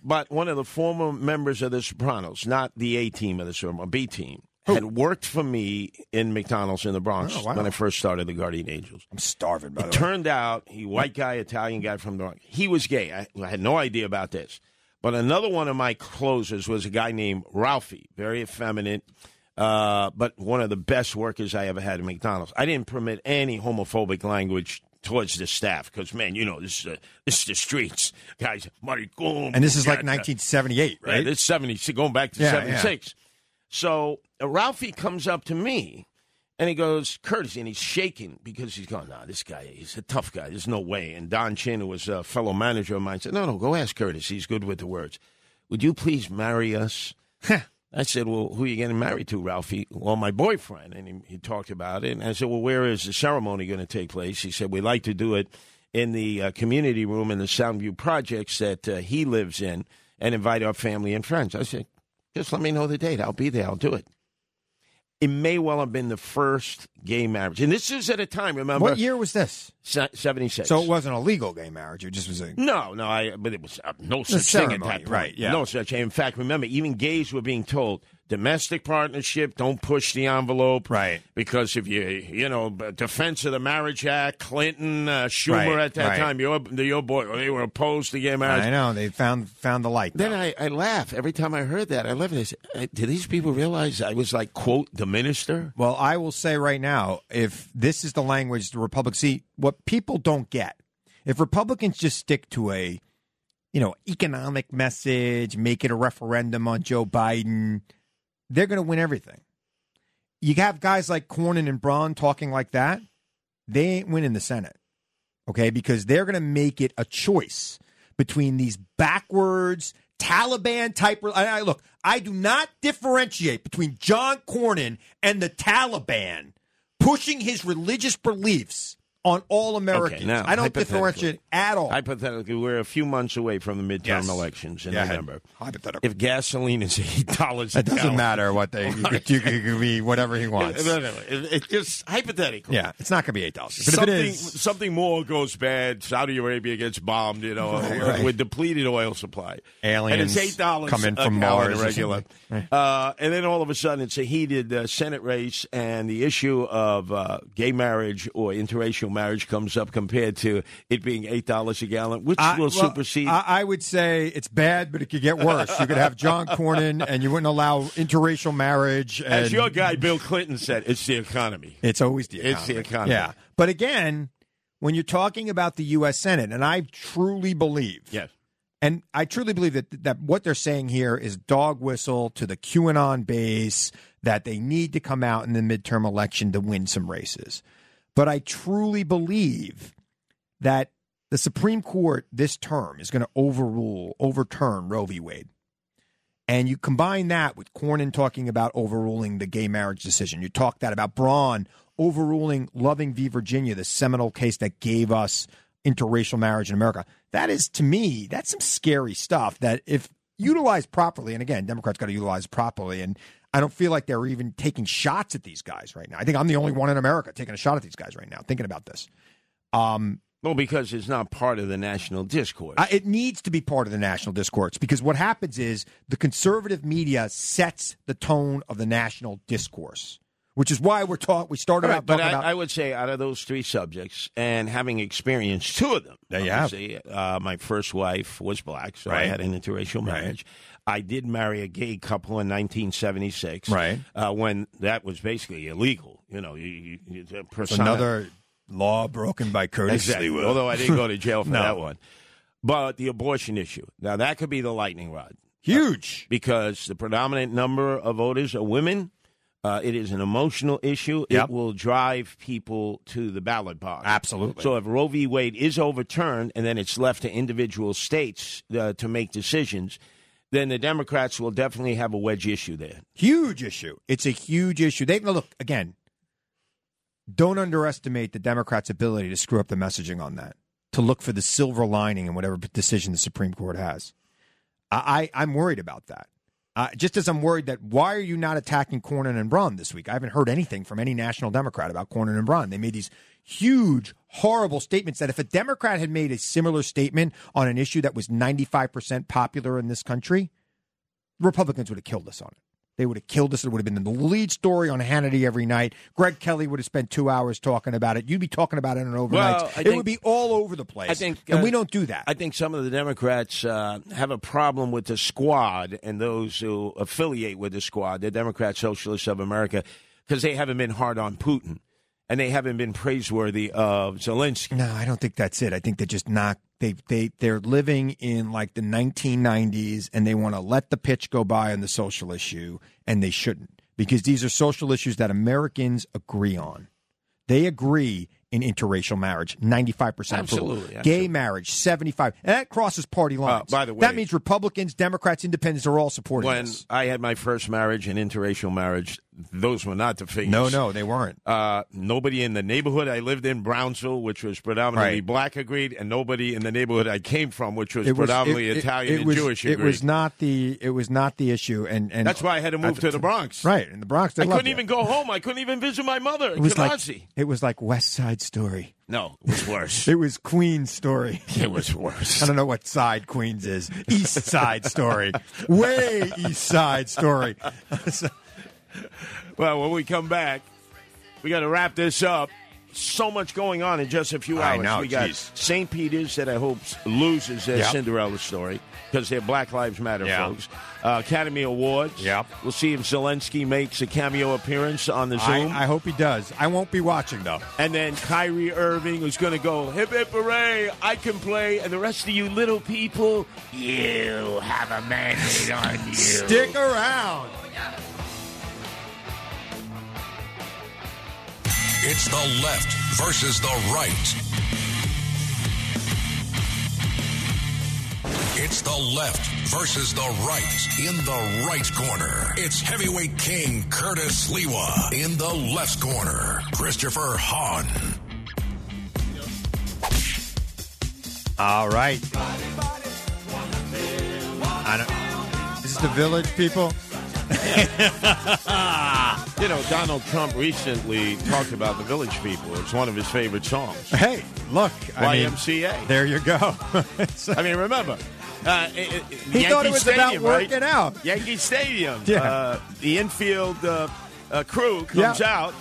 [SPEAKER 4] but one of the former members of the Sopranos, not the A team of the Sopranos, B team, had worked for me in McDonald's in the Bronx
[SPEAKER 3] Oh, wow.
[SPEAKER 4] when I first started the Guardian Angels.
[SPEAKER 3] I'm starving, by
[SPEAKER 4] it
[SPEAKER 3] the way.
[SPEAKER 4] turned out he white guy, Italian guy from the Bronx. He was gay. I, I had no idea about this. But another one of my closers was a guy named Ralphie, very effeminate, uh, but one of the best workers I ever had at McDonald's. I didn't permit any homophobic language towards the staff because, man, you know, this is, uh, this is the streets. Guys, maricón.
[SPEAKER 3] And this is like
[SPEAKER 4] puñeta.
[SPEAKER 3] 1978,
[SPEAKER 4] Yeah,
[SPEAKER 3] right?
[SPEAKER 4] this 76, going back to
[SPEAKER 3] Yeah,
[SPEAKER 4] 76. So uh, Ralphie comes up to me and he goes, Curtis, and he's shaking because he's going, nah, this guy, he's a tough guy. There's no way. And Don Chin, who was a fellow manager of mine, said, no, no, go ask Curtis. He's good with the words. Would you please marry us? I said, well, who are you getting married to, Ralphie? Well, my boyfriend. And he, he talked about it. And I said, well, where is the ceremony going to take place? He said, we'd like to do it in the uh, community room in the Soundview Projects that uh, he lives in and invite our family and friends. I said, just let me know the date. I'll be there. I'll do it. It may well have been the first gay marriage. And this is at a time, remember?
[SPEAKER 3] What year was this?
[SPEAKER 4] Se- 76.
[SPEAKER 3] So it wasn't a legal gay marriage. It just was a.
[SPEAKER 4] No, no, I. But it was uh, no
[SPEAKER 3] The
[SPEAKER 4] such thing at that
[SPEAKER 3] ceremony,
[SPEAKER 4] point.
[SPEAKER 3] right, yeah.
[SPEAKER 4] No such. In fact, remember, even gays were being told domestic partnership, don't push the envelope, right? Because if you, you know, b- defense of the Marriage Act, Clinton, uh, Schumer
[SPEAKER 3] Right,
[SPEAKER 4] at that
[SPEAKER 3] right.
[SPEAKER 4] time, your your boy, they were opposed to gay marriage.
[SPEAKER 3] I know they found found the light.
[SPEAKER 4] Then I, I laugh every time I heard that. I laugh. and I said, "Uh, Do these people realize I was like quote the minister?
[SPEAKER 3] Well, I will say right now, if this is the language the Republicans see, what people don't get, if Republicans just stick to a, you know, economic message, make it a referendum on Joe Biden, they're going to win everything. You have guys like Cornyn and Braun talking like that, they ain't winning the Senate, okay? Because they're going to make it a choice between these backwards Taliban type. I, I- look, I do not differentiate between John Cornyn and the Taliban pushing his religious beliefs on all Americans.
[SPEAKER 4] Okay, now,
[SPEAKER 3] I don't
[SPEAKER 4] hypothetically-
[SPEAKER 3] differentiate at all.
[SPEAKER 4] Hypothetically, we're a few months away from the midterm
[SPEAKER 3] Oh. Yes.
[SPEAKER 4] elections in
[SPEAKER 3] Yeah,
[SPEAKER 4] November.
[SPEAKER 3] hypothetical.
[SPEAKER 4] If gasoline is eight dollars,
[SPEAKER 3] It doesn't matter what they you could, you could- you could be whatever he wants.
[SPEAKER 4] No, no, no. It- it's just hypothetical.
[SPEAKER 3] Yeah, it's not going to be eight dollars. But if
[SPEAKER 4] something,
[SPEAKER 3] it is,
[SPEAKER 4] something more goes bad. Saudi Arabia gets bombed. You know,
[SPEAKER 3] Right,
[SPEAKER 4] with-
[SPEAKER 3] right.
[SPEAKER 4] with depleted oil supply. and
[SPEAKER 3] aliens
[SPEAKER 4] it's eight dollars
[SPEAKER 3] coming from
[SPEAKER 4] a gallon
[SPEAKER 3] Mars, or
[SPEAKER 4] regular.
[SPEAKER 3] something. Right.
[SPEAKER 4] Uh, and then all of a sudden, it's a heated uh, Senate race, and the issue of uh, gay marriage or interracial marriage comes up compared to it being eight dollars a gallon, which
[SPEAKER 3] I-
[SPEAKER 4] will
[SPEAKER 3] well,
[SPEAKER 4] supersede.
[SPEAKER 3] I, I would say it's bad, but it could get worse. You could have John Cornyn, and you wouldn't allow interracial marriage. And
[SPEAKER 4] as your guy Bill Clinton said, it's the economy.
[SPEAKER 3] It's always the economy.
[SPEAKER 4] It's the economy.
[SPEAKER 3] Yeah. But again, when you're talking about the U.S. Senate, and I truly believe,
[SPEAKER 4] yes,
[SPEAKER 3] and I truly believe that that what they're saying here is dog whistle to the QAnon base that they need to come out in the midterm election to win some races. But I truly believe that the Supreme Court this term is going to overrule, overturn Roe v. Wade. And you combine that with Cornyn talking about overruling the gay marriage decision. You talk that about Braun overruling Loving v. Virginia, the seminal case that gave us interracial marriage in America. That is, to me, that's some scary stuff that if utilized properly, and again, Democrats got to utilize it properly. And I don't feel like they're even taking shots at these guys right now. I think I'm the only one in America taking a shot at these guys right now, thinking about this. Um,
[SPEAKER 4] well, because it's not part of the national discourse.
[SPEAKER 3] I, it needs to be part of the national discourse because what happens is the conservative media sets the tone of the national discourse, which is why we're taught. We started
[SPEAKER 4] All
[SPEAKER 3] out
[SPEAKER 4] right, but
[SPEAKER 3] talking
[SPEAKER 4] I,
[SPEAKER 3] about.
[SPEAKER 4] I would say out of those three subjects, and having experienced two of them,
[SPEAKER 3] you have.
[SPEAKER 4] obviously, uh, my first wife was black, so I
[SPEAKER 3] Right.
[SPEAKER 4] had an interracial marriage. I did marry a gay couple in 1976,
[SPEAKER 3] Right.
[SPEAKER 4] Uh, when that was basically illegal. You know, you, you, you, the
[SPEAKER 3] It's
[SPEAKER 4] persona-
[SPEAKER 3] another law broken by Curtis
[SPEAKER 4] Exactly.
[SPEAKER 3] Lewa.
[SPEAKER 4] Although I didn't go to jail for
[SPEAKER 3] No.
[SPEAKER 4] that one. But the abortion issue. Now, that could be the lightning rod.
[SPEAKER 3] Huge.
[SPEAKER 4] because the predominant number of voters are women. Uh, it is an emotional issue.
[SPEAKER 3] Yep.
[SPEAKER 4] It will drive people to the ballot box.
[SPEAKER 3] Absolutely.
[SPEAKER 4] So if Roe v. Wade is overturned and then it's left to individual states uh, to make decisions, then the Democrats will definitely have a wedge issue there.
[SPEAKER 3] Huge issue. It's a huge issue. They now look again. don't underestimate the Democrats' ability to screw up the messaging on that, to look for the silver lining in whatever decision the Supreme Court has. I, I I'm worried about that. Uh, just as I'm worried that why are you not attacking Cornyn and Braun this week? I haven't heard anything from any national Democrat about Cornyn and Braun. They made these huge, horrible statements that if a Democrat had made a similar statement on an issue that was 95% popular in this country, Republicans would have killed us on it. They would have killed us. It would have been the lead story on Hannity every night. Greg Kelly would have spent two hours talking about it. You'd be talking about it on overnights.
[SPEAKER 4] Well, I
[SPEAKER 3] it
[SPEAKER 4] think-
[SPEAKER 3] would be all over the place.
[SPEAKER 4] I think,
[SPEAKER 3] and
[SPEAKER 4] uh,
[SPEAKER 3] we don't do that.
[SPEAKER 4] I think some of the Democrats uh, have a problem with the squad and those who affiliate with the squad, the Democrat Socialists of America, because they haven't been hard on Putin and they haven't been praiseworthy of Zelensky.
[SPEAKER 3] No, I don't think that's it. I think they're just not. They they they're living in like the 1990s, and they want to let the pitch go by on the social issue, and they shouldn't because these are social issues that Americans agree on. They agree in interracial marriage, 95 percent
[SPEAKER 4] Absolutely, Uh,
[SPEAKER 3] Gay marriage, 75. And that crosses party lines.
[SPEAKER 4] by the way-
[SPEAKER 3] that means Republicans, Democrats, Independents are all supporting
[SPEAKER 4] When
[SPEAKER 3] this.
[SPEAKER 4] I had my first marriage and interracial marriage, those were not the figures.
[SPEAKER 3] No, no, they weren't.
[SPEAKER 4] Uh, nobody in the neighborhood I lived in, Brownsville, which was predominantly
[SPEAKER 3] Right.
[SPEAKER 4] black, agreed, and nobody in the neighborhood I came from, which was,
[SPEAKER 3] It was-
[SPEAKER 4] predominantly
[SPEAKER 3] it- it-
[SPEAKER 4] Italian
[SPEAKER 3] it
[SPEAKER 4] and
[SPEAKER 3] was-
[SPEAKER 4] Jewish,
[SPEAKER 3] It
[SPEAKER 4] agreed.
[SPEAKER 3] was not the it was not the issue, and, and
[SPEAKER 4] That's why I had to move to the Bronx.
[SPEAKER 3] Right in the Bronx, they
[SPEAKER 4] I
[SPEAKER 3] love
[SPEAKER 4] couldn't
[SPEAKER 3] you.
[SPEAKER 4] even go home. I couldn't even visit my mother.
[SPEAKER 3] It was like it was like West Side Story.
[SPEAKER 4] no, it was worse.
[SPEAKER 3] It was Queen's Story.
[SPEAKER 4] It was worse.
[SPEAKER 3] I don't know what side Queens is. East Side Story. Way East Side Story.
[SPEAKER 4] well, when we come back, we got to wrap this up. So much going on in just a few
[SPEAKER 3] I
[SPEAKER 4] hours.
[SPEAKER 3] know,
[SPEAKER 4] we got
[SPEAKER 3] jeez.
[SPEAKER 4] St. Peter's that I hope loses their
[SPEAKER 3] Yep.
[SPEAKER 4] Cinderella story because they're Black Lives Matter
[SPEAKER 3] Yeah.
[SPEAKER 4] folks. Uh, Academy Awards. Yep. We'll see if Zelensky makes a cameo appearance on the
[SPEAKER 3] I,
[SPEAKER 4] Zoom.
[SPEAKER 3] I hope he does. I won't be watching though.
[SPEAKER 4] and then Kyrie Irving is going to go hip hip hooray! I can play, and the rest of you little people, you have a mandate on you.
[SPEAKER 3] Stick around.
[SPEAKER 1] It's the left versus the right. It's the left versus the right. In the right corner, it's heavyweight king Curtis Lewa. In the left corner, Christopher Hahn.
[SPEAKER 3] All right. I don't, this is the village people.
[SPEAKER 4] you know, Donald Trump recently talked about the Village People. It's one of his favorite songs.
[SPEAKER 3] Hey, look. I mean,
[SPEAKER 4] YMCA.
[SPEAKER 3] there you go. It's-
[SPEAKER 4] I mean, remember. Uh, it, it,
[SPEAKER 3] He
[SPEAKER 4] Yankee
[SPEAKER 3] thought it was about
[SPEAKER 4] Stadium, right?
[SPEAKER 3] working out.
[SPEAKER 4] Yankee Stadium.
[SPEAKER 3] Yeah.
[SPEAKER 4] Uh, the infield uh, uh, crew comes
[SPEAKER 3] Yeah.
[SPEAKER 4] out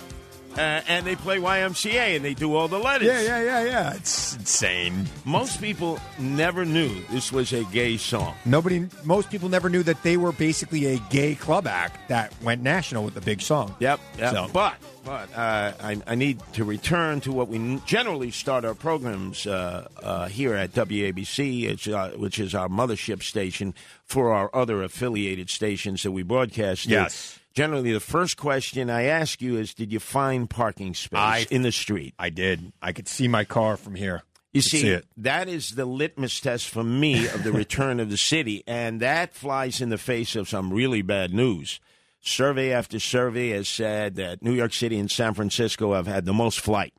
[SPEAKER 4] uh, and they play YMCA and they do all the letters.
[SPEAKER 3] yeah, yeah, yeah, yeah. It's insane.
[SPEAKER 4] Most people never knew this was a gay song.
[SPEAKER 3] Nobody, most people never knew that they were basically a gay club act that went national with the big song.
[SPEAKER 4] Yep. yep.
[SPEAKER 3] So-
[SPEAKER 4] But but uh, I, I need to return to what we n- generally start our programs uh, uh, here at WABC, it's, uh, which is our mothership station for our other affiliated stations that we broadcast. to.
[SPEAKER 3] Yes.
[SPEAKER 4] Generally, the first question I ask you is, did you find parking space
[SPEAKER 3] I-
[SPEAKER 4] in the street?
[SPEAKER 3] I did. I could see my car from here.
[SPEAKER 4] You
[SPEAKER 3] Could
[SPEAKER 4] see,
[SPEAKER 3] it.
[SPEAKER 4] that is the litmus test for me of the return of the city, and that flies in the face of some really bad news. Survey after survey has said that New York City and San Francisco have had the most flight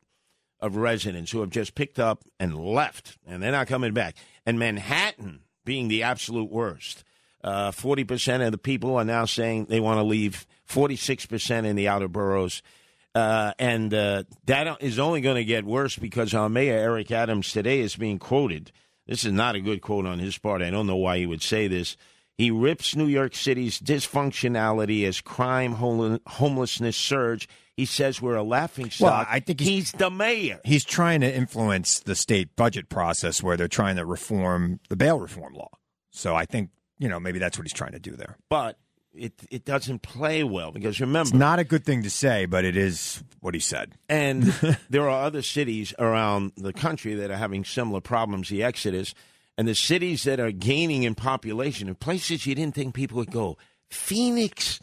[SPEAKER 4] of residents who have just picked up and left, and they're not coming back. And Manhattan being the absolute worst. Uh, 40% of the people are now saying they want to leave, 46% in the outer boroughs. Uh, and uh, that is only going to get worse because our mayor, Eric Adams, today is being quoted. This is not a good quote on his part. I don't know why he would say this. He rips New York City's dysfunctionality as crime, hol- homelessness surge. He says we're a laughing
[SPEAKER 3] Well,
[SPEAKER 4] stock.
[SPEAKER 3] I think he's-
[SPEAKER 4] he's the mayor.
[SPEAKER 3] He's trying to influence the state budget process where they're trying to reform the bail reform law. So I think, you know, maybe that's what he's trying to do there.
[SPEAKER 4] but it it doesn't play well because remember,
[SPEAKER 3] It's not a good thing to say, but it is what he said.
[SPEAKER 4] and there are other cities around the country that are having similar problems. The exodus and the cities that are gaining in population and places you didn't think people would go. Phoenix,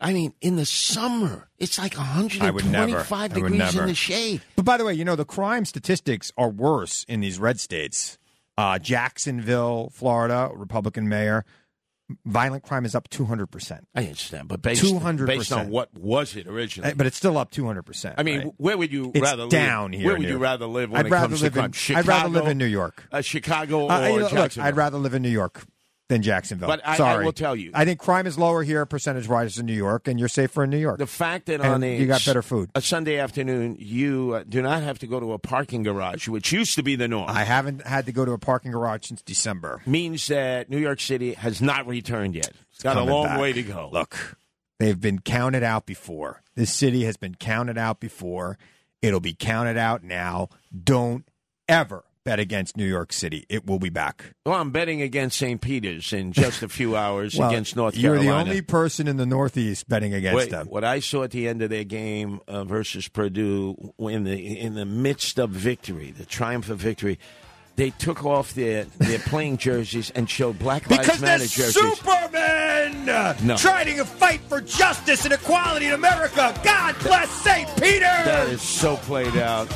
[SPEAKER 4] I mean, in the summer, it's like
[SPEAKER 3] I would never.
[SPEAKER 4] 125
[SPEAKER 3] I would
[SPEAKER 4] degrees
[SPEAKER 3] never.
[SPEAKER 4] in the shade.
[SPEAKER 3] But by the way, you know, the crime statistics are worse in these red states. Uh, Jacksonville, Florida, Republican mayor, violent crime is up 200%.
[SPEAKER 4] I understand, but based,
[SPEAKER 3] 200%.
[SPEAKER 4] based on what was it originally?
[SPEAKER 3] Uh, But it's still up 200%.
[SPEAKER 4] I mean,
[SPEAKER 3] right?
[SPEAKER 4] where would you
[SPEAKER 3] It's
[SPEAKER 4] rather
[SPEAKER 3] down
[SPEAKER 4] live?
[SPEAKER 3] here,
[SPEAKER 4] Where would you
[SPEAKER 3] Neil.
[SPEAKER 4] rather live when
[SPEAKER 3] I'd
[SPEAKER 4] it
[SPEAKER 3] rather
[SPEAKER 4] comes
[SPEAKER 3] live
[SPEAKER 4] to
[SPEAKER 3] in-
[SPEAKER 4] crime? Chicago,
[SPEAKER 3] I'd rather live in New York.
[SPEAKER 4] uh, Chicago
[SPEAKER 3] Uh,
[SPEAKER 4] or
[SPEAKER 3] you know, look,
[SPEAKER 4] Jacksonville.
[SPEAKER 3] I'd rather live in New York than Jacksonville.
[SPEAKER 4] But I- I
[SPEAKER 3] Sorry.
[SPEAKER 4] will tell you-
[SPEAKER 3] I think crime is lolower here, percentage wise, in New York, and you're safer in New York.
[SPEAKER 4] the fact that
[SPEAKER 3] And
[SPEAKER 4] on a
[SPEAKER 3] you got
[SPEAKER 4] s-
[SPEAKER 3] better food.
[SPEAKER 4] a Sunday afternoon, you uh, do not have to go to a parking garage, which used to be the norm.
[SPEAKER 3] I haven't had to go to a parking garage since December.
[SPEAKER 4] means that New York City has not returned yet. It's got a
[SPEAKER 3] coming
[SPEAKER 4] long
[SPEAKER 3] back.
[SPEAKER 4] way to go.
[SPEAKER 3] Look, they've been counted out before. This city has been counted out before. It'll be counted out now. Don't ever bet against New York City. It will be back.
[SPEAKER 4] Well, I'm betting against St. Peter's in just a few hours
[SPEAKER 3] Well,
[SPEAKER 4] against North
[SPEAKER 3] you're
[SPEAKER 4] Carolina.
[SPEAKER 3] the only person in the Northeast betting against
[SPEAKER 4] Wait,
[SPEAKER 3] them.
[SPEAKER 4] What I saw at the end of their game uh, versus Purdue, in the in the midst of victory, the triumph of victory, they took off their, their playing jerseys and showed Black Lives
[SPEAKER 3] Because they're
[SPEAKER 4] Matter jerseys.
[SPEAKER 3] Supermen
[SPEAKER 4] No.
[SPEAKER 3] trying to fight for justice and equality in America. God bless St. Peter.
[SPEAKER 4] that is so played out.